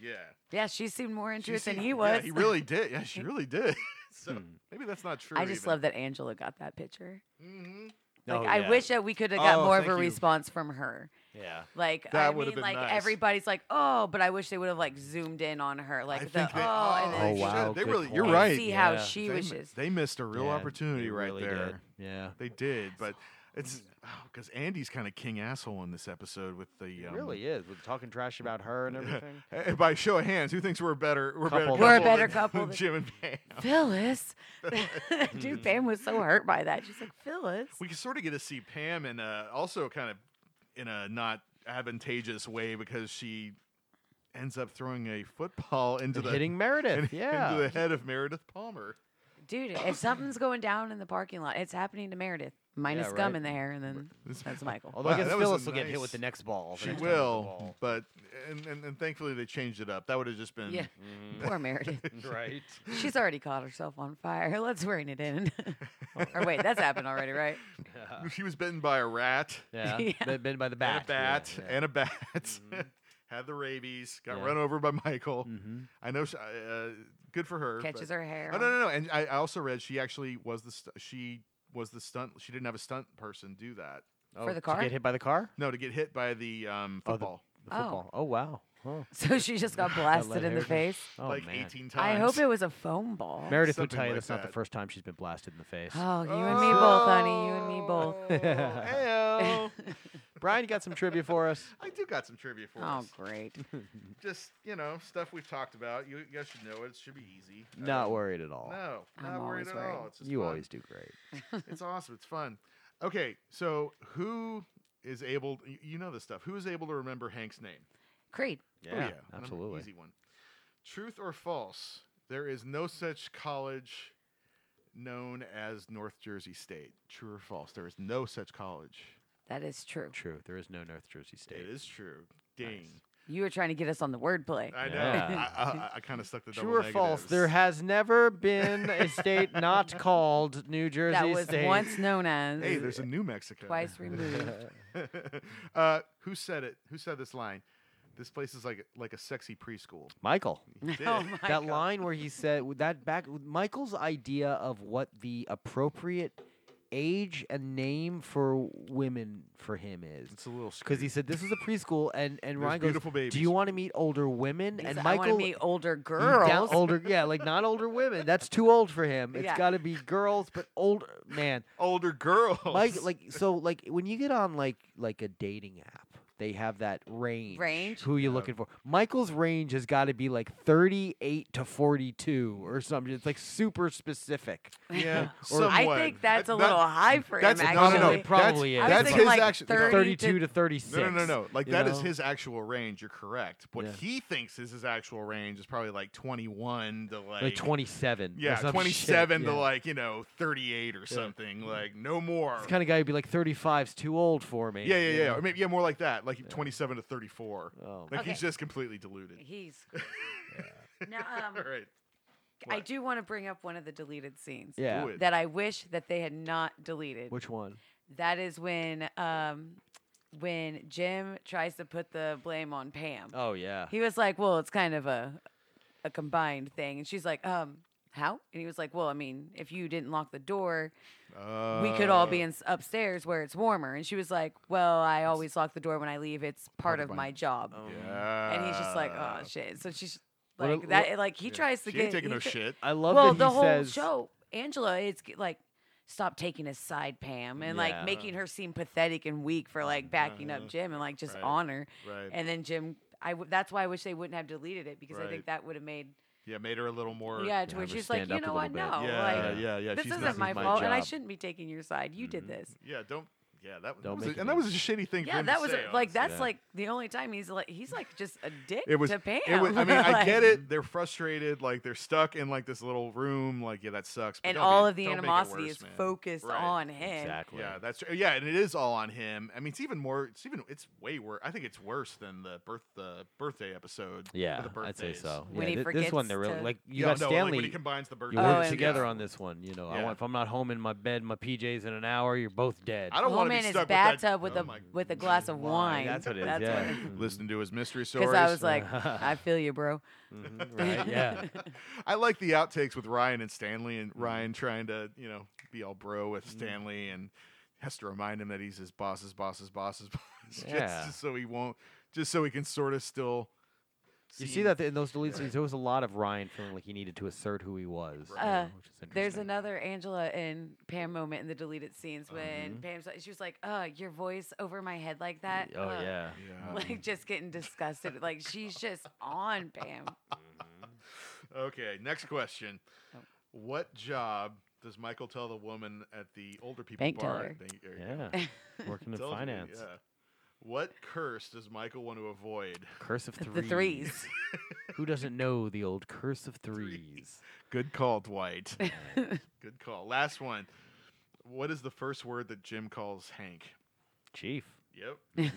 [SPEAKER 6] Yeah.
[SPEAKER 5] Yeah.
[SPEAKER 6] yeah, she seemed more into
[SPEAKER 5] She
[SPEAKER 6] it than
[SPEAKER 5] seemed-
[SPEAKER 6] he was.
[SPEAKER 5] Yeah, he really did. Yeah, she really did. so
[SPEAKER 4] Hmm.
[SPEAKER 5] maybe that's not true.
[SPEAKER 6] I just love that Angela got that picture.
[SPEAKER 5] hmm
[SPEAKER 6] Like
[SPEAKER 4] Oh,
[SPEAKER 6] I
[SPEAKER 4] yeah.
[SPEAKER 6] wish that we could have got
[SPEAKER 5] Oh,
[SPEAKER 6] more of
[SPEAKER 5] thank
[SPEAKER 6] a
[SPEAKER 5] you.
[SPEAKER 6] response from her.
[SPEAKER 4] Yeah.
[SPEAKER 6] Like
[SPEAKER 5] That
[SPEAKER 6] I
[SPEAKER 5] would've
[SPEAKER 6] mean,
[SPEAKER 5] been
[SPEAKER 6] like
[SPEAKER 5] nice.
[SPEAKER 6] everybody's like, oh, but I wish they would have like zoomed in on her, like
[SPEAKER 5] I
[SPEAKER 6] the
[SPEAKER 5] think
[SPEAKER 6] oh,
[SPEAKER 5] they-
[SPEAKER 6] and then
[SPEAKER 4] Oh,
[SPEAKER 5] Oh, shit,
[SPEAKER 6] she-
[SPEAKER 4] wow.
[SPEAKER 5] they
[SPEAKER 4] good
[SPEAKER 5] really- you're
[SPEAKER 4] call.
[SPEAKER 5] right.
[SPEAKER 6] see how
[SPEAKER 4] Yeah.
[SPEAKER 6] she
[SPEAKER 5] they, mi-
[SPEAKER 6] wishes.
[SPEAKER 5] They missed a real
[SPEAKER 4] Yeah,
[SPEAKER 5] opportunity
[SPEAKER 4] they
[SPEAKER 5] right
[SPEAKER 4] really
[SPEAKER 5] there.
[SPEAKER 4] did. Yeah.
[SPEAKER 5] They did, but it's because Andy's kind of king asshole in this episode with the.
[SPEAKER 4] It
[SPEAKER 5] Um,
[SPEAKER 4] really is with talking trash about her and everything.
[SPEAKER 5] Hey, by show of hands, who thinks we're a better we're a better
[SPEAKER 4] Couple.
[SPEAKER 5] couple
[SPEAKER 4] We're a
[SPEAKER 6] better
[SPEAKER 5] than-
[SPEAKER 6] couple
[SPEAKER 5] than
[SPEAKER 6] than-
[SPEAKER 5] Jim and Pam?
[SPEAKER 6] Phyllis, dude, Pam was so hurt by that. She's like, Phyllis,
[SPEAKER 5] We can sort of get to see Pam in a, also kind of in a not advantageous way because she ends up throwing a football into
[SPEAKER 4] And
[SPEAKER 5] the
[SPEAKER 4] hitting Meredith.
[SPEAKER 5] in-
[SPEAKER 4] yeah.
[SPEAKER 5] into the head of Meredith Palmer.
[SPEAKER 6] dude, if something's going down in the parking lot, it's happening to Meredith. Minus
[SPEAKER 4] Yeah,
[SPEAKER 6] gum
[SPEAKER 4] right.
[SPEAKER 6] in the hair, and then that's Michael.
[SPEAKER 4] Although
[SPEAKER 5] Wow,
[SPEAKER 4] I guess
[SPEAKER 5] that was a
[SPEAKER 4] Phyllis will get hit with
[SPEAKER 5] nice-
[SPEAKER 4] the next ball. the
[SPEAKER 5] She
[SPEAKER 4] next time it's a
[SPEAKER 5] will,
[SPEAKER 4] ball.
[SPEAKER 5] but and, and and thankfully they changed it up. That would have just been
[SPEAKER 6] Yeah,
[SPEAKER 5] Mm-hmm.
[SPEAKER 6] poor Meredith.
[SPEAKER 4] Right.
[SPEAKER 6] She's already caught herself on fire. Let's rein it in. or wait, that's happened already, right?
[SPEAKER 5] she was bitten by a rat.
[SPEAKER 4] Yeah.
[SPEAKER 6] Yeah.
[SPEAKER 4] Been, been by the
[SPEAKER 5] and
[SPEAKER 4] bat.
[SPEAKER 5] a bat
[SPEAKER 4] Yeah, yeah.
[SPEAKER 5] and a bat
[SPEAKER 6] Mm-hmm.
[SPEAKER 5] had the rabies got
[SPEAKER 4] Yeah.
[SPEAKER 5] run over by michael
[SPEAKER 4] Mm-hmm.
[SPEAKER 5] i know she, uh, good for her
[SPEAKER 6] Mm. Catches
[SPEAKER 5] but-
[SPEAKER 6] her hair.
[SPEAKER 5] oh no no no and i, I also read she actually was the st- she was the stunt she didn't have a stunt person do that
[SPEAKER 4] Oh,
[SPEAKER 6] For
[SPEAKER 4] to
[SPEAKER 6] the car?
[SPEAKER 4] get hit by the car?
[SPEAKER 5] no to get hit by the um,
[SPEAKER 4] Oh, the-
[SPEAKER 5] football
[SPEAKER 4] The
[SPEAKER 6] Oh.
[SPEAKER 4] football. Oh, wow. Huh.
[SPEAKER 6] So she just got blasted in the
[SPEAKER 4] Heritage.
[SPEAKER 6] face.
[SPEAKER 4] Oh,
[SPEAKER 5] like
[SPEAKER 4] man.
[SPEAKER 5] 18
[SPEAKER 6] I
[SPEAKER 5] times
[SPEAKER 6] hope it was a foam ball.
[SPEAKER 4] Meredith would
[SPEAKER 5] Something
[SPEAKER 4] tell you
[SPEAKER 5] like
[SPEAKER 4] that's not
[SPEAKER 5] that.
[SPEAKER 4] the first time she's been blasted in the face.
[SPEAKER 6] Oh, you and me both, honey. You and
[SPEAKER 5] oh,
[SPEAKER 6] me both.
[SPEAKER 5] Heyo.
[SPEAKER 4] Brian, you got some trivia for us?
[SPEAKER 5] I do got some trivia for
[SPEAKER 6] Oh,
[SPEAKER 5] us.
[SPEAKER 6] great.
[SPEAKER 5] Just you know stuff we've talked about. You, you guys should know it. It should be easy. I
[SPEAKER 4] Not
[SPEAKER 5] don't-
[SPEAKER 4] worried at all.
[SPEAKER 5] No,
[SPEAKER 6] I'm
[SPEAKER 5] not worried
[SPEAKER 6] always
[SPEAKER 5] at
[SPEAKER 6] worried.
[SPEAKER 5] all. It's just
[SPEAKER 4] you
[SPEAKER 5] fun.
[SPEAKER 4] always do great.
[SPEAKER 5] it's awesome. It's fun. Okay, so who is able? y- You know this stuff. Who is able to remember Hank's name?
[SPEAKER 6] Great.
[SPEAKER 5] Oh,
[SPEAKER 4] Yeah,
[SPEAKER 5] number-
[SPEAKER 4] absolutely.
[SPEAKER 5] Easy one. Truth or false? There is no such college known as North Jersey State. True or false? There is no such college.
[SPEAKER 6] That is true.
[SPEAKER 4] True. There is no North Jersey State.
[SPEAKER 5] It is true. Ding.
[SPEAKER 6] You were trying to get us on the wordplay.
[SPEAKER 5] I know.
[SPEAKER 4] Yeah.
[SPEAKER 5] I, I, I kind of stuck the
[SPEAKER 4] True
[SPEAKER 5] double
[SPEAKER 4] or false? There
[SPEAKER 5] negatives.
[SPEAKER 4] has never been a state not called New Jersey
[SPEAKER 6] that was
[SPEAKER 4] State.
[SPEAKER 6] once known as.
[SPEAKER 5] Hey, there's a New Mexico.
[SPEAKER 6] twice removed.
[SPEAKER 5] uh, who said it? Who said this line? This place is like like a sexy preschool.
[SPEAKER 4] Michael.
[SPEAKER 5] He did.
[SPEAKER 6] Oh my
[SPEAKER 4] that
[SPEAKER 6] God.
[SPEAKER 4] line where he said that back Michael's idea of what the appropriate age and name for women for him is.
[SPEAKER 5] It's a little
[SPEAKER 4] Because he said this is a preschool, and and Ryan goes,
[SPEAKER 5] beautiful
[SPEAKER 4] "Do
[SPEAKER 5] babies."
[SPEAKER 4] you want to meet older women?"
[SPEAKER 6] He
[SPEAKER 4] and
[SPEAKER 6] said, I
[SPEAKER 4] Michael,
[SPEAKER 6] want to meet older
[SPEAKER 4] "You down-
[SPEAKER 6] girls.
[SPEAKER 4] older, yeah, like not older women. That's too old for him. It's
[SPEAKER 6] Yeah.
[SPEAKER 4] got to be girls, but older man.
[SPEAKER 5] older girls.
[SPEAKER 4] Mike, like so, like when you get on like like a dating app, they have that range.
[SPEAKER 6] Range?
[SPEAKER 4] Who you looking for? Michael's range has got to be like thirty-eight to forty-two or something. It's like super specific.
[SPEAKER 5] yeah,
[SPEAKER 6] I
[SPEAKER 5] somewhat.
[SPEAKER 6] think that's a
[SPEAKER 5] That-
[SPEAKER 6] little
[SPEAKER 5] that-
[SPEAKER 6] high for
[SPEAKER 5] That's
[SPEAKER 6] him,
[SPEAKER 5] no,
[SPEAKER 6] actually.
[SPEAKER 5] no, no.
[SPEAKER 4] It probably is.
[SPEAKER 5] that's,
[SPEAKER 4] I was
[SPEAKER 5] That's
[SPEAKER 4] thinking
[SPEAKER 5] his
[SPEAKER 6] like
[SPEAKER 5] actual. no,
[SPEAKER 6] 30
[SPEAKER 4] Thirty-two to thirty-six.
[SPEAKER 5] No, no, no, no. Like
[SPEAKER 4] you
[SPEAKER 5] that is
[SPEAKER 4] know?
[SPEAKER 5] his actual range. You're correct. What
[SPEAKER 4] Yeah.
[SPEAKER 5] he thinks is his actual range is probably like 21 to like,
[SPEAKER 4] Like twenty-seven. or
[SPEAKER 5] Yeah,
[SPEAKER 4] some shit,
[SPEAKER 5] 27 to
[SPEAKER 4] yeah.
[SPEAKER 5] like you know 38 or something. Like no more.
[SPEAKER 4] This kind of guy would be like 35's too old for me.
[SPEAKER 5] yeah, yeah,
[SPEAKER 4] you
[SPEAKER 5] yeah.
[SPEAKER 4] know?
[SPEAKER 5] Or maybe yeah, more like that. Like 27 to 34.
[SPEAKER 4] Oh,
[SPEAKER 5] Like
[SPEAKER 6] Okay.
[SPEAKER 5] he's just completely deluded.
[SPEAKER 6] He's. Now, um,
[SPEAKER 5] All right.
[SPEAKER 6] I
[SPEAKER 5] What?
[SPEAKER 6] do want to bring up one of the deleted scenes
[SPEAKER 4] Yeah.
[SPEAKER 5] Do it.
[SPEAKER 6] that I wish that they had not deleted.
[SPEAKER 4] Which one?
[SPEAKER 6] That is when um when Jim tries to put the blame on Pam.
[SPEAKER 4] Oh yeah.
[SPEAKER 6] He was like, "Well, it's kind of a a combined thing." And she's like, "Um, how?" And he was like, "Well, I mean, if you didn't lock the door, we could all be in s- upstairs where it's warmer." And she was like, "Well, I always lock the door when I leave. It's part of my job."
[SPEAKER 5] Oh, Yeah.
[SPEAKER 6] And he's just like, "Oh shit." So she's
[SPEAKER 4] What a-
[SPEAKER 6] like that
[SPEAKER 4] what-
[SPEAKER 6] like he tries to
[SPEAKER 5] She
[SPEAKER 6] get
[SPEAKER 5] ain't taking
[SPEAKER 6] he
[SPEAKER 5] no
[SPEAKER 6] tr-
[SPEAKER 5] shit.
[SPEAKER 4] I love
[SPEAKER 6] well,
[SPEAKER 4] that he
[SPEAKER 6] the whole
[SPEAKER 4] says.
[SPEAKER 6] show, Angela is g- like, stop taking his side, Pam, and
[SPEAKER 4] Yeah.
[SPEAKER 6] like making her seem pathetic and weak for like backing up Jim and like just
[SPEAKER 5] Mm-hmm. Right.
[SPEAKER 6] honor.
[SPEAKER 5] Right.
[SPEAKER 6] And then Jim, I w- that's why I wish they wouldn't have deleted it because I
[SPEAKER 5] Right.
[SPEAKER 6] think that would have made
[SPEAKER 5] Yeah, made her a little more.
[SPEAKER 6] yeah, to
[SPEAKER 4] have her
[SPEAKER 6] where she's like,
[SPEAKER 4] stand
[SPEAKER 6] you
[SPEAKER 4] up a
[SPEAKER 6] know
[SPEAKER 4] little
[SPEAKER 6] what,
[SPEAKER 4] bit.
[SPEAKER 6] no,
[SPEAKER 5] Yeah,
[SPEAKER 6] like
[SPEAKER 5] yeah, yeah,
[SPEAKER 6] this
[SPEAKER 5] she's not-
[SPEAKER 6] isn't
[SPEAKER 5] this
[SPEAKER 6] my
[SPEAKER 5] is my Mm-hmm.
[SPEAKER 6] fault, and I
[SPEAKER 4] job."
[SPEAKER 6] shouldn't be taking your side. You did this.
[SPEAKER 5] Yeah, don't yeah, that
[SPEAKER 4] Don't
[SPEAKER 5] was, that was
[SPEAKER 4] make
[SPEAKER 5] a,
[SPEAKER 4] it
[SPEAKER 5] and that
[SPEAKER 4] worse.
[SPEAKER 5] was a shitty thing. for
[SPEAKER 6] Yeah,
[SPEAKER 5] him
[SPEAKER 6] that
[SPEAKER 5] to
[SPEAKER 6] was
[SPEAKER 5] say,
[SPEAKER 6] like
[SPEAKER 5] honestly.
[SPEAKER 6] that's
[SPEAKER 4] Yeah.
[SPEAKER 6] like the only time he's like he's like just a dick
[SPEAKER 5] It was.
[SPEAKER 6] to Pam.
[SPEAKER 5] It was. I mean, I
[SPEAKER 6] Like,
[SPEAKER 5] get it. They're frustrated. Like they're stuck in like this little room. Like yeah, that sucks. but
[SPEAKER 6] And
[SPEAKER 5] don't
[SPEAKER 6] all
[SPEAKER 5] make-
[SPEAKER 6] of the
[SPEAKER 5] don't make it
[SPEAKER 6] animosity
[SPEAKER 5] worse,
[SPEAKER 6] is
[SPEAKER 5] man.
[SPEAKER 6] focused
[SPEAKER 5] Right.
[SPEAKER 6] on him.
[SPEAKER 4] Exactly.
[SPEAKER 5] Yeah, that's true. Yeah, and it is all on him. I mean, it's even more. It's even. It's way worse. I think it's worse than the birth the birthday episode. for
[SPEAKER 4] Yeah,
[SPEAKER 5] the
[SPEAKER 4] I'd say
[SPEAKER 5] birthdays.
[SPEAKER 4] so. yeah,
[SPEAKER 6] When he
[SPEAKER 4] thi- this
[SPEAKER 6] forgets
[SPEAKER 4] one, they're really
[SPEAKER 6] to-
[SPEAKER 4] like you
[SPEAKER 5] Yeah,
[SPEAKER 4] got
[SPEAKER 5] no, like,
[SPEAKER 4] Stanley.
[SPEAKER 5] when he combines the
[SPEAKER 4] you
[SPEAKER 5] birthday.
[SPEAKER 6] Oh,
[SPEAKER 4] work
[SPEAKER 6] yeah.
[SPEAKER 4] together
[SPEAKER 5] Yeah.
[SPEAKER 4] on this one. You know, I
[SPEAKER 5] Yeah.
[SPEAKER 4] want, if I'm not home in my bed, my PJs in an hour, you're both dead.
[SPEAKER 5] I don't
[SPEAKER 6] Home
[SPEAKER 5] want to be
[SPEAKER 6] in Oh, his
[SPEAKER 5] stuck
[SPEAKER 6] bathtub
[SPEAKER 5] with,
[SPEAKER 6] with,
[SPEAKER 5] that- oh
[SPEAKER 6] a
[SPEAKER 5] my
[SPEAKER 6] with a glass of wine.
[SPEAKER 4] That's what it is.
[SPEAKER 6] That's
[SPEAKER 4] yeah.
[SPEAKER 6] what
[SPEAKER 5] Listen to his mystery stories.
[SPEAKER 6] Because I was like, I feel you, bro.
[SPEAKER 4] Mhm, right. Yeah.
[SPEAKER 5] I like the outtakes with Ryan and Stanley, and
[SPEAKER 4] Mm-hmm.
[SPEAKER 5] Ryan trying to, you know, be all bro with Stanley, and has to remind him that he's his boss's boss's boss's boss, just-
[SPEAKER 4] Yeah.
[SPEAKER 5] just, so he won't, just so he can sort of still.
[SPEAKER 4] You see that in those deleted scenes, there was a lot of Ryan feeling like he needed to assert who he was. you know,
[SPEAKER 6] Uh,
[SPEAKER 4] which is
[SPEAKER 6] There's
[SPEAKER 4] interesting.
[SPEAKER 6] another Angela and Pam moment in the deleted scenes when
[SPEAKER 5] Mm-hmm.
[SPEAKER 6] Pam's she was like, "Uh, your voice over my head like that."
[SPEAKER 4] Oh
[SPEAKER 6] uh,"
[SPEAKER 4] yeah.
[SPEAKER 5] Yeah.
[SPEAKER 6] Like just getting disgusted. Like she's just on Pam.
[SPEAKER 5] Okay. Next question.
[SPEAKER 6] Oh.
[SPEAKER 5] What job does Michael tell the woman at the older people
[SPEAKER 6] Bank
[SPEAKER 5] bar?
[SPEAKER 6] teller.
[SPEAKER 5] Thank- there you go.
[SPEAKER 4] Yeah. Working in
[SPEAKER 5] Tells you,
[SPEAKER 4] finance.
[SPEAKER 5] yeah. What curse does Michael want to avoid?
[SPEAKER 4] Curse of
[SPEAKER 6] The
[SPEAKER 4] threes.
[SPEAKER 6] threes.
[SPEAKER 4] Who doesn't know the old curse of threes?
[SPEAKER 5] Good call, Dwight. Good call. Last one. What is the first word that Jim calls Hank?
[SPEAKER 4] Chief.
[SPEAKER 5] Yep.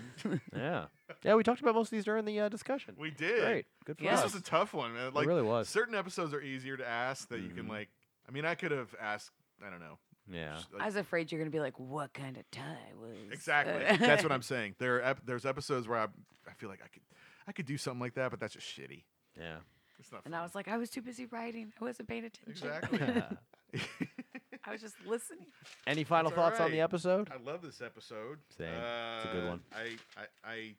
[SPEAKER 4] Yeah. Yeah, we talked about most of these during the uh, discussion.
[SPEAKER 5] We did.
[SPEAKER 4] Great. Good for
[SPEAKER 6] Yeah.
[SPEAKER 5] This
[SPEAKER 4] us.
[SPEAKER 5] was a tough one, man. Like
[SPEAKER 4] really was. Mm-hmm.
[SPEAKER 5] Certain episodes are easier to ask that you can like. I mean, I could have asked. I don't know.
[SPEAKER 4] yeah.
[SPEAKER 5] just,
[SPEAKER 6] I
[SPEAKER 5] like-
[SPEAKER 6] was uh, afraid you're gonna be like, "What kind of tie was?"
[SPEAKER 5] exactly. that's what I'm saying. There, are ep- there's episodes where I, I feel like I could, I could do something like that, but that's just shitty.
[SPEAKER 4] Yeah.
[SPEAKER 5] It's not.
[SPEAKER 6] And
[SPEAKER 5] fun.
[SPEAKER 6] I was like, I was too busy writing. I wasn't paying attention.
[SPEAKER 5] exactly.
[SPEAKER 6] I was just listening.
[SPEAKER 4] Any final
[SPEAKER 5] It's all
[SPEAKER 4] thoughts on the
[SPEAKER 5] right.
[SPEAKER 4] episode?
[SPEAKER 5] I love this episode.
[SPEAKER 4] Same. It's a good
[SPEAKER 5] Uh,
[SPEAKER 4] one.
[SPEAKER 5] I, I, I,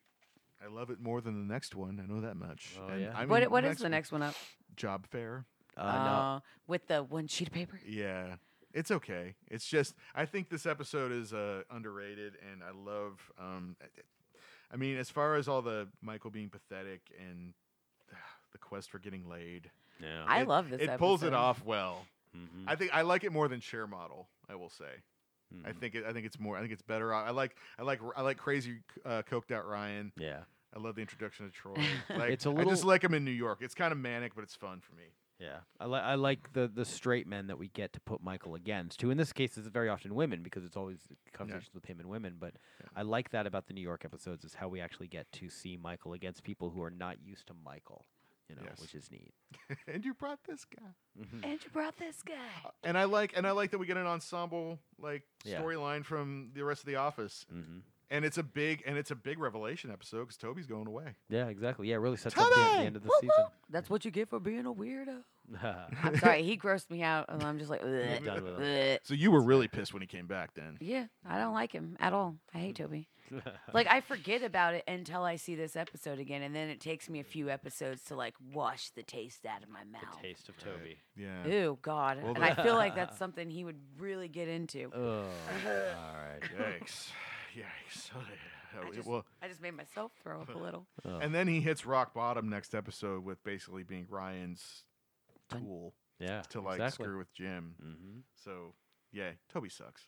[SPEAKER 5] I love it more than the next one. I know that much.
[SPEAKER 4] Oh,
[SPEAKER 5] And
[SPEAKER 4] yeah.
[SPEAKER 5] I
[SPEAKER 6] what
[SPEAKER 5] mean,
[SPEAKER 6] What is the
[SPEAKER 5] one-
[SPEAKER 6] next one up?
[SPEAKER 5] job fair?
[SPEAKER 4] Uh,
[SPEAKER 6] Uh, with the one sheet of paper.
[SPEAKER 5] Yeah. It's okay. It's just I think this episode is uh, underrated and I love um I mean as far as all the Michael being pathetic and the quest for getting laid.
[SPEAKER 4] no. Yeah.
[SPEAKER 6] I
[SPEAKER 5] it-
[SPEAKER 6] love this.
[SPEAKER 5] It pulls it
[SPEAKER 6] episode.
[SPEAKER 5] off well.
[SPEAKER 4] Mhm.
[SPEAKER 5] I think I like it more than share model, I will say. I
[SPEAKER 4] Mhm.
[SPEAKER 5] think it, I think it's more I think it's better. I like I like I like crazy uh, coked out Ryan.
[SPEAKER 4] Yeah.
[SPEAKER 5] I love the introduction of Troy. Like
[SPEAKER 4] It's a
[SPEAKER 5] I just
[SPEAKER 4] little-
[SPEAKER 5] like him in New York. It's kind of manic, but it's fun for me.
[SPEAKER 4] Yeah, I like I like the the straight men that we get to put Michael against. Who in this case is very often women because it's always conversations with him and women. But I like that about the New York episodes is how we actually get to see Michael against people who are not used to Michael, you know,
[SPEAKER 5] Yes.
[SPEAKER 4] which is neat.
[SPEAKER 5] and you brought this guy.
[SPEAKER 4] Mm-hmm.
[SPEAKER 5] Uh,
[SPEAKER 6] And you brought this guy.
[SPEAKER 5] and I like and I like that we get an ensemble like
[SPEAKER 4] Yeah.
[SPEAKER 5] storyline from the rest of the office,
[SPEAKER 4] Mm-hmm.
[SPEAKER 5] and it's a big and it's a big revelation episode because Toby's going away.
[SPEAKER 4] Yeah, exactly. Yeah, it really sets up the, the end of the season.
[SPEAKER 6] That's what you get for being a weirdo.
[SPEAKER 4] Haha.
[SPEAKER 6] I'm sorry, he grossed me out, and I'm just like, "Ugh,
[SPEAKER 4] done with
[SPEAKER 6] ugh."
[SPEAKER 5] So you were really pissed when he came back then.
[SPEAKER 6] yeah, I don't like him at all. I hate Toby. like I forget about it until I see this episode again, and then it takes me a few episodes to like wash the taste out of my mouth.
[SPEAKER 4] Taste of Toby.
[SPEAKER 5] Yeah.
[SPEAKER 6] Ew, God,
[SPEAKER 5] Well,
[SPEAKER 6] and I feel like that's something he would really get into.
[SPEAKER 4] Oh, all right.
[SPEAKER 5] Yikes. Yikes. Oh, yeah.
[SPEAKER 6] I
[SPEAKER 5] It-
[SPEAKER 6] just,
[SPEAKER 5] well,
[SPEAKER 6] I just made myself throw up a little.
[SPEAKER 4] Oh.
[SPEAKER 5] and then he hits rock bottom next episode with basically being Ryan's tool
[SPEAKER 4] Yeah.
[SPEAKER 5] to like
[SPEAKER 4] exactly.
[SPEAKER 5] screw with Jim.
[SPEAKER 4] Mm-hmm.
[SPEAKER 5] So yeah, Toby sucks.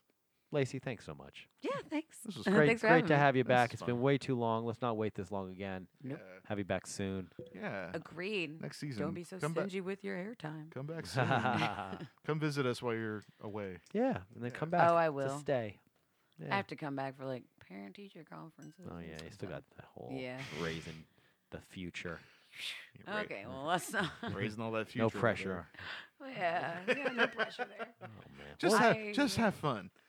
[SPEAKER 4] Lacey, thanks so much.
[SPEAKER 6] Yeah, thanks.
[SPEAKER 5] This was
[SPEAKER 4] Great,
[SPEAKER 6] Uh, thanks for
[SPEAKER 4] great to
[SPEAKER 6] having me.
[SPEAKER 4] have you
[SPEAKER 5] This
[SPEAKER 4] back.
[SPEAKER 5] is
[SPEAKER 4] It's
[SPEAKER 5] fun.
[SPEAKER 4] been way too long. Let's not wait this long again.
[SPEAKER 6] Nope.
[SPEAKER 4] Have you back soon.
[SPEAKER 5] Uh, Yeah.
[SPEAKER 6] Agreed.
[SPEAKER 5] Next season.
[SPEAKER 6] Don't be so
[SPEAKER 5] come
[SPEAKER 6] stingy with your airtime.
[SPEAKER 5] Back, come back soon.
[SPEAKER 4] yeah,
[SPEAKER 5] come visit us while you're away.
[SPEAKER 4] and then come back.
[SPEAKER 6] Oh, I
[SPEAKER 4] To
[SPEAKER 6] will.
[SPEAKER 4] stay. Yeah.
[SPEAKER 6] I have to come back for like parent teacher conferences.
[SPEAKER 4] oh
[SPEAKER 6] and
[SPEAKER 4] yeah, you
[SPEAKER 6] stuff
[SPEAKER 4] still
[SPEAKER 6] done.
[SPEAKER 4] got the whole
[SPEAKER 6] Yeah.
[SPEAKER 4] raising the future.
[SPEAKER 5] Ra-
[SPEAKER 6] Okay, well let's not.
[SPEAKER 5] Raising all that future.
[SPEAKER 4] no
[SPEAKER 5] over there.
[SPEAKER 4] pressure.
[SPEAKER 6] Oh, yeah, yeah, no pressure there.
[SPEAKER 4] Oh man.
[SPEAKER 5] Just have,
[SPEAKER 6] I-
[SPEAKER 5] just have fun.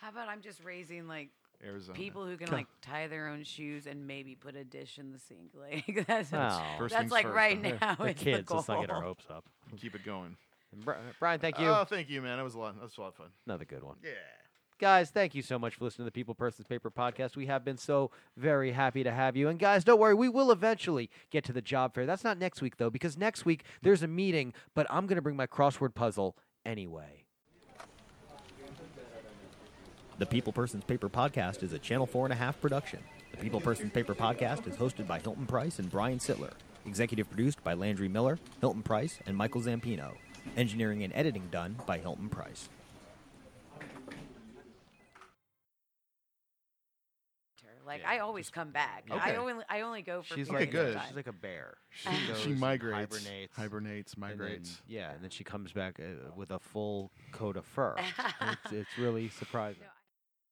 [SPEAKER 6] How about I'm just raising like
[SPEAKER 5] Arizona.
[SPEAKER 6] people who can like tie their own shoes and maybe put a dish in the sink. Like that's
[SPEAKER 4] Wow.
[SPEAKER 5] first
[SPEAKER 6] that's
[SPEAKER 5] things
[SPEAKER 6] like
[SPEAKER 5] first,
[SPEAKER 6] right
[SPEAKER 5] huh?
[SPEAKER 6] now.
[SPEAKER 4] the
[SPEAKER 6] is
[SPEAKER 4] kids,
[SPEAKER 6] Oh, the
[SPEAKER 4] let's not get our
[SPEAKER 6] goal.
[SPEAKER 4] hopes up.
[SPEAKER 5] keep it going.
[SPEAKER 4] And Bri- Brian, thank you.
[SPEAKER 5] Oh, thank you, man. That was a lot. That was a lot of fun.
[SPEAKER 4] Another good one.
[SPEAKER 5] Yeah.
[SPEAKER 4] Guys, thank you so much for listening to the People Persons Paper podcast. We have been so very happy to have you. And guys, don't worry, we will eventually get to the job fair. That's not next week though, because next week there's a meeting, but I'm going to bring my crossword puzzle anyway.
[SPEAKER 7] The People Persons Paper Podcast is a Channel 4.5 production. The People Persons Paper Podcast is hosted by Hilton Price and Brian Sittler. Executive produced by Landry Miller, Hilton Price, and Michael Zampino. Engineering and editing done by Hilton Price.
[SPEAKER 6] Like I always come back.
[SPEAKER 5] Okay.
[SPEAKER 6] I only I only go for
[SPEAKER 4] She's like
[SPEAKER 5] Okay,
[SPEAKER 6] periods of
[SPEAKER 5] good.
[SPEAKER 4] A,
[SPEAKER 6] time.
[SPEAKER 4] she's like a bear.
[SPEAKER 5] She,
[SPEAKER 4] goes
[SPEAKER 5] she
[SPEAKER 4] and
[SPEAKER 5] migrates,
[SPEAKER 4] hibernates,
[SPEAKER 5] hibernates,
[SPEAKER 4] and then-
[SPEAKER 5] migrates.
[SPEAKER 4] yeah, and then she comes back uh, with a full coat of fur. it's, it's really surprising.